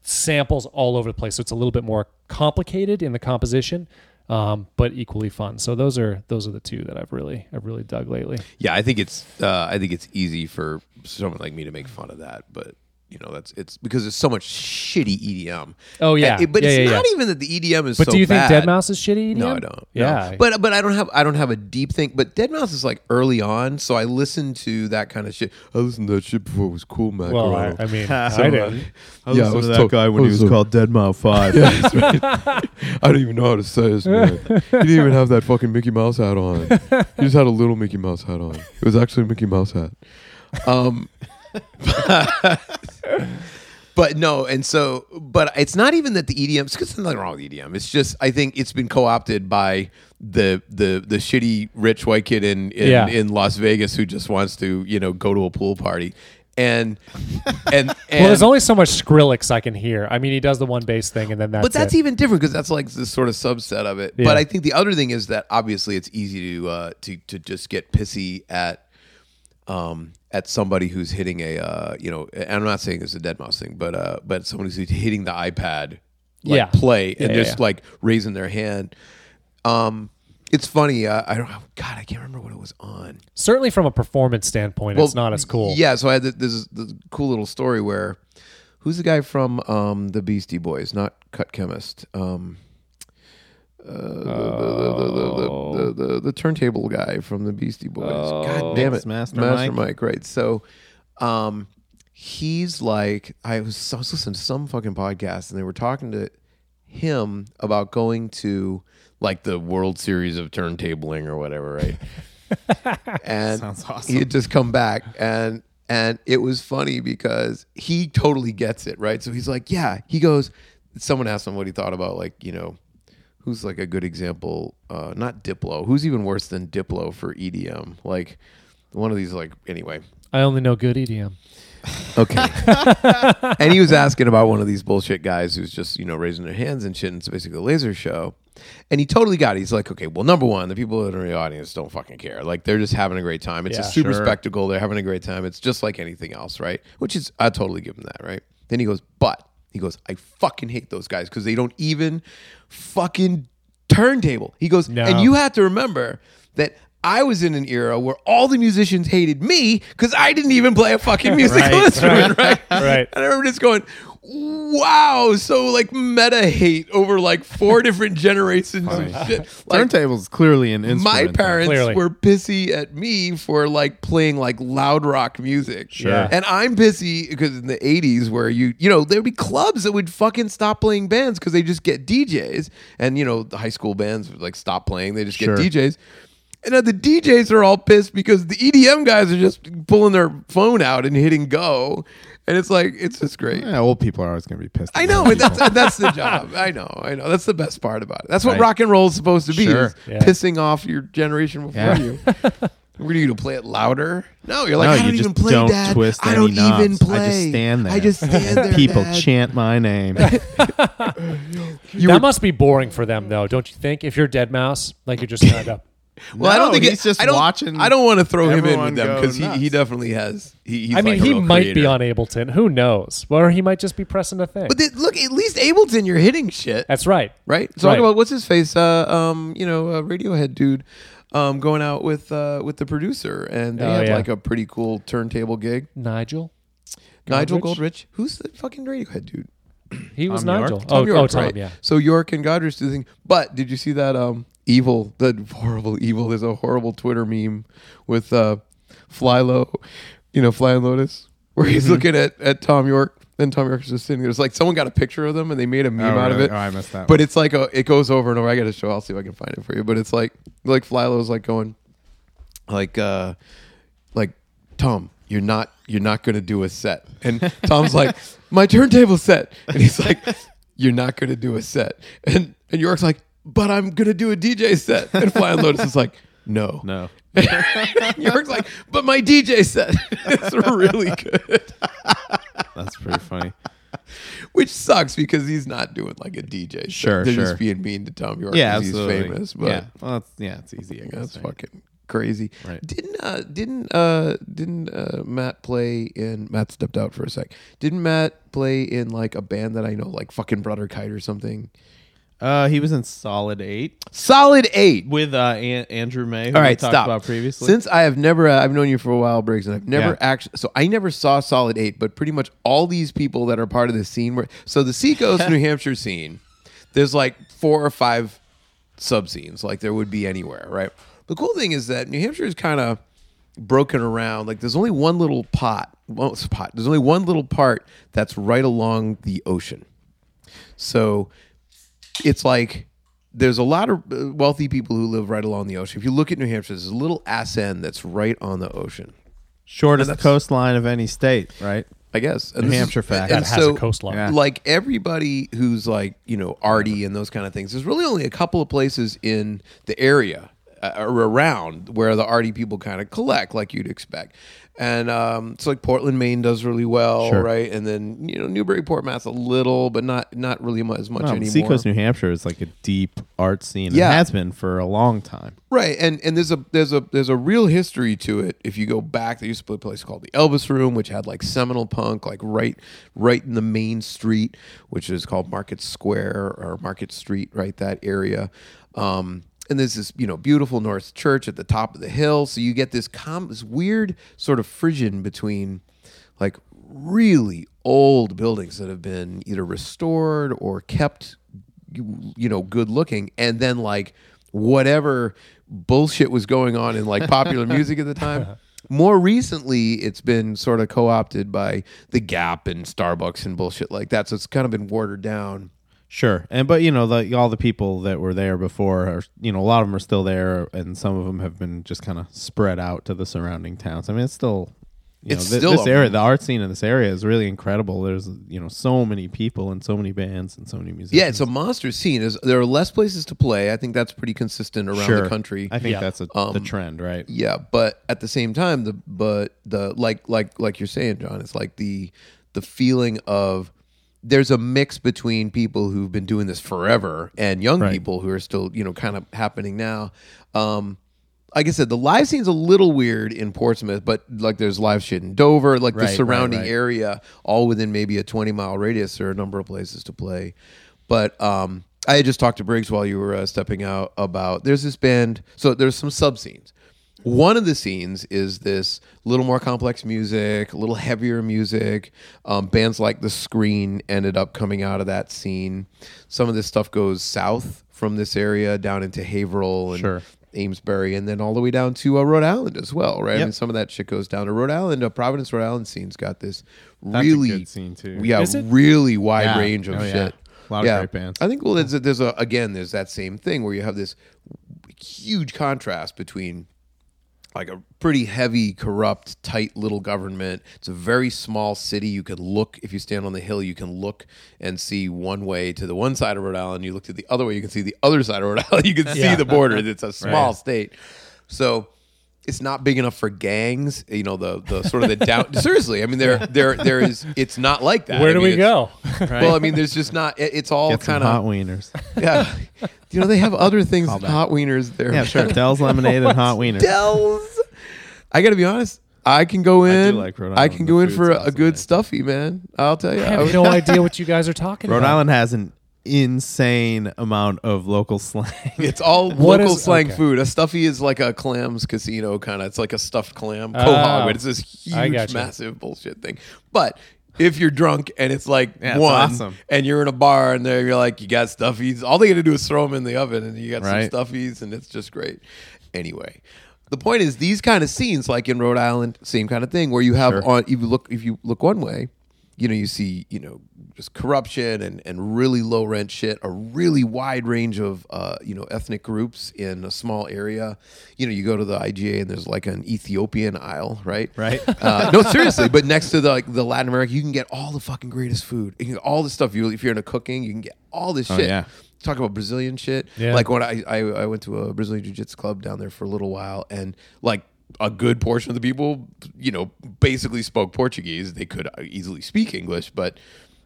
C: samples all over the place. So it's a little bit more complicated in the composition, um, but equally fun. So those are those are the two that I've really I've really dug lately.
B: yeah, I think it's uh, I think it's easy for someone like me to make fun of that, but you know that's it's because there's so much shitty EDM.
C: Oh, yeah.
B: And it- but
C: Yeah,
B: it's
C: yeah,
B: not
C: yeah.
B: even that the EDM is.
C: But
B: so
C: do you think
B: bad.
C: Dead Mouse is shitty? EDM?
B: No, I don't.
C: Yeah,
B: No. but but I don't have I don't have a deep thing. But Dead Mouse is like early on, so I listened to that kind of shit. I listened to that shit before it was cool, man.
C: well, I, I mean, I didn't.
D: I
B: Yeah,
D: listened
B: I was
D: to that
B: told-
D: guy when
B: I
D: he
B: was
D: was
B: told-
D: called Dead Mile Five.
B: I don't even know how to say this, man. He didn't even have that fucking Mickey Mouse hat on. He just had a little Mickey Mouse hat on. It was actually a Mickey Mouse hat. Um, but no, and so, but it's not even that the E EDM. Because there's nothing wrong with EDM. It's just I think it's been co-opted by the the the shitty rich white kid in in,
C: Yeah.
B: in Las Vegas who just wants to you know go to a pool party, and and, and
C: Well, there's only so much Skrillex I can hear. I mean, he does the one bass thing, and then that's.
B: but that's
C: it.
B: even different because that's like this sort of subset of it.
C: Yeah.
B: But I think the other thing is that obviously it's easy to uh, to to just get pissy at um at somebody who's hitting a uh, you know and I'm not saying it's a dead mouse thing, but uh but someone who's hitting the iPad like
C: Yeah.
B: play and
C: Yeah, yeah,
B: just
C: yeah.
B: like raising their hand. Um, it's funny. Uh, I don't. God, I can't remember what it was on.
C: certainly from a performance standpoint, it's
B: e- Well,
C: not as cool.
B: Yeah, so I had th- this, is this cool little story where who's the guy from um, the Beastie Boys, not Cut Chemist, um, uh, the, the, the, the, the, the, the, the turntable guy from the Beastie Boys. God damn it,
D: Master Mike.
B: right? So, um, he's like, I was, I was listening to some fucking podcast, and they were talking to him about going to like the World Series of turntabling or whatever, right? and
D: Sounds awesome.
B: he had just come back and and it was funny because he totally gets it right so he's like yeah he goes someone asked him what he thought about like you know who's like a good example uh not diplo who's even worse than diplo for edm like one of these like anyway
C: I only know good EDM.
B: Okay. and he was asking about one of these bullshit guys who's just, you know, raising their hands and shit. And it's basically a laser show. And he totally got it. He's like, okay, well, number one, the people that are in the audience don't fucking care. Like, they're just having a great time. It's a
C: Yeah.
B: super spectacle. They're having a great time. It's just like anything else, right? Which is, I totally give him that, right? Then he goes, but he goes, I fucking hate those guys because they don't even fucking turntable. He goes,
C: No.
B: and you have to remember that. I was in an era where all the musicians hated me because I didn't even play a fucking musical instrument, right?
C: Right.
B: And I remember just going, wow, so like meta hate over like four different generations of shit. Like,
D: Turntables clearly an
B: my
D: instrument. though.
B: parents
C: Clearly.
B: were pissy at me for like playing like loud rock music.
C: Sure. Yeah.
B: And I'm pissy because in the 80s where you, you know, there'd be clubs that would fucking stop playing bands because they just get DJs. And, you know, the high school bands would like stop playing. They just
D: Sure.
B: get DJs. And now the DJs are all pissed because the EDM guys are just pulling their phone out and hitting go. And it's like, it's just great.
D: Yeah, old people are always going to be pissed.
B: I
D: at
B: know,
D: young
B: but
D: people.
B: that's uh, that's the job. I know, I know. That's the best part about it. That's what
D: Right.
B: rock and roll is supposed to be:
D: Sure.
B: is
C: Yeah.
B: pissing off your generation before
D: Yeah.
B: you. We're gonna do, play it louder. No, you're like,
D: No,
B: I don't
D: you
B: even
D: just
B: play,
D: don't
B: Dad.
D: twist
B: I don't
D: any knobs.
B: even play.
D: I just stand there.
B: I just stand there.
D: people
B: Dad.
D: chant my name. Oh,
B: You
C: that
B: were-
C: must be boring for them, though, don't you think? If you're dead mouse, like you're just kind of.
B: well, I don't
D: No,
B: think it-
D: he's just
B: I don't,
D: watching
B: I don't want to throw him in
D: everyone
B: with them
D: go
B: because he,
D: nuts.
B: he definitely has. He, he's
C: I mean,
B: like a
C: he
B: real
C: might be
B: creator.
C: on Ableton. Who knows? Or he might just be pressing a thing.
B: But th- look, at least Ableton, you're hitting shit.
C: That's right.
B: right? Talk
C: Right.
B: about what's his face, uh, um, you know, uh, Radiohead dude, um, going out with uh, with the producer, and they
C: Oh,
B: had
C: yeah.
B: like a pretty cool turntable gig.
C: Nigel.
B: Nigel
C: Godrich?
B: Goldrich, who's the fucking Radiohead dude?
C: He was
D: Tom York?
C: Nigel. oh,
B: York,
C: oh, Tom.
B: right?
C: Yeah.
B: So York and Godrich do the thing. But did you see that um, evil, the horrible evil? There's a horrible Twitter meme with uh, Fly Low, you know, Fly and Lotus, where he's looking at at Tom York. And Tom York's just sitting there. It's like someone got a picture of them and they made a meme
D: Oh,
B: out of
D: really?
B: it.
D: Oh, I missed that.
B: But it's like a, it goes over and over. I got to show. I'll see if I can find it for you. But it's like like Flylo's like going, like uh, like Tom, you're not you're not gonna do a set. And Tom's like, my turntable set. And he's like, you're not gonna do a set. And and York's like, but I'm gonna do a DJ set. And Flying Lotus is like, no,
D: no.
B: York's like, but my DJ set is really good,
D: That's pretty funny.
B: which sucks because he's not doing like a DJ. set.
D: Sure,
B: they're
D: sure.
B: just being mean to Tom York.
D: yeah,
B: 'cause he's
D: absolutely.
B: famous, but.
D: yeah, well, it's, yeah, it's easy. I guess,
B: That's
D: right?
B: fucking crazy.
D: Right.
B: Didn't uh didn't uh didn't uh Matt play in Matt stepped out for a sec. Didn't Matt play in like a band that I know, like fucking Brother Kite or something?
D: Uh, he was in Solid Eight
B: Solid eight.
D: with uh, An- Andrew May. Who
B: All
D: we
B: right,
D: talked
B: stop.
D: about previously.
B: Since I have never, uh, I've known you for a while, Briggs, and I've never
D: Yeah.
B: actually. So I never saw Solid Eight, but pretty much all these people that are part of the scene were. So the Seacoast, New Hampshire scene, there's like four or five sub scenes, like there would be anywhere, right? The cool thing is that New Hampshire is kind of broken around. Like there's only one little pot, well, spot. There's only one little part that's right along the ocean. So it's like there's a lot of uh, wealthy people who live right along the ocean. If you look at New Hampshire, there's a little ascend that's right on the ocean,
D: shortest coastline of any state, right?
B: I guess. And
D: New
B: this is-
D: Hampshire fact.
B: and
C: That has a coastline.
D: Yeah.
B: Like everybody who's like you know arty and those kind of things. There's really only a couple of places in the area uh, or around where the arty people kind of collect, like you'd expect. And um, so like Portland, Maine does really well, right? And then you know Newburyport, Mass, a little, but not not really mu- as much
D: No,
B: anymore.
D: Seacoast, New Hampshire is like a deep art scene.
B: Yeah.
D: It has been for a long time.
B: Right, and and there's a there's a there's a real history to it. If you go back, there used to be a place called the Elvis Room, which had like seminal punk, like right right in the main street, which is called Market Square or Market Street, right that area. Um, and there's this you know beautiful North Church at the top of the hill, so you get this com- this weird sort of frisson between like really old buildings that have been either restored or kept you, you know good looking and then like whatever bullshit was going on in like popular music at the time more recently it's been sort of co-opted by the gap and starbucks and bullshit like that so it's kind of been watered down
D: Sure, and but you know, the, all the people that were there before are you know a lot of them are still there, and some of them have been just kind of spread out to the surrounding towns. I mean, it's still. You
B: It's
D: know, thi-
B: still
D: this
B: a-
D: area, the art scene in this area is really incredible. There's you know so many people and so many bands and so many musicians.
B: yeah it's a monster scene There's- there are less places to play i think that's pretty consistent around the country
D: I think
C: Yeah.
D: that's a, the
B: um,
D: trend, right?
B: Yeah, but at the same time, the but the like like like you're saying, John, it's like the the feeling of there's a mix between people who've been doing this forever and young people who are still you know kind of happening now. Um, like I said, the live scene's a little weird in Portsmouth, but like there's live shit in Dover, like the
D: Right, right,
B: surrounding
D: right.
B: area, all within maybe a 20 mile radius. There are a number of places to play. But um, I had just talked to Briggs while you were uh, stepping out about there's this band. So there's some sub scenes. One of the scenes is this little more complex music, a little heavier music. Um, bands like The Screen ended up coming out of that scene. Some of this stuff goes south from this area down into Haverhill and
D: Sure.
B: Amesbury, and then all the way down to uh, Rhode Island as well, right? I mean, some of that shit goes down to Rhode Island. Uh, Providence, Rhode Island scene's got this
D: That's a
B: really
D: good scene, too.
B: Yeah,
C: Is it?
B: really wide
D: Yeah.
B: range of
D: Oh, yeah.
B: shit.
D: A lot of great bands.
B: I think well, there's a, there's a again there's that same thing where you have this huge contrast between like a pretty heavy, corrupt, tight little government. It's a very small city. You can look if you stand on the hill, you can look and see one way to the one side of Rhode Island. You look to the other way, you can see the other side of Rhode Island. You can see the border. It's a small state, so it's not big enough for gangs. You know the the sort of the down. seriously, I mean there there there is. It's not like that.
C: Where
B: I
C: do
B: mean,
C: we
B: it's-
C: go?
B: Well, I mean, there's just not. It, it's all
D: Get some
B: kind
D: hot
B: of
D: wieners.
B: yeah. You know, they have other things. than hot wieners there.
D: yeah, sure. Dell's lemonade and hot wieners.
B: Dells. I got to be honest. I can go in. I,
D: like Rhode
B: can
D: Island.
B: go
D: The
B: in
D: food's
B: for a, a
D: awesome
B: good
D: there.
B: stuffy, man. I'll tell you.
C: I have no idea what you guys are talking
D: Rhode
C: about.
D: Island has an insane amount of local slang.
B: It's all
C: What
B: local
C: is-
B: slang
C: okay.
B: food. A stuffy is like a clams casino kind of. It's like a stuffed clam,
C: Oh.
B: quahog, but it's this
C: I
B: huge,
C: gotcha.
B: massive bullshit thing. But if you're drunk and it's like
D: Yeah, it's
B: one,
D: awesome.
B: and you're in a bar and there you're like, you got stuffies. All they got to do is throw them in the oven, and you got
D: Right.
B: some stuffies, and it's just great. Anyway. The point is, these kind of scenes, like in Rhode Island, same kind of thing, where you have on, if you look, if you look one way, you know, you see, you know, just corruption and, and really low rent shit, a really wide range of, uh, you know, ethnic groups in a small area. You know, you go to the IGA and there's like an Ethiopian aisle, right?
D: Right.
B: Uh, no, seriously. But next to the like the Latin America, you can get all the fucking greatest food. You can get all the stuff. You if you're into cooking, you can get all this shit.
D: Oh, yeah.
B: Talk about Brazilian shit.
C: Yeah.
B: Like when I, I I went to a Brazilian jiu jitsu club down there for a little while, and like a good portion of the people, you know, basically spoke Portuguese. They could uh, easily speak English, but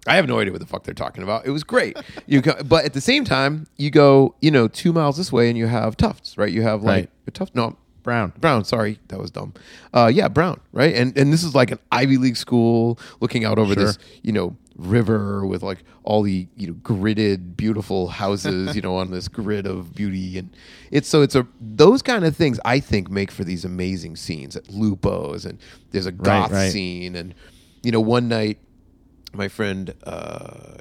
B: I have no idea what the fuck they're talking about. It was great. you go, but at the same time, you go, you know, two miles this way, and you have Tufts, right? You have like
D: Right.
B: Tufts. No,
D: Brown.
B: Brown, sorry, that was dumb. Uh, yeah, Brown, right? And and this is like an Ivy League school looking out over this, you know, river with like all the you know gridded, beautiful houses, you know, on this grid of beauty, and it's so it's a those kind of things I think make for these amazing scenes at Lupo's, and there's a goth
D: right.
B: scene, and you know, one night my friend uh,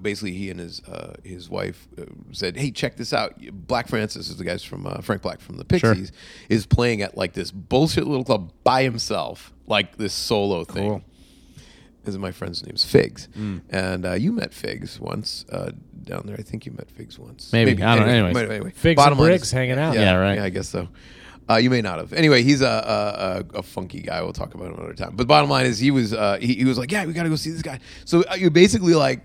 B: basically he and his uh, his wife uh, said hey check this out black francis is the guys from uh, frank black from the pixies is playing at like this bullshit little club by himself like this solo thing this is my friend's name's Figs,
D: Mm.
B: and uh, you met Figs once uh, down there. I think you met Figs once.
D: Maybe. I don't know.
B: Anyway,
D: Anyways.
B: but anyway,
C: Figs
B: bottom
C: and
B: line
C: Briggs hanging out.
D: Yeah, right.
B: Yeah, I guess so. Uh, you may not have. Anyway, he's a, a, a, a funky guy. We'll talk about him another time. But bottom line is, he was uh, he, he was like, yeah, we got to go see this guy. So uh, you basically like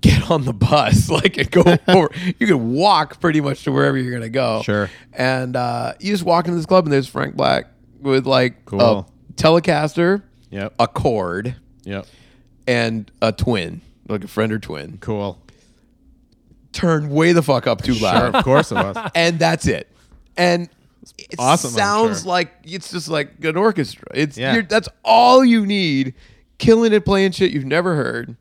B: get on the bus, like and go over. You can walk pretty much to wherever you're gonna go.
D: Sure.
B: And uh, you just walk into this club, and there's Frank Black with like
D: Cool.
B: a Telecaster,
D: Yep.
B: a cord,
D: Yep.
B: and a twin, like a friend or twin.
D: Cool.
B: Turn way the fuck up too loud
D: Sure, of course it was.
B: and that's it. And it
D: awesome, I'm
B: sounds
D: sure.
B: like it's just like an orchestra. It's
D: Yeah.
B: you're, that's all you need. Killing it, playing shit you've never heard.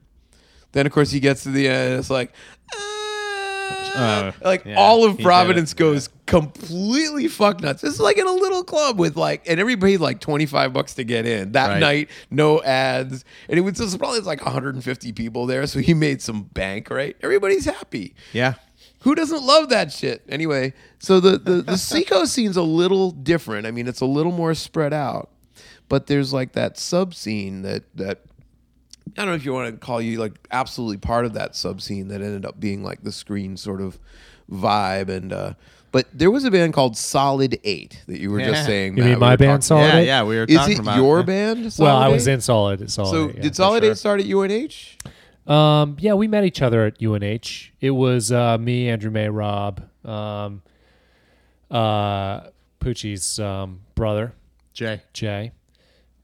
B: Then of course he gets to the end. And it's like, ah.
D: Oh,
B: like
D: yeah,
B: all
D: he
B: of
D: did it,
B: Providence
D: yeah.
B: goes completely fuck nuts. It's like in a little club with like, and everybody like twenty five bucks to get in that
D: Right.
B: night. No ads, and it was just probably like one hundred and fifty people there. So he made some bank, right? Everybody's happy.
D: Yeah.
B: Who doesn't love that shit? Anyway, so the the the Seco scene's a little different. I mean, it's a little more spread out, but there's like that sub scene that that I don't know if you want to call you like absolutely part of that sub scene that ended up being like the screen sort of vibe and uh but there was a band called Solid Eight that you were just
D: Yeah.
B: saying.
C: You
B: Matt,
C: mean my
B: we were
C: band
B: talking-
C: Solid
D: Yeah,
C: Eight?
D: yeah, we were
B: Is
D: talking
B: it
D: about
B: your
D: yeah.
B: band?
C: Well, I
B: Solid
C: was
B: Eight?
C: in Solid. at Solid
B: So
C: Eight, yeah.
B: did Solid Eight start at UNH?
C: Um, yeah, we met each other at UNH. It was uh, me, Andrew May, Rob, um, uh, Poochie's um, brother,
D: Jay.
C: Jay,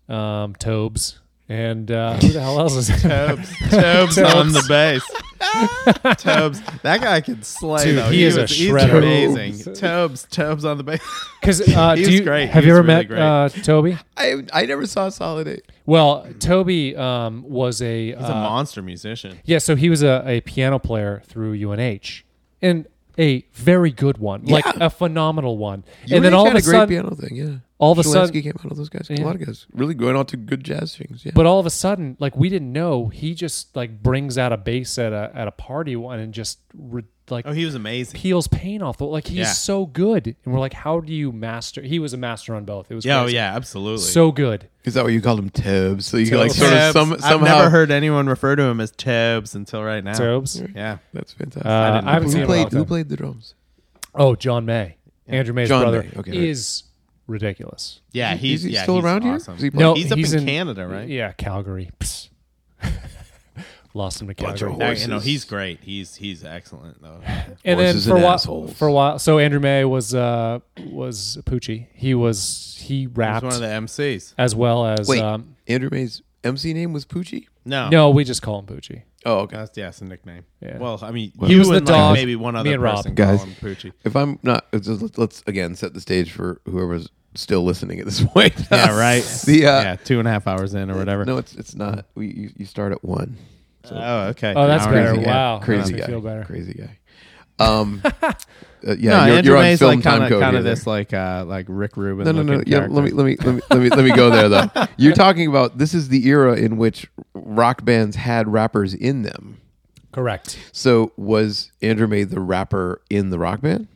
C: um, Tobes, and uh, who the hell else is Tobes?
D: Tobes on the bass. Tobes. That guy can slay
C: Dude,
D: though.
C: he is a
D: was-
C: shredder.
D: He's amazing. Tobes. Tobes on the bass.
C: Because uh,
D: He
C: do
D: was
C: you,
D: great.
C: Have
D: He
C: you
D: was
C: ever
D: really
C: met uh, Toby?
B: I I never saw Solid Eight.
C: Well, Toby um, was a,
D: He's a monster musician.
C: yeah. So he was a, a piano player through UNH, and a very good one, like a phenomenal one. and
B: Eurythmics
C: then all
B: had
C: of a,
B: a great
C: sudden,
B: piano thing, yeah.
C: all of a
B: Shalansky
C: sudden-
B: came out of those guys.
C: Yeah.
B: A lot of guys really going on to good jazz things. Yeah,
C: but all of a sudden, like we didn't know, he just like brings out a bass at a at a party one and just re- like
D: Oh, he was amazing.
C: peels paint off. The, like he's
D: Yeah.
C: so good, and we're like, how do you master? He was a master on both. It was
D: Yeah, oh,
C: crazy.
D: yeah, absolutely.
C: so good.
B: is that what you called him? Tobes. So you like
C: Tobes.
B: sort of
D: Tubbs.
B: some, somehow.
D: I've never heard anyone refer to him as Tubbs until right now.
C: Tobes.
D: Yeah.
B: That's fantastic.
C: Uh, I,
D: didn't know
C: haven't
B: who
C: seen him in a long
B: played? Who
C: time.
B: played the drums?
C: Oh, John May, Andrew May's
B: John
C: brother,
B: May, okay.
C: is ridiculous.
D: Yeah,
B: Is-
D: he's
B: is he
D: yeah,
B: still
D: he's
B: around here?
D: awesome.
B: Is he
C: No,
D: he's up
C: he's
D: in,
C: in-
D: Canada, right?
C: Yeah, Calgary. Psst. Lost him to
B: Bunch
C: Calgary.
B: of
D: That- you know,
B: Horses.
D: he's great. He's he's excellent though.
C: and then
B: Horses
C: for a
B: and
C: while,
B: assholes.
C: for a while, so Andrew May was uh was Poochie. He was he
D: He's
C: rapped
D: one of the MCs.
C: as well as
B: Wait,
C: um
B: Andrew May's MC name was Poochie.
D: No,
C: no, we just call him Poochie.
B: Oh, okay.
D: that's yeah, it's a nickname.
C: Yeah.
D: Oh. Well, I mean,
C: He
D: you
C: was the
D: and like,
C: dog,
D: maybe one
C: me
D: other
C: and Rob.
D: person
B: Guys.
D: call him Poochie.
B: If I'm not, it's just- let's, let's again set the stage for whoever's still listening at this point.
D: Yeah, right.
B: The, uh,
D: yeah, two and a half hours in or whatever.
B: No, it's it's not. We you, you start at one.
D: oh, okay.
C: Oh, that's
D: All right.
C: better.
B: Crazy guy.
C: Wow, that
B: Crazy
C: makes me
B: guy.
C: feel better.
B: Crazy guy. Um, uh, yeah,
D: No,
B: you're,
D: Andrew
B: you're on
D: May's
B: film
D: like
B: time
D: kind of
B: code.
D: kind
B: here.
D: of this like uh like Rick Rubin.
B: No, no, no.
D: looking
B: Yeah, let me
D: character.
B: let me let me let me let me go there though. You're talking about this is the era in which rock bands had rappers in them.
C: Correct.
B: So was Andrew May the rapper in the rock band?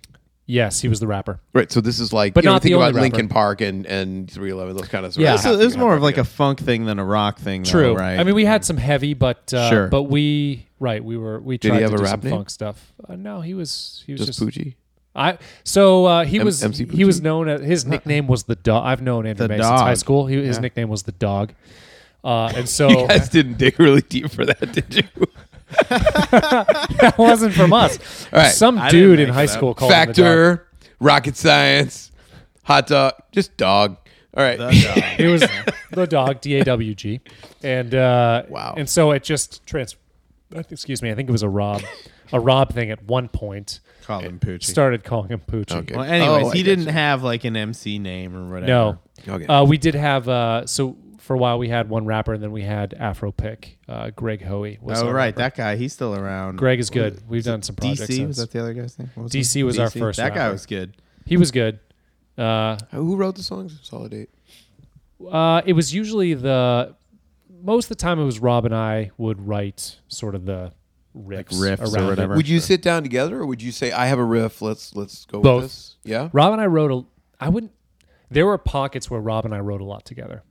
C: Yes, he was the rapper.
B: Right. So this is like,
C: But
B: you know,
C: not
B: think
C: the only
B: about Lincoln
C: rapper.
B: Park and and 311, those kind of sort
C: Yeah.
D: This
B: of.
D: is, this is more of like a funk thing than a rock
B: Oh,
D: thing. though,
C: True.
D: right?
C: I mean, we had some heavy, but uh,
D: Sure.
C: but we right we were we
B: he
C: tried
B: have
C: to
B: a
C: do
B: rap
C: some
B: name?
C: funk stuff. Uh, no, he was he was
B: just
C: just,
B: Poochie.
C: I so uh, he
B: M-
C: was
B: MC
C: he was
B: Poochie?
C: known as his nickname was the dog. I've known Andrew
D: The
C: May since high
D: dog.
C: school. He, his nickname was the dog, uh, and
D: Oh,
C: so
B: You guys didn't dig really deep for that, did you?
C: that wasn't from us.
B: right.
C: Some
D: I didn't
C: dude in
D: make
C: high
D: that
C: school called him the dog.
B: Factor, rocket science, hot dog, just dog. All right.
C: It was the dog D A W G, and uh,
B: Wow.
C: And so it just trans. I think- Excuse me. I think it was a Rob, a Rob thing at one point.
D: call him Poochie.
C: Started calling him Poochie.
B: Okay.
D: well, anyways,
B: Oh, I
D: he
B: get
D: didn't
B: you.
D: have like an MC name or whatever.
C: No.
B: Okay.
C: Uh, we did have uh, so for a while we had one rapper and then we had Afro Pick. Uh, Greg Hoey was
D: Oh
C: our
D: right,
C: rapper.
D: that guy. He's still around.
C: Greg is good. We've done some projects.
D: DC
C: since.
D: was that the other guy's name? What was
C: DC
D: it?
C: was our first
D: That guy
C: rapper.
D: was good.
C: He was good. Uh,
B: Who wrote the songs? Solid Eight.
C: uh, it was usually the most of the time it was Rob and I would write sort of the riffs,
D: riffs or
C: around it.
D: whatever.
B: Would you sit down together, or would you say, "I have a riff. Let's let's go
C: Both.
B: with this"? Yeah.
C: Rob and I wrote a. I wouldn't. There were pockets where Rob and I wrote a lot together.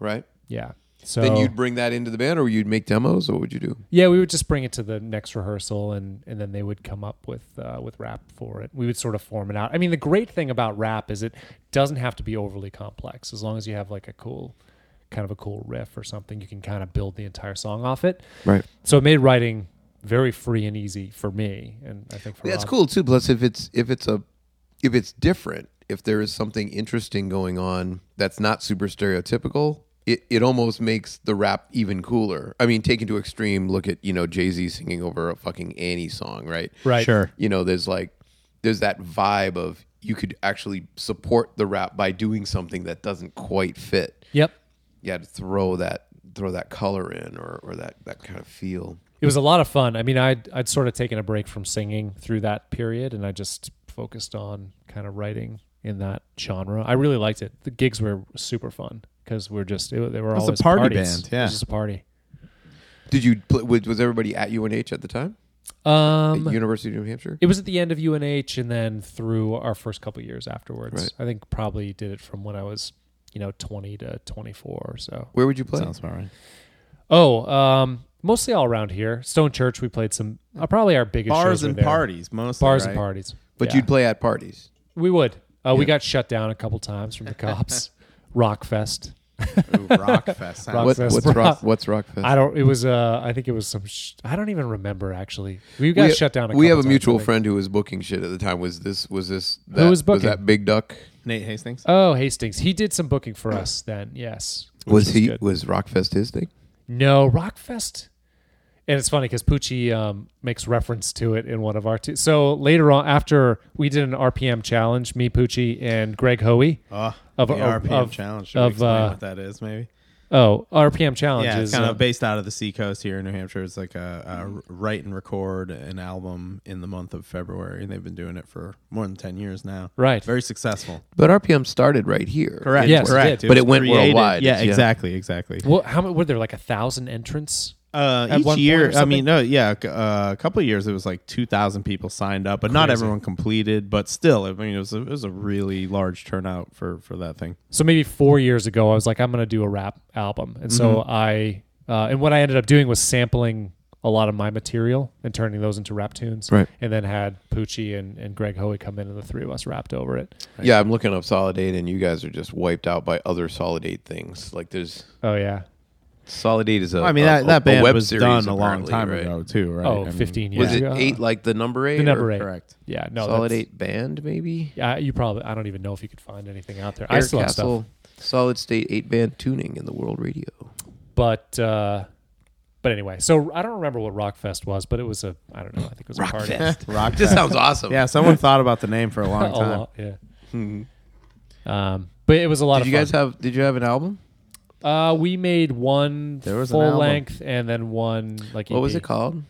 B: Right.
C: Yeah. So
B: Then you'd bring that into the band, or you'd make demos, or what would you do?
C: Yeah, we would just bring it to the next rehearsal, and and then they would come up with uh, with rap for it. We would sort of form it out. I mean, the great thing about rap is it doesn't have to be overly complex. As long as you have like a cool, kind of a cool riff or something, you can kind of build the entire song off it.
B: Right.
C: So it made writing very free and easy for me, and I think for
B: That's
C: Rob.
B: cool too. Plus, if it's if it's a if it's different, if there is something interesting going on that's not super stereotypical, it, it almost makes the rap even cooler. I mean, taken to extreme, look at you know Jay Z singing over a fucking Annie song, right?
C: Right.
D: Sure.
B: You know, there's like there's that vibe of you could actually support the rap by doing something that doesn't quite fit.
C: Yep.
B: You had to throw that throw that color in or or that that kind of feel.
C: It was a lot of fun. I mean, I'd I'd sort of taken a break from singing through that period, and I just focused on kind of writing in that genre. I really liked it. The gigs were super fun because we're just it, they were
D: was a
C: always
D: party
C: parties.
D: band,
C: it
D: yeah.
C: was just a party.
B: Did you play, was was everybody at UNH at the time?
C: Um,
B: at University of New Hampshire.
C: it was at the end of UNH, and then through our first couple years afterwards.
B: Right.
C: I think probably did it from when I was you know twenty to twenty four or so.
B: Where would you play?
D: Sounds about right.
C: Oh, um, mostly all around here. Stone Church, we played some uh, probably our biggest shows
D: Bars
C: were
D: and
C: there.
D: parties, mostly.
C: bars
D: right?
C: and parties.
B: but
C: Yeah.
B: you'd play at parties.
C: We would. Uh, We got shut down a couple times from the cops. Rockfest.
D: Ooh, Rockfest.
C: Rock-
B: What,
C: Rockfest.
B: what's rock? What's rockfest?
C: I don't. It was. Uh, I think it was some. Sh- I don't even remember actually. We got shut down. A
B: we
C: couple
B: have a
C: times, I
B: mutual
C: think.
B: friend who was booking shit at the time. Was this? Was this? That,
C: was booking?
B: that Big Duck?
D: Nate Hastings.
C: Oh, Hastings. He did some booking for us then. Yes. which
B: Was he?
C: good.
B: Was Rockfest his thing?
C: No Rockfest. And it's funny because Poochie um, makes reference to it in one of our two. So later on, after we did an RPM challenge, me, Poochie, and Greg Hoey
D: Oh,
C: of
D: the
C: of-
D: RPM
C: of-
D: challenge. Should we
C: of,
D: explain
C: uh,
D: what that is, maybe?
C: Oh, RPM challenge
D: yeah,
C: is
D: it's kind
C: uh,
D: of based out of the seacoast here in New Hampshire. It's like a, a write and record an album in the month of February, and they've been doing it for more than ten years now.
C: Right.
D: very successful.
B: But RPM started right here.
D: Correct.
C: Yes, it
D: correct.
C: did.
B: But
D: was
B: it went worldwide.
D: Yeah,
B: Yeah.
D: exactly, exactly.
C: Well, how many were there? Like a thousand entrants?
D: Uh,
C: At one
D: each
C: point or
D: year, I
C: something?
D: mean, no, yeah, c- uh, a couple of years it was like two thousand people signed up, but not
C: Crazy.
D: everyone completed. But still, I mean, it was a, it was a really large turnout for for that thing.
C: So maybe four years ago, I was like, I'm going to do a rap album, and so
B: Mm-hmm.
C: I uh, and what I ended up doing was sampling a lot of my material and turning those into rap tunes,
B: Right.
C: And then had Poochie and, and Greg Hoey come in, and the three of us rapped over it.
B: Yeah, I'm looking up Solid 8 and you guys are just wiped out by other Solid 8 things. Like there's
C: Oh yeah,
B: Solid 8 is a
D: I mean,
B: a-
D: that,
B: a-
D: that
B: a
D: band
B: web
D: was
B: series
D: done a long
B: apparently,
D: time
B: right?
D: ago too, right?
C: oh
D: I mean,
C: 15 years
B: Was
C: ago.
B: it 8 like the number 8?
C: The number eight.
D: Correct.
C: Yeah, no,
B: Solid
C: that's-
B: 8 band maybe?
C: Yeah, you probably. I don't even know if you could find anything out there. I
B: Air
C: still have stuff.
B: Castle, Solid State 8 band tuning in the world radio.
C: but uh, but anyway, so I don't remember what Rockfest was, but it was a I don't know. I think it was a party.
D: Rock.
B: This sounds awesome.
D: Yeah, someone thought about the name for a long
C: a
D: time.
C: lot, yeah. Um, but it was a lot
B: Mm-hmm. Did you
C: of
B: guys
C: fun.
B: have did you have an album?
C: uh, we made one
D: There was an
C: full
D: album.
C: length and then one like E
B: What was
C: EP.
B: it called?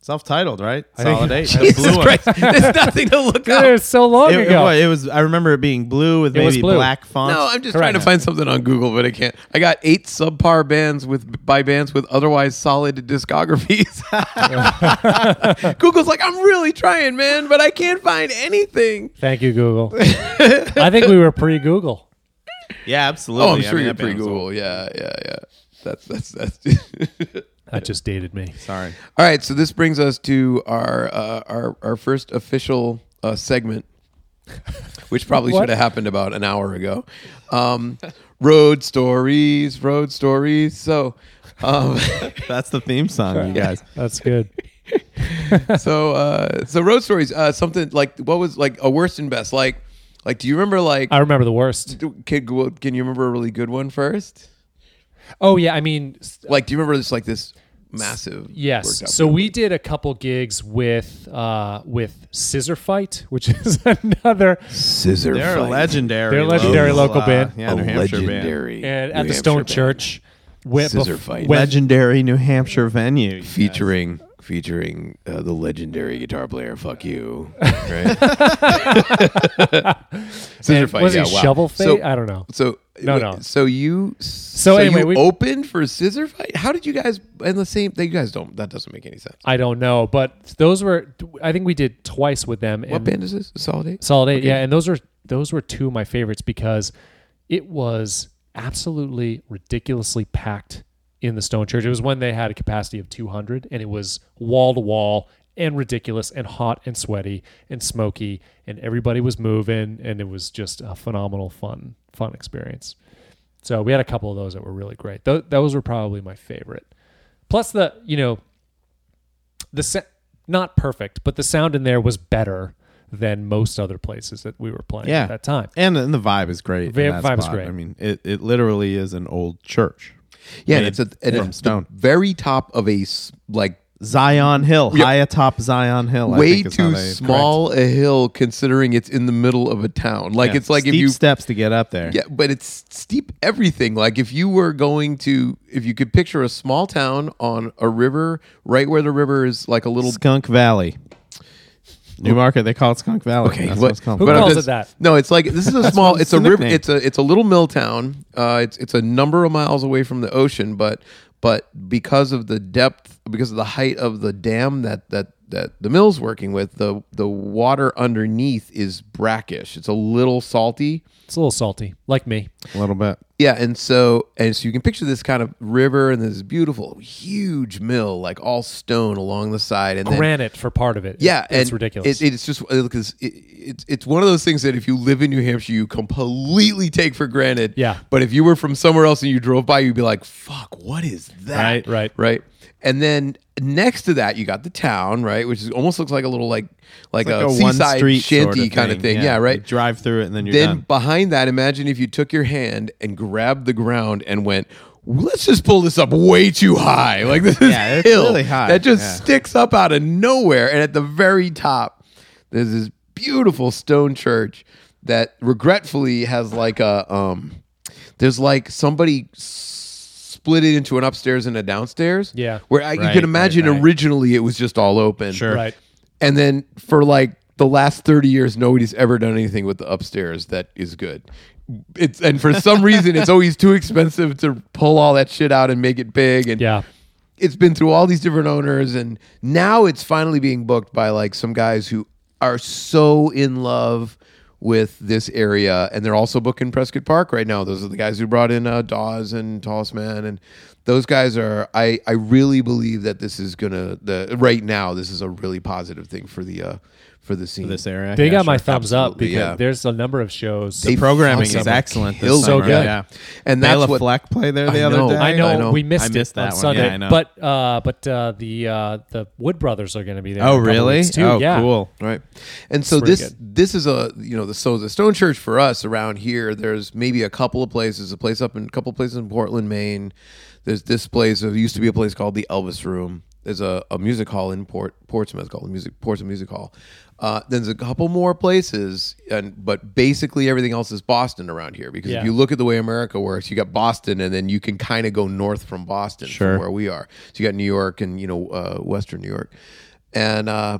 D: Self-titled, right?
C: I think-
D: Solid Eight. The blue one.
B: There's nothing to look
C: Dude, it
B: up.
C: was so long
D: It, it
C: ago.
D: was, it was- I remember it being blue with
C: It was
D: maybe
C: blue.
D: black font.
B: No, I'm just
C: Correct.
B: trying to find something on Google, but I can't. I got eight subpar bands with by bands with otherwise solid discographies. Google's like, I'm really trying, man, but I can't find anything.
C: Thank you, Google. I think we were pre-Google.
D: yeah, absolutely.
B: Oh, I'm
D: I
B: sure
D: mean,
B: you're
D: that
B: pre
D: band was
B: Google.
D: old.
B: Yeah, yeah, yeah. That's that's that's.
C: That just dated me.
D: Sorry.
B: All right, so this brings us to our uh, our our first official uh, segment, which probably
C: What?
B: should have happened about an hour ago. Um, road stories, road stories. So. Um,
D: That's the theme song, you guys.
C: That's good.
B: so uh so road stories uh something like what was like a worst and best like like do you remember like
C: I remember the worst.
B: do- can, go- can you remember a really good one first
C: Oh yeah, I mean, s-
B: like do you remember this like this massive workout?
C: Yes. So we did a couple gigs with uh, with Scissor Fight, which is another
B: scissor
D: They're a
B: fight.
D: legendary.
C: They're a legendary local
D: uh,
C: band.
D: Yeah,
B: A
D: New Hampshire band.
B: legendary
C: and
B: New
C: at
B: Hampshire
C: the Stone
B: band.
C: Church. Wh-
B: Scissor
C: bef-
B: Fight.
C: when-
D: Legendary New Hampshire venue.
B: featuring featuring uh, the legendary guitar player fuck you right scissor
C: and
B: fight
C: was
B: yeah
C: he
B: wow.
C: Shovel Fate?
B: So-
C: I don't know.
B: So
C: No,
B: wait,
C: no.
B: So you so,
C: anyway,
B: you
C: we-
B: opened for scissor fight. How did you guys and the same? You guys don't. That doesn't make any sense.
C: I don't know, but those were I think we did twice with them.
B: What
C: and
B: band is this? Solid Eight.
C: Solid Eight, yeah, and those are those were two of my favorites because it was absolutely ridiculously packed in the Stone Church. It was when they had a capacity of 200, and it was wall to wall and ridiculous and hot and sweaty and smoky, and everybody was moving, and it was just a phenomenal fun fun experience. So we had a couple of those that were really great. Tho- those were probably my favorite. Plus the you know the sa- not perfect, but the sound in there was better than most other places that we were playing
D: Yeah.
C: at that time.
D: And, and the vibe is great. in
C: Vi-
D: that
C: vibe is
D: spot.
C: great.
D: I mean, it, it literally is an old church.
B: Yeah, and it's
D: Made
B: a and
D: from
B: it's
D: stone.
B: the very top of a s- like
D: Zion Hill,
B: Yeah.
D: high atop Zion Hill. I
B: way
D: think is how
B: too
D: they-
B: small a hill, considering it's in the middle of a town. Like
D: Yeah,
B: it's like if
D: steep
B: you
D: steps to get up there.
B: yeah, but it's steep everything. Like if you were going to, if you could picture a small town on a river, right where the river is like a little
D: Skunk Valley, Newmarket. They call it Skunk Valley.
B: Okay,
D: That's
B: what-
D: what it's called.
C: Who
B: but I'm
C: calls
B: just-
C: it that?
B: No, it's like this is a small.
D: what-
B: It's
D: it's
B: a
D: the
B: river.
D: nickname.
B: It's a it's a little mill town. Uh, it's it's a number of miles away from the ocean, but but because of the depth, because of the height of the dam that that that the mill's working with, the the water underneath is brackish. It's a little salty.
C: It's a little salty, like me.
D: a little bit.
B: Yeah, and so and so you can picture this kind of river and this beautiful huge mill, like all stone along the side, and then
C: Granite for part of it.
B: yeah,
C: it's
B: and
C: ridiculous.
B: It, it's just because it, it's it's one of those things that if you live in New Hampshire, you completely take for granted.
C: Yeah.
B: But if you were from somewhere else and you drove by, you'd be like, "Fuck, what is that?"
C: Right, right.
B: right. And then next to that, you got the town, right, which is almost looks like a little like like, a, seaside shanty kind of thing. Yeah, right.
D: drive through it and then you're
B: then
D: done.
B: behind that, imagine if you took your hand and grabbed the ground and went. Let's just pull this up way too high. Like this is
D: Yeah, it's
B: hill
D: really high.
B: that just
D: Yeah.
B: sticks up out of nowhere. And at the very top, there's this beautiful stone church that regretfully has like a um there's like somebody s- split it into an upstairs and a downstairs.
C: Yeah.
B: Where I, you
D: Right,
B: can
D: right,
B: imagine
D: right.
B: originally it was just all open.
D: Sure.
C: Right.
B: And then for like the last 30 years, nobody's ever done anything with the upstairs that is good. It's and for some reason it's always too expensive to pull all that shit out and make it big and
C: Yeah.
B: it's been through all these different owners and now it's finally being booked by like some guys who are so in love with this area and they're also booking Prescott Park right now. Those are the guys who brought in uh, Dawes and Tossman and those guys are I I really believe that this is going to the right now this is a really positive thing for the uh for the scene.
D: this area.
C: They
D: Yeah,
C: got
D: sure.
C: my thumbs up
B: Absolutely,
C: because
B: yeah.
C: there's a number of shows.
B: They
D: programming
B: fucking
D: is excellent this
B: killed it,
D: summer.
B: right?
D: Yeah.
B: And that's
D: Bela
B: what
D: Fleck played there the
B: I
D: other
B: know.
D: day.
C: I know,
B: I know.
C: we missed
D: I
C: it
D: missed
C: on
D: that one.
C: Sunday,
D: Yeah, I know.
C: but uh, but uh, the uh, the Wood Brothers are going to be there. in a
D: Oh,
C: couple
D: really?
C: weeks, Too.
D: Oh,
C: yeah.
D: cool.
B: Right. And so
C: pretty
B: this
C: good.
B: this is a you know the so the Stone Church for us around here. There's maybe a couple of places, a place up in a couple of places in Portland, Maine. There's this place. There used to be a place called the Elvis Room. There's a, a music hall in Port Portsmouth called the Music Portsmouth Music Hall. Uh, then there's a couple more places, and but basically everything else is Boston around here because
C: Yeah.
B: if you look at the way America works, you got Boston, and then you can kind of go north from Boston,
D: Sure.
B: from where we are. So you got New York and you know uh, Western New York, and uh,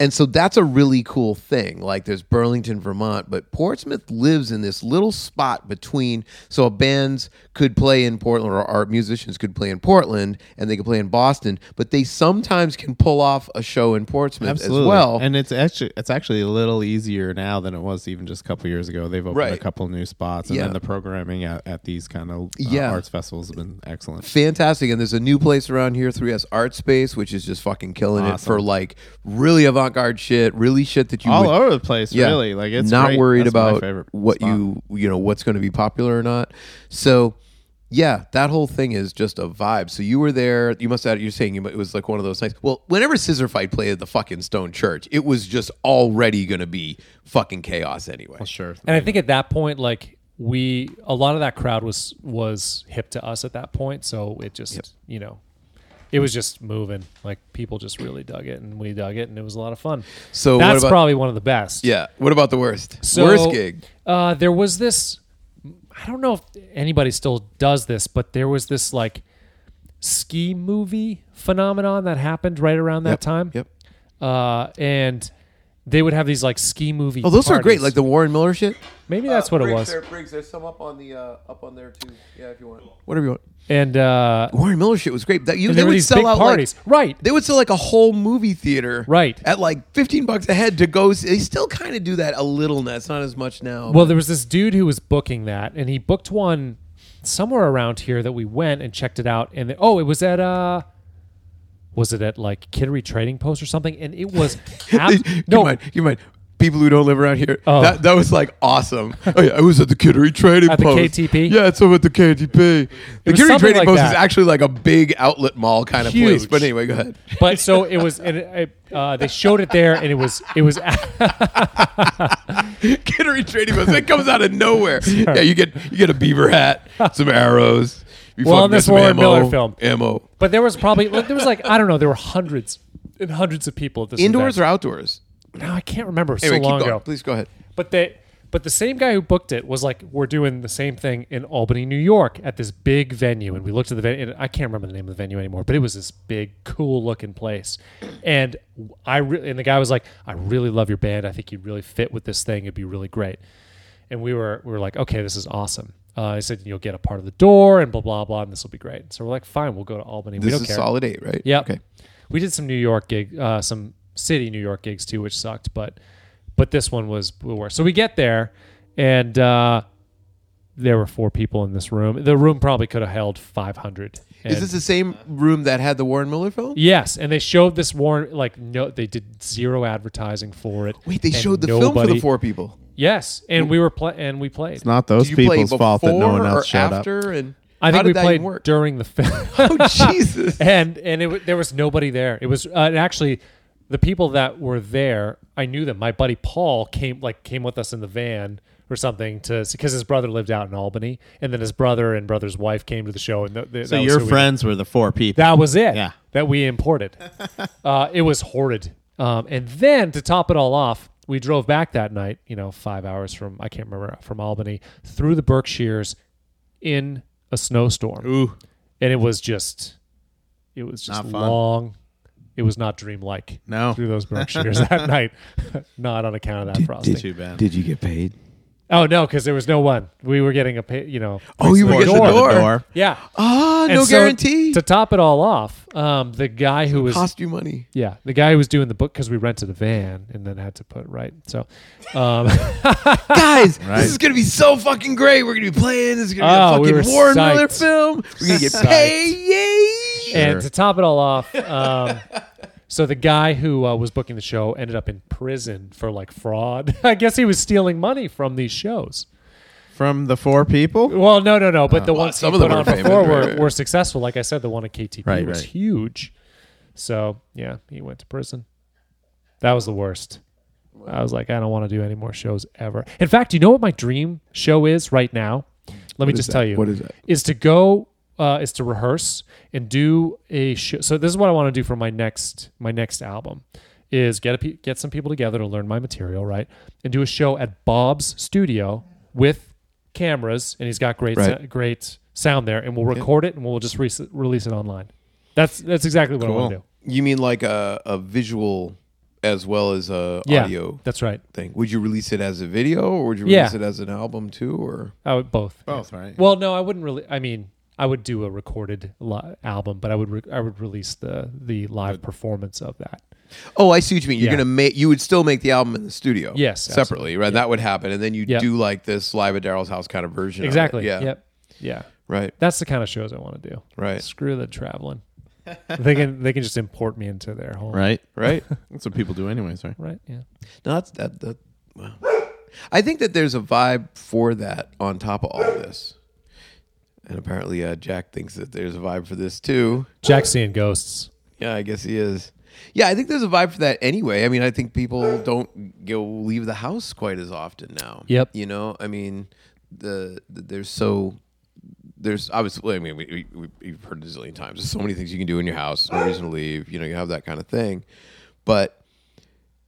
B: and so that's a really cool thing. Like there's Burlington, Vermont, but Portsmouth lives in this little spot between. So bands could play in Portland or our musicians could play in Portland and they could play in Boston, but they sometimes can pull off a show in Portsmouth
D: Absolutely.
B: as well.
D: And it's actually it's actually a little easier now than it was even just a couple years ago. They've opened a
B: Right.
D: couple new spots, and
B: Yeah.
D: then the programming at, at these kind of uh,
B: Yeah.
D: arts festivals has been excellent.
B: fantastic. And there's a new place around here, 3S Art Space, which is just fucking killing it for like really avant garde shit, really shit that you
D: All
B: would,
D: over the place, really. Like it's
B: not
D: great.
B: worried
D: That's my
B: about
D: favorite
B: what
D: spot.
B: you you know what's going to be popular or not. So yeah, that whole thing is just a vibe. So you were there. You must have. You're saying you mu- it was like one of those nights. Well, whenever Scissor Fight played at the fucking Stone Church, it was just already going to be fucking chaos anyway.
D: sure.
C: And I think at that point, like we, a lot of that crowd was was hip to us at that point. So it just, you know, it was just moving. Like people just really dug it, and we dug it, and it was a lot of fun.
B: So what
C: that's
B: about-
C: probably one of the best.
B: Yeah. What about the worst?
C: So,
B: worst gig.
C: Uh, there was this. I don't know if anybody still does this, but there was this like ski movie phenomenon that happened right around that time.
B: Yep.
C: Uh, and they would have these like ski movie.
B: Oh, those are great.
C: parties.
B: Like the Warren Miller shit.
C: maybe that's
B: Uh,
C: what it was.
B: Briggs, there's some up on the uh, up on there too. Yeah, if you want. Whatever you want.
C: And uh,
B: Warren Miller shit was great. That you
C: And
B: they
C: there were
B: would
C: these
B: sell
C: big
B: out
C: parties.
B: like
C: Right.
B: They would sell like a whole movie theater
C: Right.
B: at like fifteen bucks a head to go. s- They still kind of do that a little. That's not as much now.
C: Well, there was this dude who was booking that, and he booked one somewhere around here that we went and checked it out. And oh, it was at uh, was it at like Kittery Trading Post or something? And it was ab-
B: Keep in
C: no
B: mind, keep in mind, people who don't live around here.
C: Oh.
B: That, that was like awesome. Oh yeah, I was at the Kittery Trading
C: At the
B: Post.
C: KTP?
B: Yeah, it's over at the KTP. The
C: was
B: Kittery
C: something
B: Trading
C: like
B: Post is
C: that.
B: actually like a big outlet mall kind of place.
C: Huge.
B: But anyway, go ahead.
C: but so it was and it, uh, they showed it there and it was it was
B: Kittery Trading Post. That comes out of nowhere. Yeah, you get you get a beaver hat, some arrows. You
C: Well,
B: fucking
C: in
B: get
C: this
B: some
C: Warren
B: ammo,
C: Miller film.
B: Ammo.
C: but there was probably like, there was like i don't know there were hundreds and hundreds of people at this
B: Indoors or
C: event.
B: outdoors?
C: no i can't remember It was
B: Anyway,
C: so long
B: keep going.
C: ago
B: Please go ahead.
C: but they but the same guy who booked it was like we're doing the same thing in albany new york at this big venue and we looked at the venue and i can't remember the name of the venue anymore but it was this big cool looking place and i re- and the guy was like i really love your band i think you'd really fit with this thing it'd be really great and we were we were like, okay, this is awesome. Uh, I said you'll get a part of the door and blah blah blah, and this will be great. So we're like, fine, we'll go to Albany. we
B: This
C: don't
B: is
C: care.
B: solid eight, right?
C: Yeah.
B: Okay.
C: We did some New York gig, uh, some city New York gigs too, which sucked, but but this one was the worst. So we get there, and uh, there were four people in this room. The room probably could have held five hundred.
B: Is this the same room that had the Warren Miller film?
C: Yes, and they showed this Warren like no, they did zero advertising for it.
B: Wait, they
C: and
B: showed the film for the
C: nobody-
B: four Hmm. people.
C: Yes, and we were pla- and we played.
D: It's not those
B: Did you play
D: people's fault that no
B: before
D: one
B: or
D: else showed up.
B: after? And
C: I
B: how
C: think
B: did
C: we
B: that
C: played
B: even work?
C: during the film.
B: oh Jesus!
C: and and it, w- there was nobody there. It was uh, and actually the people that were there. I knew them. My buddy Paul came like came with us in the van or something to because his brother lived out in Albany, and then his brother and brother's wife came to the show. And th- th-
D: So
C: that was
D: your
C: who we-
D: friends were the four people.
C: that was it.
D: Yeah.
C: That we imported. uh, it was horrid. Um, and then to top it all off, we drove back that night, you know, five hours from, I can't remember, from Albany through the Berkshires in a snowstorm.
D: Ooh.
C: And it was just, it was just
D: Not fun.
C: long. It was not dreamlike
D: No.
C: through those Berkshires that night, not on account of that frosting.
D: Too bad.
G: Did you get paid?
C: Oh no, because there was no one. We were getting a pay, you know.
B: Oh, you were getting the door.
C: Yeah.
B: Ah,
C: And
B: no
C: so
B: guarantee.
C: To top it all off, um, the guy who was
B: Cost you money.
C: yeah, the guy who was doing the book because we rented a van and then had to put right. So, um,
B: Guys,
D: Right.
B: this is gonna be so fucking great. We're gonna be playing. This is
C: Oh,
B: gonna
C: we
B: be a
C: were
B: fucking Warren Miller
C: psyched.
B: film. We're gonna get
C: Psyched.
B: paid. Yay!
C: and to top it all off, um, so the guy who uh, was booking the show ended up in prison for like fraud. I guess he was stealing money from these shows.
D: From the four people?
C: Well, no, no, no. But the ones
B: some
C: he
B: of them
C: put
B: were
C: on
B: famous,
C: before
B: right,
C: were,
B: right.
C: were successful. Like I said, the one at KTP
D: Right,
C: was
D: right.
C: huge. So yeah, he went to prison. That was the worst. I was like, I don't want to do any more shows ever. In fact, you know what my dream show is right now? Let me just tell you.
G: What is that?
C: Is to go uh, is to rehearse and do a show. So this is what I want to do for my next my next album is get a pe- get some people together to learn my material, right? And do a show at Bob's studio with cameras and he's got great
G: Right.
C: sa- great sound there and we'll record it and we'll just re- release it online. That's that's exactly what I want to do.
B: You mean like a, a visual as well as a
C: Yeah.
B: audio
C: That's right.
B: thing? Would you release it as a video or would you
C: Yeah.
B: release it as an album too? Or
C: I would both.
D: Both, right?
C: Well, no, I wouldn't really. I mean, I would do a recorded li- album, but I would re- I would release the the live performance of that.
B: oh, I see what you mean. You're
C: Yeah.
B: gonna make you would still make the album in the studio,
C: Yes,
B: separately,
C: absolutely.
B: right? That would happen, and then you
C: Yeah.
B: do like this live at Daryl's house kind of version. of it.
C: Exactly.
B: Yeah.
C: Yep. Yeah.
B: Right.
C: That's the kind of shows I want to do.
B: Right.
C: Screw the traveling. they can they can just import me into their whole
D: Right?
B: Right.
D: That's what people do anyways, right?
C: right? Yeah.
B: No, that's that. that wow. I think that there's a vibe for that on top of all this, and apparently uh, Jack thinks that there's a vibe for this too.
C: Jack seeing ghosts.
B: Yeah, I guess he is. Yeah, I think there's a vibe for that anyway. I mean, I think people don't go leave the house quite as often now.
C: Yep.
B: You know, I mean, the, the there's so there's obviously. I mean, we, we we've heard it a zillion times. There's so many things you can do in your house. No reason to leave. You know, you have that kind of thing, but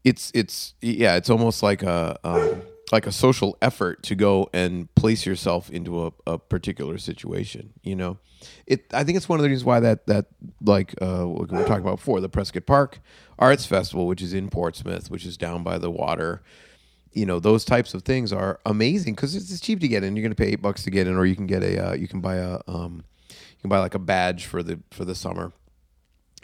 B: it's it's yeah, it's almost like a um, like a social effort to go and place yourself into a, a particular situation. You know, it. I think it's one of the reasons why that that like uh, what we were talking about before the Prescott Park Arts Festival, which is in Portsmouth, which is down by the water. You know, those types of things are amazing because it's, it's cheap to get in. You're going to pay eight bucks to get in, or you can get a uh, you can buy a um, you can buy like a badge for the for the summer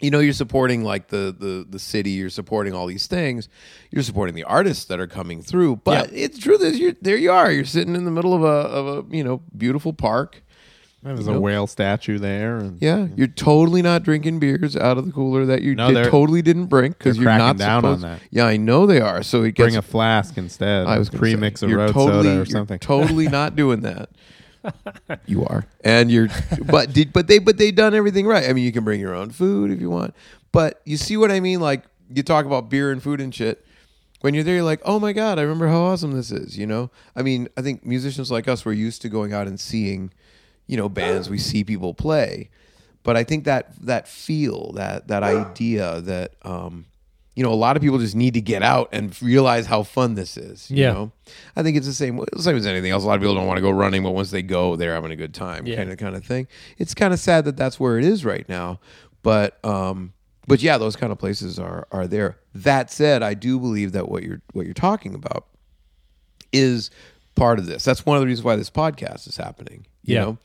B: you know you're supporting like the the the city you're supporting all these things you're supporting the artists that are coming through but it's true that you're there you are you're sitting in the middle of a of a you know beautiful park
D: There's a whale statue there. And
B: yeah you're totally not drinking beers out of the cooler that you
D: No,
B: did-
D: they're-
B: totally didn't bring because
D: they're
B: you're not
D: cracking down on
B: supposed,
D: that.
B: yeah i know they are so it
D: Bring
B: gets
D: a flask instead.
B: I was gonna say,
D: premix a
B: you're
D: road
B: totally,
D: soda or
B: you're
D: something.
B: Totally not doing that. You are, and you're, but did but they but they done everything right. I mean, you can bring your own food if you want, but you see what I mean? Like you talk about beer and food and shit. When you're there, you're like, oh my god, I remember how awesome this is. You know, I mean, I think musicians like us were used to going out and seeing, you know, bands. We see people play, but I think that that feel, that that idea, that um, you know, a lot of people just need to get out and realize how fun this is. You
C: Yeah.
B: know? I think it's the same, the same as anything else. A lot of people don't want to go running, but once they go, they're having a good time,
C: Yeah.
B: kind of kind of thing. It's kind of sad that that's where it is right now, but um, but yeah, those kind of places are are there. That said, I do believe that what you're what you're talking about is part of this. That's one of the reasons why this podcast is happening. You
C: Yeah.
B: know,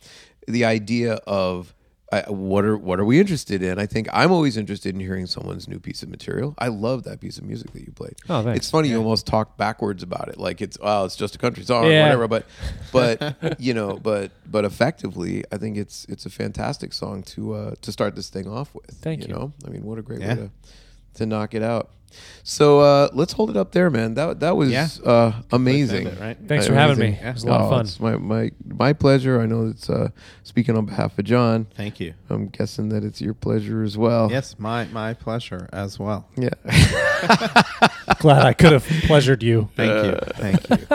B: the idea of uh, what are what are we interested in? I think I'm always interested in hearing someone's new piece of material. I love that piece of music that you played.
C: Oh, thanks.
B: It's funny you almost talk backwards about it, like it's oh, it's just a country song,
C: Yeah.
B: whatever. But but you know, but but effectively, I think it's it's a fantastic song to uh, to start this thing off with.
C: Thank you.
B: know, I mean, what a great way to to knock it out. So uh, let's hold it up there, man. That that was
D: Yeah.
B: uh, amazing.
D: That's it, right?
C: Thanks for having me. It was a lot of
B: Oh,
C: fun.
B: It's my, my my pleasure. I know it's uh, speaking on behalf of John.
D: Thank you.
B: I'm guessing that it's your pleasure as well.
D: Yes, my my pleasure as well.
B: Yeah.
C: Glad I could have pleasured you.
D: Thank you. Thank you.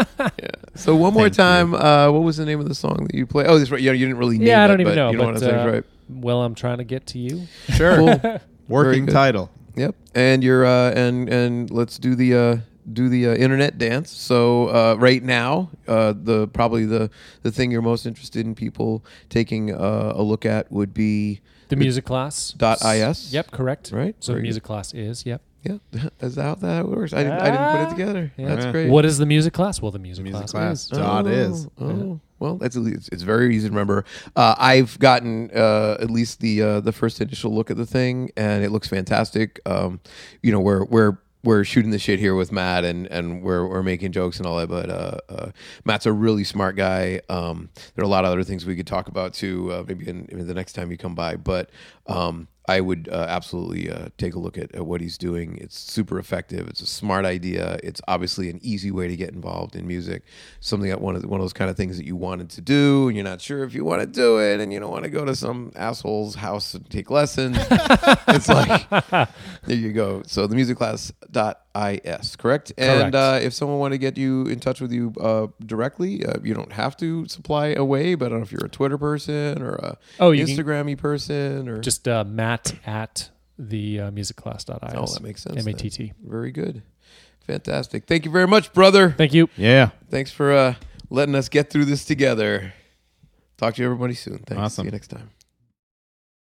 B: So one more
D: Thank you.
B: time, uh, what was the name of the song that you played? Oh, that's right. You, you didn't really name
C: Yeah, I don't
B: it,
C: even
B: but
C: know.
B: You know
C: but,
B: what I'm saying,
C: uh,
B: right?
C: Well, I'm trying to get to you.
D: Sure.
B: Cool. Very
D: Working
B: good.
D: title.
B: Yep. And your uh, and and let's do the uh, do the uh, internet dance. So uh, right now, uh, the probably the the thing you're most interested in people taking uh, a look at would be
C: The music class.
B: Dot IS?
C: Yep, correct.
B: Right,
C: So
B: very
C: the music class is, yep.
B: yeah. Is that how that works? I didn't, I didn't put it together.
C: Yeah.
B: That's great.
C: What is the music class? Well, the music,
D: Music
C: class,
D: class.
C: is.
D: Dot is.
B: Oh, well, that's at least, it's very easy to remember. Uh, I've gotten uh, at least the uh, the first initial look at the thing, and it looks fantastic. Um, you know, we're we're we're shooting the shit here with Matt, and and we're we're making jokes and all that. But uh, uh, Matt's a really smart guy. Um, there are a lot of other things we could talk about too. Uh, maybe in, in the next time you come by, but. Um, I would uh, absolutely uh, take a look at, at what he's doing. It's super effective. It's a smart idea. It's obviously an easy way to get involved in music. Something that one of the- one of those kind of things that you wanted to do, and you're not sure if you want to do it, and you don't want to go to some asshole's house and take lessons. it's like there you go. So the musiclass.is, correct? And
C: Correct.
B: uh, if someone want to get you in touch with you uh, directly, uh, you don't have to supply a way, but I don't know if you're a Twitter person or a
C: Oh, you can-
B: Instagrammy person or
C: Just uh, Matt at the uh, music class. Dot is.
B: Oh, that makes sense. then.
C: M-A-T-T.
B: Very good. Fantastic. Thank you very much, brother.
C: Thank you.
D: Yeah.
B: Thanks for uh, letting us get through this together. Talk to everybody soon. Thanks.
D: Awesome.
B: See you next time.